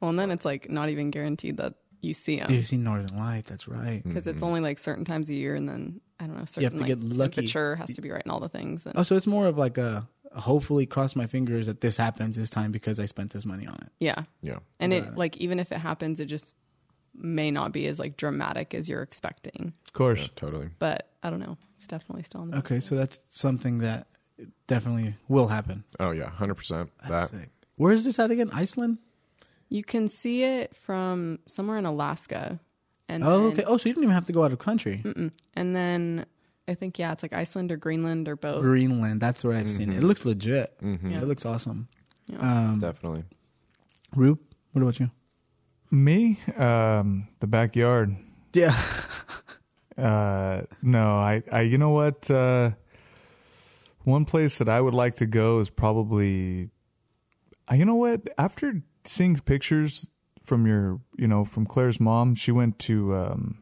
[SPEAKER 4] Well, and then it's like not even guaranteed that you see them
[SPEAKER 1] you've seen Northern Light. That's right.
[SPEAKER 4] because it's only like certain times a year, and then I don't know. Certain,
[SPEAKER 1] Mm-hmm. have to
[SPEAKER 4] like,
[SPEAKER 1] get lucky.
[SPEAKER 4] Temperature has to be right, and all the things. And,
[SPEAKER 1] Oh, so it's more of like a hopefully cross my fingers that this happens this time because I spent this money on it.
[SPEAKER 4] yeah,
[SPEAKER 3] Yeah.
[SPEAKER 4] and it like even if it happens, it just may not be as like dramatic as you're expecting.
[SPEAKER 2] Of course.
[SPEAKER 3] Totally.
[SPEAKER 4] But I don't know. It's definitely still on the
[SPEAKER 1] Okay, so that's something that definitely will happen.
[SPEAKER 3] Oh, yeah. 100%.
[SPEAKER 1] That's
[SPEAKER 3] That.
[SPEAKER 1] sick. Where is this at again? Iceland.
[SPEAKER 4] You can see it from somewhere in Alaska, and
[SPEAKER 1] Oh,
[SPEAKER 4] then,
[SPEAKER 1] okay. Oh, so you don't even have to go out of country.
[SPEAKER 4] and then I think yeah, it's like Iceland or Greenland or both.
[SPEAKER 1] Greenland. That's where I've seen it. It looks legit.
[SPEAKER 4] Mm-hmm. Yeah.
[SPEAKER 1] It looks awesome.
[SPEAKER 4] Yeah.
[SPEAKER 1] Um,
[SPEAKER 3] Definitely.
[SPEAKER 1] Rube, what about you?
[SPEAKER 2] Me, um, the backyard.
[SPEAKER 1] Yeah.
[SPEAKER 2] Uh, no, I, I, you know what? Uh, one place that I would like to go is probably, uh, you know what? After seeing pictures from your, you know, from Claire's mom, she went to, um,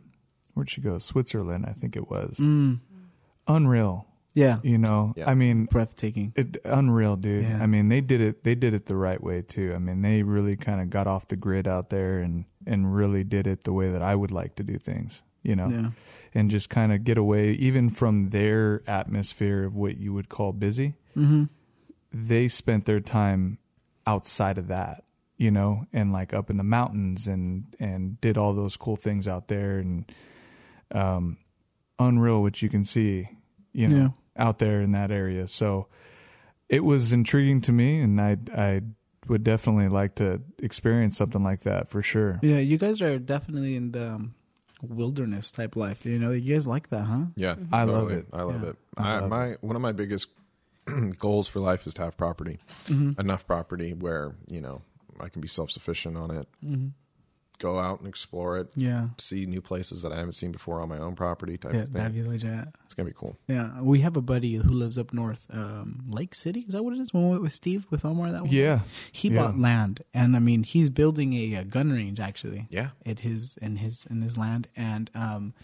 [SPEAKER 2] where'd she go? Switzerland, I think it was.
[SPEAKER 1] Mm.
[SPEAKER 2] Unreal.
[SPEAKER 1] Yeah.
[SPEAKER 2] You know,
[SPEAKER 3] Yeah.
[SPEAKER 2] I mean,
[SPEAKER 1] Breathtaking.
[SPEAKER 2] it, unreal, dude.
[SPEAKER 1] Yeah.
[SPEAKER 2] I mean, they did it. They did it the right way too. I mean, they really kind of got off the grid out there and and really did it the way that I would like to do things. you know,
[SPEAKER 1] Yeah.
[SPEAKER 2] and just kind of get away even from their atmosphere of what you would call busy.
[SPEAKER 1] Mm-hmm.
[SPEAKER 2] They spent their time outside of that, you know, and like up in the mountains and and did all those cool things out there and um unreal what you can see, you know, out there in that area. So it was intriguing to me and I I would definitely like to experience something like that for sure.
[SPEAKER 1] Yeah, you guys are definitely in the um, wilderness type life. You know, you guys like that, huh?
[SPEAKER 3] Yeah,
[SPEAKER 2] I love it.
[SPEAKER 3] I love
[SPEAKER 1] Yeah.
[SPEAKER 3] it. I,
[SPEAKER 2] love
[SPEAKER 3] my one of my biggest goals for life is to have property, enough property where you know I can be self sufficient on it. Go out and explore it,
[SPEAKER 1] Yeah.
[SPEAKER 3] see new places that I haven't seen before on my own property type
[SPEAKER 1] Yeah,
[SPEAKER 3] of
[SPEAKER 1] that
[SPEAKER 3] thing.
[SPEAKER 1] village. Yeah.
[SPEAKER 3] It's gonna be cool.
[SPEAKER 1] yeah, we have a buddy who lives up north, um, Lake City. Is that what it is? When we went with Steve with Omar, that one.
[SPEAKER 2] Yeah.
[SPEAKER 1] he
[SPEAKER 2] Yeah.
[SPEAKER 1] bought land, and I mean, he's building a, a gun range actually.
[SPEAKER 3] Yeah.
[SPEAKER 1] at his in his in his land, and um,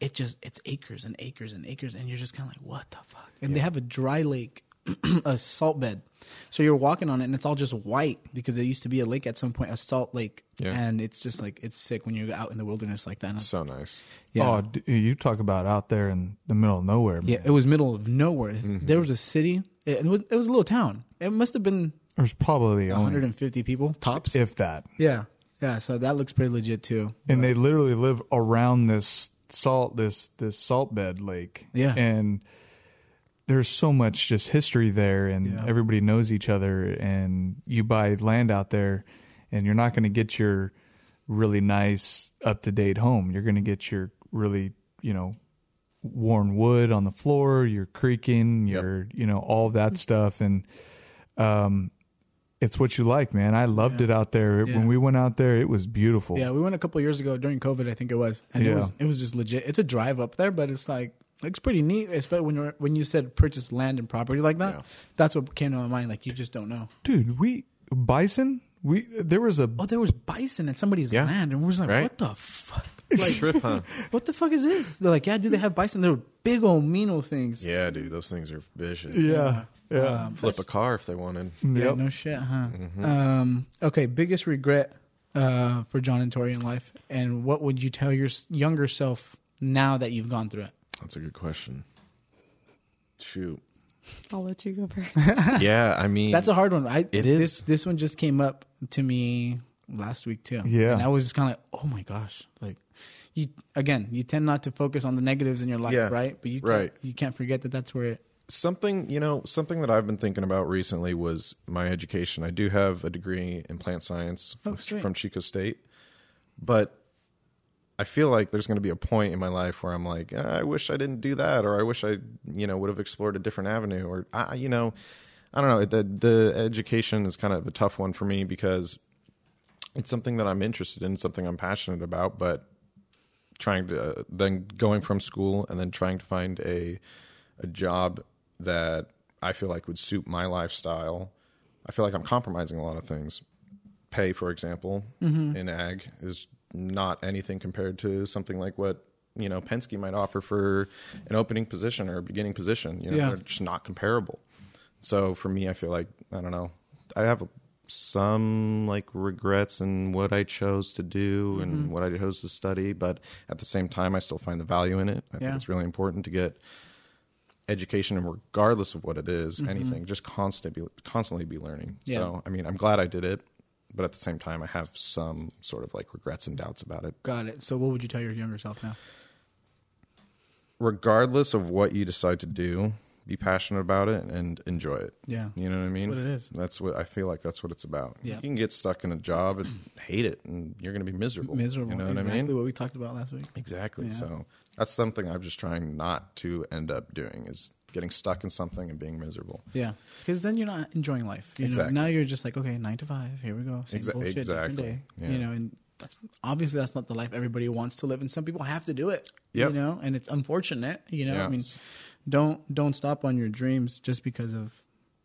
[SPEAKER 1] it just it's acres and acres and acres, and you're just kind of like, what the fuck? And they have a dry lake, a salt bed, so you're walking on it, and it's all just white because it used to be a lake at some point, a salt lake,
[SPEAKER 3] Yeah.
[SPEAKER 1] and it's just like it's sick when you're out in the wilderness like that. And I was-
[SPEAKER 3] So nice.
[SPEAKER 1] yeah.
[SPEAKER 2] Oh, d- you talk about out there in the middle of nowhere, man.
[SPEAKER 1] Yeah, it was middle of nowhere.
[SPEAKER 3] Mm-hmm.
[SPEAKER 1] There was a city. It was it was a little town. It must have been
[SPEAKER 2] There's probably only
[SPEAKER 1] 150 people tops.
[SPEAKER 2] if that.
[SPEAKER 1] yeah, yeah. So that looks pretty legit too.
[SPEAKER 2] And they literally live around this salt this this salt bed lake.
[SPEAKER 1] Yeah.
[SPEAKER 2] And there's so much just history there and
[SPEAKER 1] Yeah.
[SPEAKER 2] everybody knows each other and you buy land out there and you're not going to get your really nice up to date home. You're going to get your really, you know, worn wood on the floor, your creaking,
[SPEAKER 3] Yep.
[SPEAKER 2] your, you know, all that stuff and um it's what you like, man. I loved it out there.
[SPEAKER 1] Yeah.
[SPEAKER 2] When we went out there, it was beautiful.
[SPEAKER 1] Yeah, we went a couple years ago during COVID, I think it was, and it
[SPEAKER 2] Yeah.
[SPEAKER 1] was it was just legit. It's a drive up there, but it's like looks pretty neat. Especially when you're, when you said purchase land and property like that,
[SPEAKER 3] Yeah.
[SPEAKER 1] that's what came to my mind. Like you just don't know.
[SPEAKER 2] dude we bison we there was a
[SPEAKER 1] Oh, there was bison at somebody's
[SPEAKER 3] Yeah.
[SPEAKER 1] land, and we're just like,
[SPEAKER 3] Right.
[SPEAKER 1] what the fuck?
[SPEAKER 3] Like,
[SPEAKER 1] Like,
[SPEAKER 3] trip, huh?
[SPEAKER 1] what the fuck is this? They're like, yeah, do they have bison? They're big old mean things.
[SPEAKER 3] Yeah, dude, those things are vicious.
[SPEAKER 2] yeah yeah
[SPEAKER 1] Um,
[SPEAKER 3] Flip a car if they wanted.
[SPEAKER 1] Yeah,
[SPEAKER 2] Yep.
[SPEAKER 1] no shit, huh?
[SPEAKER 3] Mm-hmm.
[SPEAKER 1] Um, okay, biggest regret uh, for John and Tori in life, and what would you tell your s- younger self now that you've gone through it?
[SPEAKER 3] That's a good question. Shoot.
[SPEAKER 4] I'll let you go first.
[SPEAKER 3] yeah, I mean,
[SPEAKER 1] That's a hard one. I
[SPEAKER 3] It is.
[SPEAKER 1] This, this one just came up to me last week too.
[SPEAKER 2] Yeah.
[SPEAKER 1] and I was just kind of like, oh my gosh, like you again. You tend not to focus on the negatives in your life,
[SPEAKER 3] Yeah,
[SPEAKER 1] right? But you can't,
[SPEAKER 3] right.
[SPEAKER 1] you can't forget that that's where it.
[SPEAKER 3] something you know something that i've been thinking about recently was my education i do have a degree in plant science
[SPEAKER 1] Oh, sweet.
[SPEAKER 3] from chico state but i feel like there's going to be a point in my life where i'm like "Ah, i wish i didn't do that or i wish i you know would have explored a different avenue or i you know i don't know the the education is kind of a tough one for me because it's something that i'm interested in something i'm passionate about but trying to uh, then going from school and then trying to find a a job that I feel like would suit my lifestyle. I feel like I'm compromising a lot of things. Pay, for example, in ag is not anything compared to something like what you know Penske might offer for an opening position or a beginning position. You know,
[SPEAKER 1] Yeah.
[SPEAKER 3] they're just not comparable. So for me, I feel like I don't know. I have some like regrets in what I chose to do
[SPEAKER 1] Mm-hmm.
[SPEAKER 3] and what I chose to study, but at the same time, I still find the value in it. I
[SPEAKER 1] Yeah.
[SPEAKER 3] think it's really important to get education and regardless of what it is, anything, just constantly be, constantly be learning.
[SPEAKER 1] Mm-hmm. Yeah.
[SPEAKER 3] So I mean, I'm glad I did it, but at the same time, I have some sort of like regrets and doubts about it.
[SPEAKER 1] Got it. So, what would you tell your younger self now?
[SPEAKER 3] Regardless of what you decide to do, be passionate about it and enjoy it.
[SPEAKER 1] Yeah.
[SPEAKER 3] You know what I mean?
[SPEAKER 1] what it is.
[SPEAKER 3] That's what I feel like. That's what it's about.
[SPEAKER 1] Yeah.
[SPEAKER 3] You can get stuck in a job and hate it, and you're going to be miserable.
[SPEAKER 1] Miserable.
[SPEAKER 3] You know
[SPEAKER 1] exactly
[SPEAKER 3] what I mean?
[SPEAKER 1] what we talked about last week.
[SPEAKER 3] Exactly.
[SPEAKER 1] Yeah.
[SPEAKER 3] So that's something I'm just trying not to end up doing is getting stuck in something and being miserable.
[SPEAKER 1] Yeah, because then you're not enjoying life. You
[SPEAKER 3] Exactly.
[SPEAKER 1] know, now you're just like, okay, nine to five, here we go, same
[SPEAKER 3] Exa-
[SPEAKER 1] bullshit, different
[SPEAKER 3] exactly.
[SPEAKER 1] day.
[SPEAKER 3] Yeah.
[SPEAKER 1] You know, and that's obviously that's not the life everybody wants to live, and some people have to do it.
[SPEAKER 3] Yep.
[SPEAKER 1] You know, and it's unfortunate. You know, I mean,
[SPEAKER 3] Yes.
[SPEAKER 1] don't don't stop on your dreams just because of,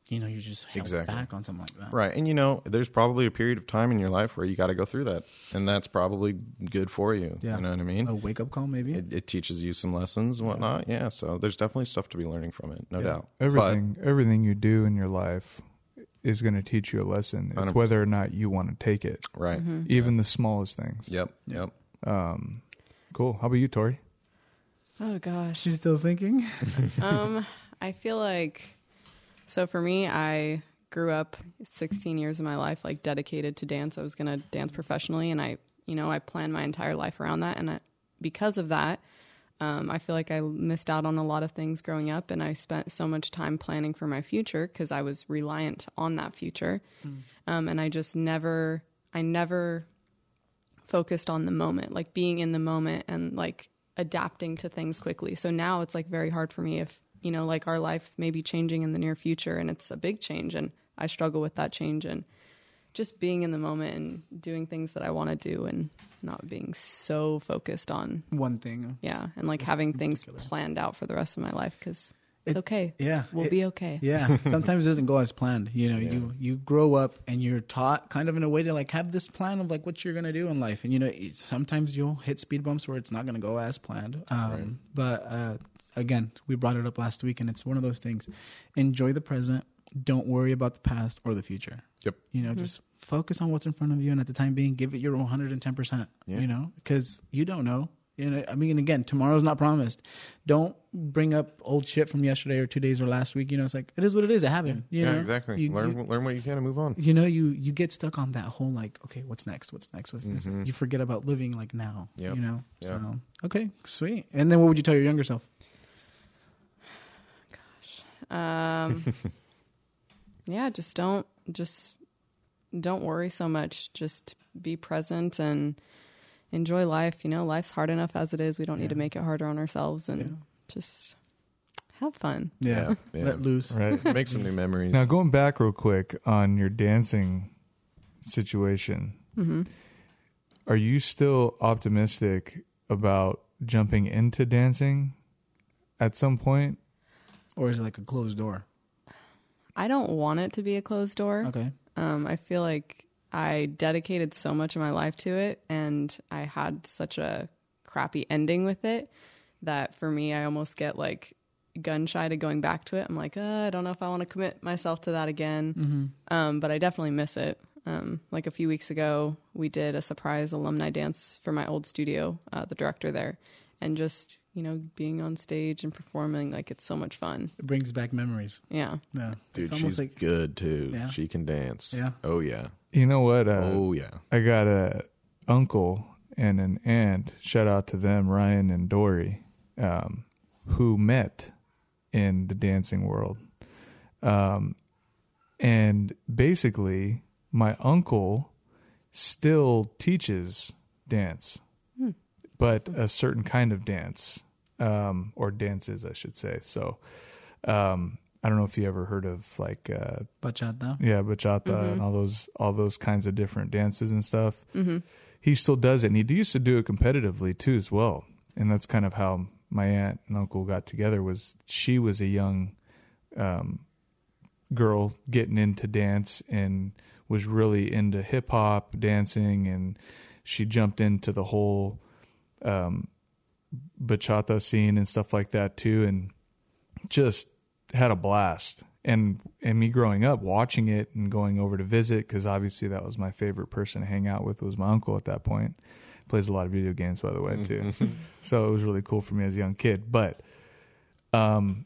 [SPEAKER 1] you know, you're just held
[SPEAKER 3] Exactly.
[SPEAKER 1] back on something like that.
[SPEAKER 3] Right. And you know, there's probably a period of time in your life where you got to go through that, and that's probably good for you.
[SPEAKER 1] Yeah. Oh,
[SPEAKER 3] You know what I mean?
[SPEAKER 1] A wake up call, maybe.
[SPEAKER 3] It, it teaches you some lessons and whatnot. Yeah. So there's definitely stuff to be learning from it, no doubt. But-
[SPEAKER 2] everything everything you do in your life is going to teach you a lesson it's
[SPEAKER 3] 100%.
[SPEAKER 2] whether or not you want to take it
[SPEAKER 3] right.
[SPEAKER 2] even the smallest things
[SPEAKER 3] Yep. Yep.
[SPEAKER 2] Cool. How about you, Tori?
[SPEAKER 4] Oh gosh.
[SPEAKER 1] She's still thinking.
[SPEAKER 4] um, I feel like so for me, I grew up 16 years of my life like dedicated to dance. I was going to dance professionally, and I, you know, I planned my entire life around that. And I, because of that, um, I feel like I missed out on a lot of things growing up, and I spent so much time planning for my future because I was reliant on that future, um, and I just never, I never focused on the moment, like being in the moment and like adapting to things quickly. So now it's like very hard for me if, you know, like our life may be changing in the near future and it's a big change and I struggle with that change and just being in the moment and doing things that I want to do and not being so focused on
[SPEAKER 1] One thing.
[SPEAKER 4] yeah, and like having things planned out for the rest of my life cuz it's
[SPEAKER 1] It-
[SPEAKER 4] okay.
[SPEAKER 1] Yeah.
[SPEAKER 4] We'll
[SPEAKER 1] it-
[SPEAKER 4] be okay.
[SPEAKER 1] Yeah. Sometimes it doesn't go as planned. You know, you you grow up and you're taught kind of in a way to like have this plan of like what you're gonna do in life. And you know, it- sometimes you'll hit speed bumps where it's not gonna go as planned. Um, But uh, again, we brought it up last week, and it's one of those things. Enjoy the present. Don't worry about the past or the future.
[SPEAKER 3] Yep.
[SPEAKER 1] You know, just focus on what's in front of you, and at the time being, give it your 110. percent You know, because you don't know. You know, I mean, and again, tomorrow's not promised. Don't bring up old shit from yesterday or two days or last week. You know, it's like it is what it is. It happened. you
[SPEAKER 3] yeah,
[SPEAKER 1] know?
[SPEAKER 3] exactly.
[SPEAKER 1] You-
[SPEAKER 3] learn
[SPEAKER 1] You,
[SPEAKER 3] learn what you can and move on.
[SPEAKER 1] you know, you you get stuck on that whole like, okay, what's next? What's next? What's next? You forget about living like now.
[SPEAKER 3] Mm-hmm. Yep.
[SPEAKER 1] You know.
[SPEAKER 3] Yeah.
[SPEAKER 1] So okay, sweet. And then what would you tell your younger self?
[SPEAKER 4] Um, yeah, just don't just don't worry so much. Just be present and enjoy life. You know, life's hard enough as it is. We don't need to make it harder on ourselves and just have fun.
[SPEAKER 1] Yeah. Let
[SPEAKER 3] Yeah, yeah.
[SPEAKER 1] loose.
[SPEAKER 2] Right.
[SPEAKER 3] Make some new memories.
[SPEAKER 2] Now, going back real quick on your dancing situation, are you still optimistic about jumping into dancing at some point?
[SPEAKER 1] Or is it like a closed door?
[SPEAKER 4] I don't want it to be a closed door.
[SPEAKER 1] Okay.
[SPEAKER 4] Um, I feel like I dedicated so much of my life to it and I had such a crappy ending with it that for me, I almost get like gun shy to going back to it. I'm like, uh, I don't know if I want to commit myself to that again.
[SPEAKER 1] Mm-hmm.
[SPEAKER 4] Um, but I definitely miss it. Um, like a few weeks ago, we did a surprise alumni dance for my old studio, uh, the director there, and just, you know, being on stage and performing, like it's so much fun.
[SPEAKER 1] It brings back memories.
[SPEAKER 4] Yeah.
[SPEAKER 1] Yeah.
[SPEAKER 3] Dude,
[SPEAKER 1] it's almost
[SPEAKER 3] she's
[SPEAKER 1] like
[SPEAKER 3] good too.
[SPEAKER 1] Yeah.
[SPEAKER 3] She can dance.
[SPEAKER 1] Yeah.
[SPEAKER 3] Oh yeah.
[SPEAKER 2] You know what? Uh,
[SPEAKER 3] oh yeah.
[SPEAKER 2] I got a uncle and an aunt. Shout out to them, Ryan and Dory, um, who met in the dancing world. Um, and basically, my uncle still teaches dance, but a certain kind of dance, um, or dances, I should say. So, um, I don't know if you ever heard of like uh,
[SPEAKER 1] bachata.
[SPEAKER 2] yeah, bachata and all those all those kinds of different dances and stuff. Mm-hmm. He still does it, and he used to do it competitively too, as well. And that's kind of how my aunt and uncle got together. Was she was a young um, girl getting into dance and was really into hip hop dancing, and she jumped into the whole um, bachata scene and stuff like that too, and just had a blast. And and me growing up watching it and going over to visit because obviously that was my favorite person to hang out with was my uncle at that point. Plays a lot of video games by the way too, so it was really cool for me as a young kid. But um,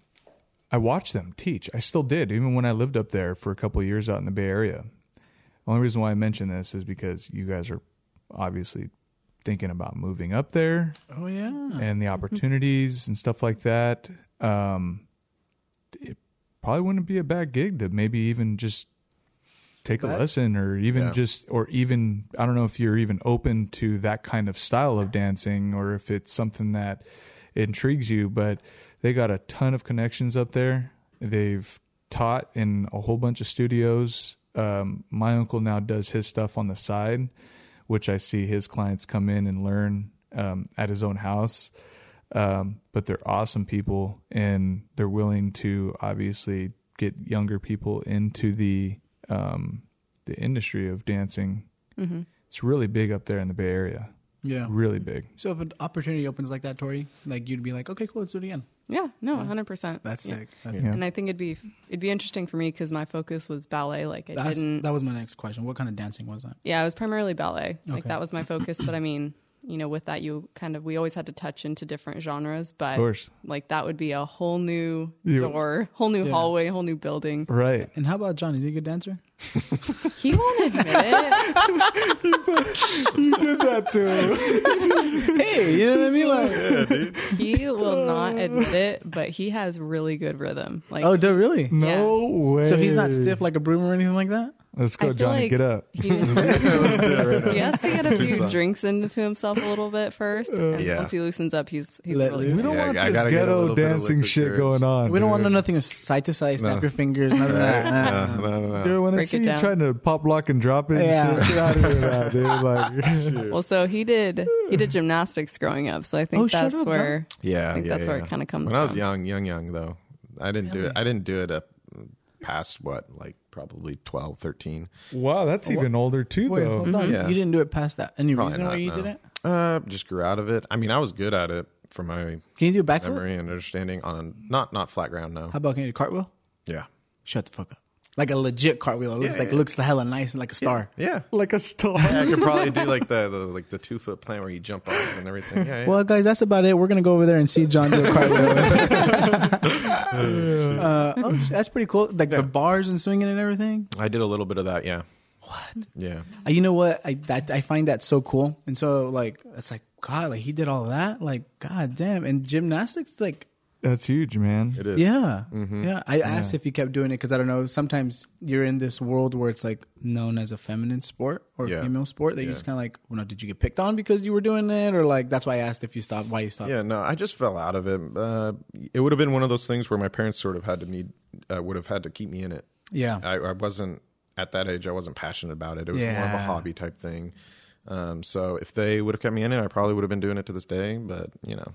[SPEAKER 2] I watched them teach. I still did even when I lived up there for a couple of years out in the Bay Area. The only reason why I mention this is because you guys are obviously thinking about moving up there
[SPEAKER 1] Oh yeah.
[SPEAKER 2] and the opportunities and stuff like that. Um, it probably wouldn't be a bad gig to maybe even just take a
[SPEAKER 1] But-
[SPEAKER 2] lesson or even
[SPEAKER 3] Yeah.
[SPEAKER 2] just or even I don't know if you're even open to that kind of style of dancing or if it's something that intrigues you, but they got a ton of connections up there. They've taught in a whole bunch of studios. Um, my uncle now does his stuff on the side, which I see his clients come in and learn um, at his own house. Um, but they're awesome people and they're willing to obviously get younger people into the um, the industry of dancing.
[SPEAKER 4] Mm-hmm.
[SPEAKER 2] It's really big up there in the Bay Area.
[SPEAKER 1] Yeah.
[SPEAKER 2] Really big.
[SPEAKER 1] So if an opportunity opens like that, Tori, like you'd be like, okay, cool, let's do it again.
[SPEAKER 4] Yeah. No, 100%.
[SPEAKER 1] That's
[SPEAKER 4] Yeah.
[SPEAKER 1] sick. That's
[SPEAKER 2] Yeah.
[SPEAKER 4] and I think it'd be it'd be interesting for me because my focus was ballet. Like I
[SPEAKER 1] That's,
[SPEAKER 4] didn't,
[SPEAKER 1] that was my next question. What kind of dancing was that?
[SPEAKER 4] yeah, it was primarily ballet. Like
[SPEAKER 1] Okay.
[SPEAKER 4] that was my focus. But I mean, you know, with that, you kind of, we always had to touch into different genres, but
[SPEAKER 2] Of course.
[SPEAKER 4] like that would be a whole new
[SPEAKER 2] You-
[SPEAKER 4] door, whole new hallway, whole new building.
[SPEAKER 2] Right.
[SPEAKER 1] And how about John? Is he a good dancer?
[SPEAKER 4] He won't admit it.
[SPEAKER 2] Did that too.
[SPEAKER 1] Hey, you know what I mean? Like,
[SPEAKER 4] He will not admit it, but he has really good rhythm. Like,
[SPEAKER 1] oh, dude, really?
[SPEAKER 2] No way.
[SPEAKER 1] So he's not stiff like a broom or anything like that.
[SPEAKER 2] Let's
[SPEAKER 4] I
[SPEAKER 2] go,
[SPEAKER 4] feel
[SPEAKER 2] Johnny.
[SPEAKER 4] like
[SPEAKER 2] get up.
[SPEAKER 4] He, he has to get a few drinks into himself a little bit first.
[SPEAKER 2] Uh,
[SPEAKER 4] And
[SPEAKER 3] Yeah.
[SPEAKER 4] once he loosens up, he's he's
[SPEAKER 1] Let
[SPEAKER 4] really
[SPEAKER 1] loose.
[SPEAKER 2] We don't
[SPEAKER 3] Yeah,
[SPEAKER 2] want
[SPEAKER 3] I
[SPEAKER 2] this
[SPEAKER 3] gotta get a
[SPEAKER 2] ghetto
[SPEAKER 3] little bit of
[SPEAKER 2] dancing
[SPEAKER 3] liquid
[SPEAKER 2] shit
[SPEAKER 3] courage.
[SPEAKER 2] going on.
[SPEAKER 1] We don't
[SPEAKER 2] dude.
[SPEAKER 1] want to nothing of side to side, snap
[SPEAKER 3] No.
[SPEAKER 1] your fingers, none of that.
[SPEAKER 3] No,
[SPEAKER 1] Nah.
[SPEAKER 3] no, no, no.
[SPEAKER 2] Dude, when I
[SPEAKER 4] Break
[SPEAKER 2] see
[SPEAKER 4] it
[SPEAKER 2] you
[SPEAKER 4] down.
[SPEAKER 2] trying to pop, lock, and drop it,
[SPEAKER 1] Yeah.
[SPEAKER 2] and shit, get out of here now, dude. Like,
[SPEAKER 4] Well, so he did he did gymnastics growing up, so I think
[SPEAKER 1] Oh, shut
[SPEAKER 4] that's
[SPEAKER 1] up,
[SPEAKER 4] where
[SPEAKER 3] Yeah,
[SPEAKER 4] I think
[SPEAKER 3] yeah,
[SPEAKER 4] that's where
[SPEAKER 3] yeah.
[SPEAKER 4] it kind of comes.
[SPEAKER 3] When I was
[SPEAKER 4] from.
[SPEAKER 3] young, young, young though, I didn't do it. I didn't do it up past what, like probably 12, 13.
[SPEAKER 2] wow, that's even older too,
[SPEAKER 1] Wait,
[SPEAKER 2] though.
[SPEAKER 1] hold on.
[SPEAKER 3] Yeah.
[SPEAKER 1] You didn't do it past that. Any
[SPEAKER 3] Probably
[SPEAKER 1] reason
[SPEAKER 3] not,
[SPEAKER 1] why you
[SPEAKER 3] no.
[SPEAKER 1] did it?
[SPEAKER 3] Uh, just grew out of it. I mean, I was good at it from my
[SPEAKER 1] Can you do a backflip?
[SPEAKER 3] memory and understanding on not not flat ground. No,
[SPEAKER 1] How about can you do a cartwheel?
[SPEAKER 3] yeah,
[SPEAKER 1] Shut the fuck up. Like a legit cartwheel. It looks
[SPEAKER 3] Yeah,
[SPEAKER 1] like
[SPEAKER 3] yeah.
[SPEAKER 1] looks hella nice and like a star.
[SPEAKER 3] yeah.
[SPEAKER 2] Like a star.
[SPEAKER 3] Yeah, I could probably do like the, the like the two foot plant where you jump off and everything. Yeah, yeah.
[SPEAKER 1] Well, guys, that's about it. We're gonna go over there and see John do a cartwheel. uh, oh, shit, that's pretty cool. Like the bars and swinging and everything.
[SPEAKER 3] I did a little bit of that. Yeah. What? Yeah.
[SPEAKER 1] Uh, You know what? I that I find that so cool. And so like it's like God, like he did all that. Like God damn. And gymnastics, like
[SPEAKER 2] That's huge, man.
[SPEAKER 3] It is.
[SPEAKER 1] Yeah.
[SPEAKER 3] Mm-hmm.
[SPEAKER 1] Yeah. I asked if you kept doing it because I don't know. Sometimes you're in this world where it's like known as a feminine sport or
[SPEAKER 3] Yeah.
[SPEAKER 1] female sport that
[SPEAKER 3] Yeah.
[SPEAKER 1] you're just kind of like, well, no, did you get picked on because you were doing it? Or like, that's why I asked if you stopped, why you stopped.
[SPEAKER 3] Yeah, no, I just fell out of it. Uh, it would have been one of those things where my parents sort of had to me uh, would have had to keep me in it.
[SPEAKER 1] Yeah.
[SPEAKER 3] I, I wasn't at that age. I wasn't passionate about it. It was more of a
[SPEAKER 1] Yeah.
[SPEAKER 3] hobby type thing. Um, so if they would have kept me in it, I probably would have been doing it to this day. But you know,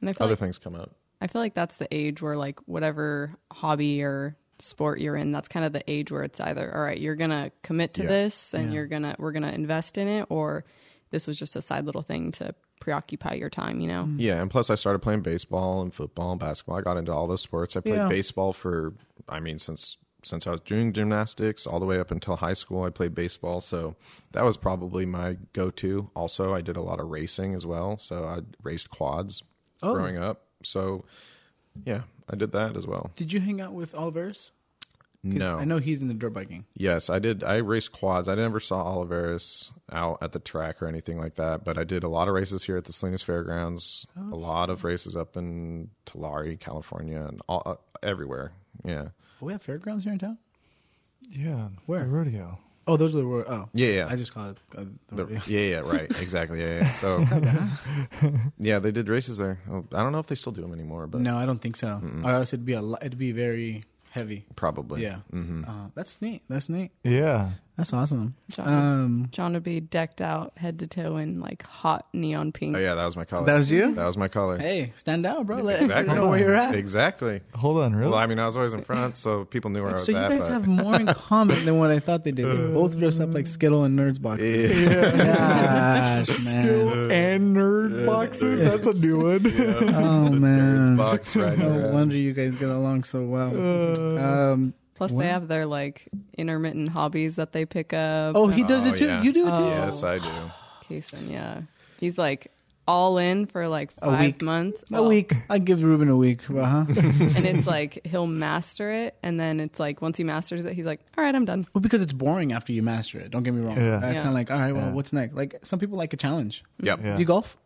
[SPEAKER 4] and I feel,
[SPEAKER 3] other
[SPEAKER 4] like,
[SPEAKER 3] things come up.
[SPEAKER 4] I feel like that's the age where like whatever hobby or sport you're in, that's kind of the age where it's either all right, you're gonna commit to
[SPEAKER 3] Yeah.
[SPEAKER 4] this and you're gonna we're gonna invest in it, or this was just a side little thing to preoccupy your time, you know.
[SPEAKER 3] Yeah, and plus I started playing baseball and football and basketball. I got into all those sports. I played
[SPEAKER 1] Yeah.
[SPEAKER 3] baseball for I mean since since I was doing gymnastics all the way up until high school. I played baseball, so that was probably my go-to. Also, I did a lot of racing as well. So I raced quads
[SPEAKER 1] Oh.
[SPEAKER 3] growing up. So yeah, I did that as well.
[SPEAKER 1] Did you hang out with Oliveris? 'Cause
[SPEAKER 3] No.
[SPEAKER 1] I know he's in the dirt biking.
[SPEAKER 3] Yes, I did. I raced quads. I never saw Oliveris out at the track or anything like that, but I did a lot of races here at the Salinas Fairgrounds.
[SPEAKER 1] Oh,
[SPEAKER 3] a lot of races up in Tulare, California, and all, uh, everywhere. Yeah,
[SPEAKER 1] Oh, we have fairgrounds here in town?
[SPEAKER 2] Yeah.
[SPEAKER 1] Where?
[SPEAKER 2] the rodeo.
[SPEAKER 1] Oh, those are the word. Oh.
[SPEAKER 3] Yeah, yeah.
[SPEAKER 1] I just call it uh, the,
[SPEAKER 3] The-
[SPEAKER 1] rodeo.
[SPEAKER 3] yeah, yeah, right, exactly. Yeah, yeah. So, yeah, they did races there. Oh, I don't know if they still do them anymore, but
[SPEAKER 1] No, I don't think so. Or else it'd be a, lo- it'd be very heavy.
[SPEAKER 3] probably.
[SPEAKER 1] Yeah.
[SPEAKER 3] mm-hmm.
[SPEAKER 1] Uh, that's neat. That's neat.
[SPEAKER 2] Yeah.
[SPEAKER 1] That's awesome.
[SPEAKER 4] John.
[SPEAKER 1] Um,
[SPEAKER 4] John would be decked out head to toe in like hot neon pink.
[SPEAKER 3] Oh yeah, that was my color.
[SPEAKER 1] That was you?
[SPEAKER 3] That was my color.
[SPEAKER 1] hey, stand out, bro. Let
[SPEAKER 3] exactly.
[SPEAKER 1] everybody know where you're at.
[SPEAKER 3] Exactly.
[SPEAKER 2] Hold on, really?
[SPEAKER 3] Well, I mean, I was always in front, so people knew where I was
[SPEAKER 1] So you
[SPEAKER 3] at.
[SPEAKER 1] guys
[SPEAKER 3] but-
[SPEAKER 1] have more in common than what I thought they did. They both dress up like Skittle and Nerds boxes.
[SPEAKER 3] Uh, Yeah.
[SPEAKER 1] Gosh,
[SPEAKER 3] uh,
[SPEAKER 1] man.
[SPEAKER 2] Skill and nerd boxes. That's a new one.
[SPEAKER 1] Oh
[SPEAKER 3] Nerds
[SPEAKER 1] man.
[SPEAKER 3] box right
[SPEAKER 1] No
[SPEAKER 3] around.
[SPEAKER 1] wonder you guys get along so well.
[SPEAKER 3] Uh.
[SPEAKER 1] Um,
[SPEAKER 4] Plus, they have their like intermittent hobbies that they pick up.
[SPEAKER 1] oh, he does
[SPEAKER 3] Oh,
[SPEAKER 1] it too.
[SPEAKER 3] yeah.
[SPEAKER 1] You do it too.
[SPEAKER 3] Yes, I do.
[SPEAKER 4] Kason, yeah, he's like all in for like five
[SPEAKER 1] week.
[SPEAKER 4] months,
[SPEAKER 1] A
[SPEAKER 4] Well,
[SPEAKER 1] week. I give Ruben a week. Uh-huh. well,
[SPEAKER 4] and it's like he'll master it, and then it's like once he masters it, he's like, all right, I'm done.
[SPEAKER 1] because it's boring after you master it. Don't get me wrong.
[SPEAKER 2] Yeah.
[SPEAKER 1] It's
[SPEAKER 4] Yeah.
[SPEAKER 1] kind of like, all right, well,
[SPEAKER 2] Yeah.
[SPEAKER 1] what's next? Like some people like a challenge.
[SPEAKER 3] Yep.
[SPEAKER 2] Yeah.
[SPEAKER 1] Do you golf?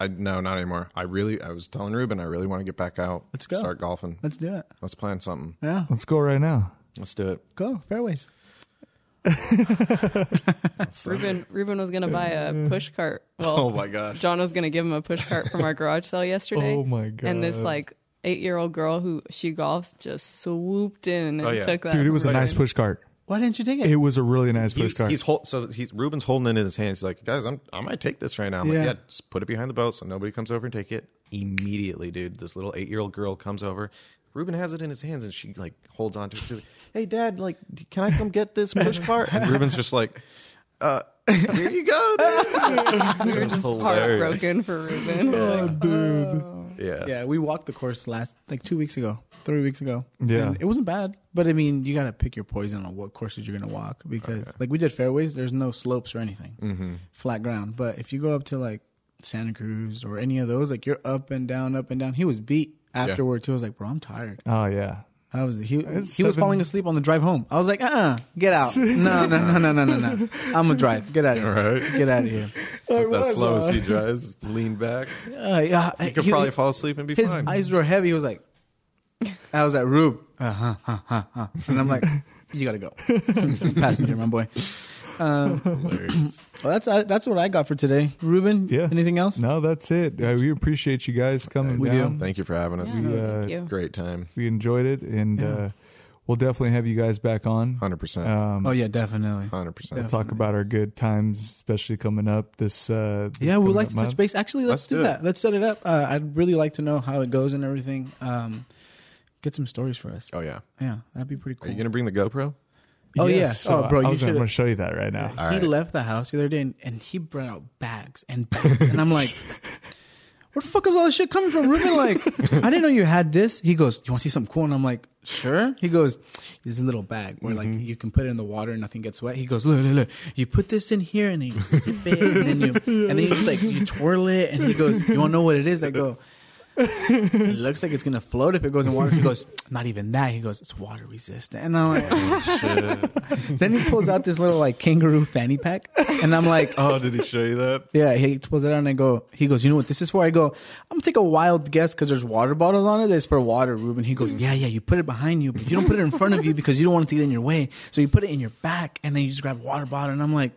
[SPEAKER 3] I no, not anymore. I really, I was telling Ruben, I really want to get back out.
[SPEAKER 1] Let's go.
[SPEAKER 3] Start golfing.
[SPEAKER 1] Let's do it.
[SPEAKER 3] Let's plan something.
[SPEAKER 1] Yeah.
[SPEAKER 2] Let's go right now.
[SPEAKER 3] Let's do it.
[SPEAKER 1] Go fairways.
[SPEAKER 4] Ruben, Ruben was gonna buy a push cart. Well,
[SPEAKER 3] Oh my gosh.
[SPEAKER 4] John was gonna give him a push cart from our garage sale yesterday.
[SPEAKER 2] Oh, my God.
[SPEAKER 4] And this like eight year old girl who she golfs just swooped in and
[SPEAKER 3] Oh, yeah.
[SPEAKER 4] took that.
[SPEAKER 2] Dude, it was a
[SPEAKER 4] from
[SPEAKER 2] nice
[SPEAKER 4] Ruben.
[SPEAKER 2] push cart.
[SPEAKER 1] Why didn't you take it?
[SPEAKER 2] It was a really nice push
[SPEAKER 3] He's,
[SPEAKER 2] cart.
[SPEAKER 3] he's hold, so he's Ruben's holding it in his hands. He's like, guys, I'm I might take this right now. I'm
[SPEAKER 1] Yeah.
[SPEAKER 3] like, yeah, just put it behind the boat so nobody comes over and take it immediately, dude. This little eight year old girl comes over. Ruben has it in his hands and she like holds on to it. She's like, hey, dad, like, d- can I come get this push cart? And Ruben's just like, uh, here you go. Dude.
[SPEAKER 4] We were
[SPEAKER 3] It's
[SPEAKER 4] just
[SPEAKER 3] hilarious.
[SPEAKER 4] heartbroken for Ruben.
[SPEAKER 3] Yeah.
[SPEAKER 1] Yeah, we walked the course last like two weeks ago, three weeks ago.
[SPEAKER 2] Yeah.
[SPEAKER 1] And it wasn't bad, but I mean, you gotta pick your poison on what courses you're gonna walk because, like, we did fairways. There's no slopes or anything, flat ground. But if you go up to like Santa Cruz or any of those. Like you're up and down, up and down. He was beat afterward too. I was like, bro, I'm tired.
[SPEAKER 2] Oh yeah.
[SPEAKER 1] I was he, he
[SPEAKER 2] It's
[SPEAKER 1] was
[SPEAKER 2] seven-
[SPEAKER 1] falling asleep on the drive home. I was like, uh, uh get out. No, no, no, no, no, no, no. I'm gonna drive. Get out of here.
[SPEAKER 3] Right.
[SPEAKER 1] Get out of here.
[SPEAKER 3] With that slow as he drives, lean back.
[SPEAKER 1] Uh, yeah,
[SPEAKER 3] He could probably fall asleep and be
[SPEAKER 1] His
[SPEAKER 3] fine.
[SPEAKER 1] eyes were heavy. He was like, I was like, Rube, uh, huh, huh, huh, huh. and I'm like, you gotta go, passenger, my boy. Um,
[SPEAKER 3] Hilarious.
[SPEAKER 1] well, that's uh, that's what I got for today, Ruben.
[SPEAKER 2] Yeah.
[SPEAKER 1] Anything else?
[SPEAKER 2] No, that's it. Uh, we appreciate you guys coming
[SPEAKER 1] We do.
[SPEAKER 2] down.
[SPEAKER 3] Thank you for having us.
[SPEAKER 4] Yeah, no,
[SPEAKER 2] uh,
[SPEAKER 4] thank you.
[SPEAKER 3] Great time.
[SPEAKER 2] We enjoyed it, and uh, we'll definitely have you guys back on.
[SPEAKER 3] 100%.
[SPEAKER 2] Um,
[SPEAKER 1] Oh yeah, definitely.
[SPEAKER 3] Uh, 100%.
[SPEAKER 2] talk about our good times, especially coming up this. Uh, this
[SPEAKER 1] Yeah, we'd
[SPEAKER 2] coming
[SPEAKER 1] like
[SPEAKER 2] up
[SPEAKER 1] to touch
[SPEAKER 2] month.
[SPEAKER 1] base. Actually, let's,
[SPEAKER 3] Let's
[SPEAKER 1] do,
[SPEAKER 3] do it.
[SPEAKER 1] that. Let's set it up. Uh, I'd really like to know how it goes and everything. Um, get some stories for us.
[SPEAKER 3] Oh, yeah.
[SPEAKER 1] Yeah, that'd be pretty
[SPEAKER 3] Are
[SPEAKER 1] cool.
[SPEAKER 3] you going to bring the GoPro?
[SPEAKER 1] Oh,
[SPEAKER 2] Yes,
[SPEAKER 1] yeah.
[SPEAKER 2] so
[SPEAKER 1] Oh, bro,
[SPEAKER 2] I
[SPEAKER 1] you
[SPEAKER 2] was going
[SPEAKER 1] should've-
[SPEAKER 2] to show you that right now.
[SPEAKER 3] All
[SPEAKER 1] he
[SPEAKER 3] right.
[SPEAKER 1] left the house the other day and, and he brought out bags and bags. and I'm like, where the fuck is all this shit coming from? Ruben, like, I didn't know you had this. He goes, you want to see something cool? And I'm like, sure. He goes, this is a little bag where like you can put it in the water and nothing gets wet. He goes, look, look, look. You put this in here and then you zip it and then you, and then you just like, you twirl it and he goes, you want to know what it is? I go, it looks like it's going to float if it goes in water. He goes, not even that. He goes, it's water resistant. And I'm like, then he pulls out this little like kangaroo fanny pack, and I'm like,
[SPEAKER 3] Oh, did he show you that?
[SPEAKER 1] yeah. He pulls it out, and I go, he goes, you know what this is for? I go, I'm gonna take a wild guess because there's water bottles on it. That's for water, Ruben. He goes, yeah, yeah. You put it behind you, but you don't put it in front of you because you don't want it to get in your way. So you put it in your back, and then you just grab a water bottle. And I'm like.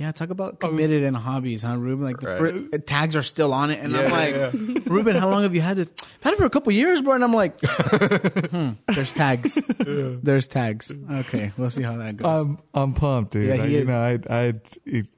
[SPEAKER 1] Yeah, talk about committed and hobbies, huh, Ruben? Like the
[SPEAKER 3] Right.
[SPEAKER 1] fir- uh, tags are still on it, and I'm
[SPEAKER 3] Yeah,
[SPEAKER 1] like,
[SPEAKER 3] yeah,
[SPEAKER 1] Ruben, how long have you had this? I've had it for a couple years, bro. And I'm like, hmm, there's tags, there's tags. Okay, we'll see how that goes.
[SPEAKER 2] I'm I'm pumped, dude.
[SPEAKER 1] Yeah,
[SPEAKER 2] I,
[SPEAKER 1] he
[SPEAKER 2] you
[SPEAKER 1] is.
[SPEAKER 2] know, I I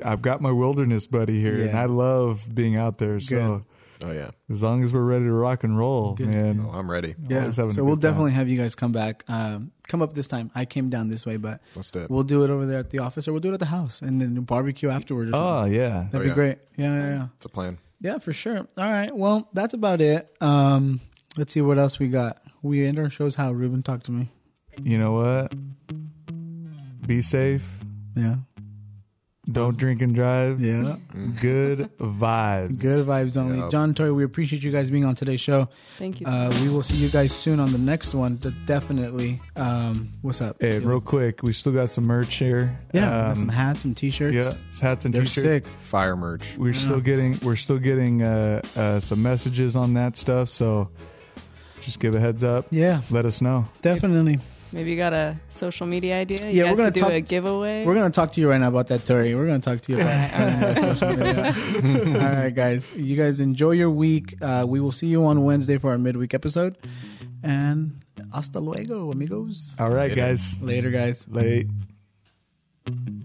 [SPEAKER 2] I've got my wilderness buddy here, and
[SPEAKER 1] Yeah.
[SPEAKER 2] I love being out there. So
[SPEAKER 3] Oh, yeah.
[SPEAKER 2] as long as we're ready to rock and roll, man.
[SPEAKER 3] Well, I'm ready.
[SPEAKER 1] Yeah.
[SPEAKER 2] Always having a
[SPEAKER 1] So we'll
[SPEAKER 2] good time.
[SPEAKER 1] definitely have you guys come back. Um, come up this time. I came down this way, but
[SPEAKER 3] Let's do it.
[SPEAKER 1] we'll do it over there at the office, or we'll do it at the house, and then barbecue afterward. Or something.
[SPEAKER 2] Oh yeah,
[SPEAKER 1] That'd
[SPEAKER 3] Oh,
[SPEAKER 1] be
[SPEAKER 3] yeah.
[SPEAKER 1] great. Yeah, yeah, yeah.
[SPEAKER 3] It's a plan.
[SPEAKER 1] Yeah, for sure. All right. Well, that's about it. Um, let's see what else we got. We end our shows how Ruben talked to me.
[SPEAKER 2] you know what? Be safe.
[SPEAKER 1] Yeah.
[SPEAKER 2] Don't drink and drive.
[SPEAKER 1] Yeah.
[SPEAKER 2] Good vibes.
[SPEAKER 1] Good vibes only.
[SPEAKER 3] Yeah.
[SPEAKER 1] John Toy, we appreciate you guys being on today's show.
[SPEAKER 4] Thank you.
[SPEAKER 1] Uh, we will see you guys soon on the next one. de- Definitely. Um, what's up?
[SPEAKER 2] Hey, real quick, we still got some merch here.
[SPEAKER 1] yeah. got some
[SPEAKER 2] Um,
[SPEAKER 1] hats, some t-shirts.
[SPEAKER 2] yeah, hats and
[SPEAKER 1] They're sick.
[SPEAKER 2] t-shirts.
[SPEAKER 3] Fire merch.
[SPEAKER 2] We're still getting we're still getting uh, uh, some messages on that stuff. So just give a heads up.
[SPEAKER 1] Yeah,
[SPEAKER 2] Let us know.
[SPEAKER 1] definitely.
[SPEAKER 4] Maybe you got a social media idea?
[SPEAKER 1] Yeah,
[SPEAKER 4] you
[SPEAKER 1] we're
[SPEAKER 4] guys
[SPEAKER 1] gonna
[SPEAKER 4] could do
[SPEAKER 1] talk-
[SPEAKER 4] a giveaway.
[SPEAKER 1] We're gonna talk to you right now about that, Tori. We're gonna talk to you. About all right, guys. You guys enjoy your week. Uh, we will see you on Wednesday for our midweek episode. And hasta luego, amigos.
[SPEAKER 2] All right,
[SPEAKER 3] Later.
[SPEAKER 2] guys.
[SPEAKER 1] Later, guys.
[SPEAKER 2] Late.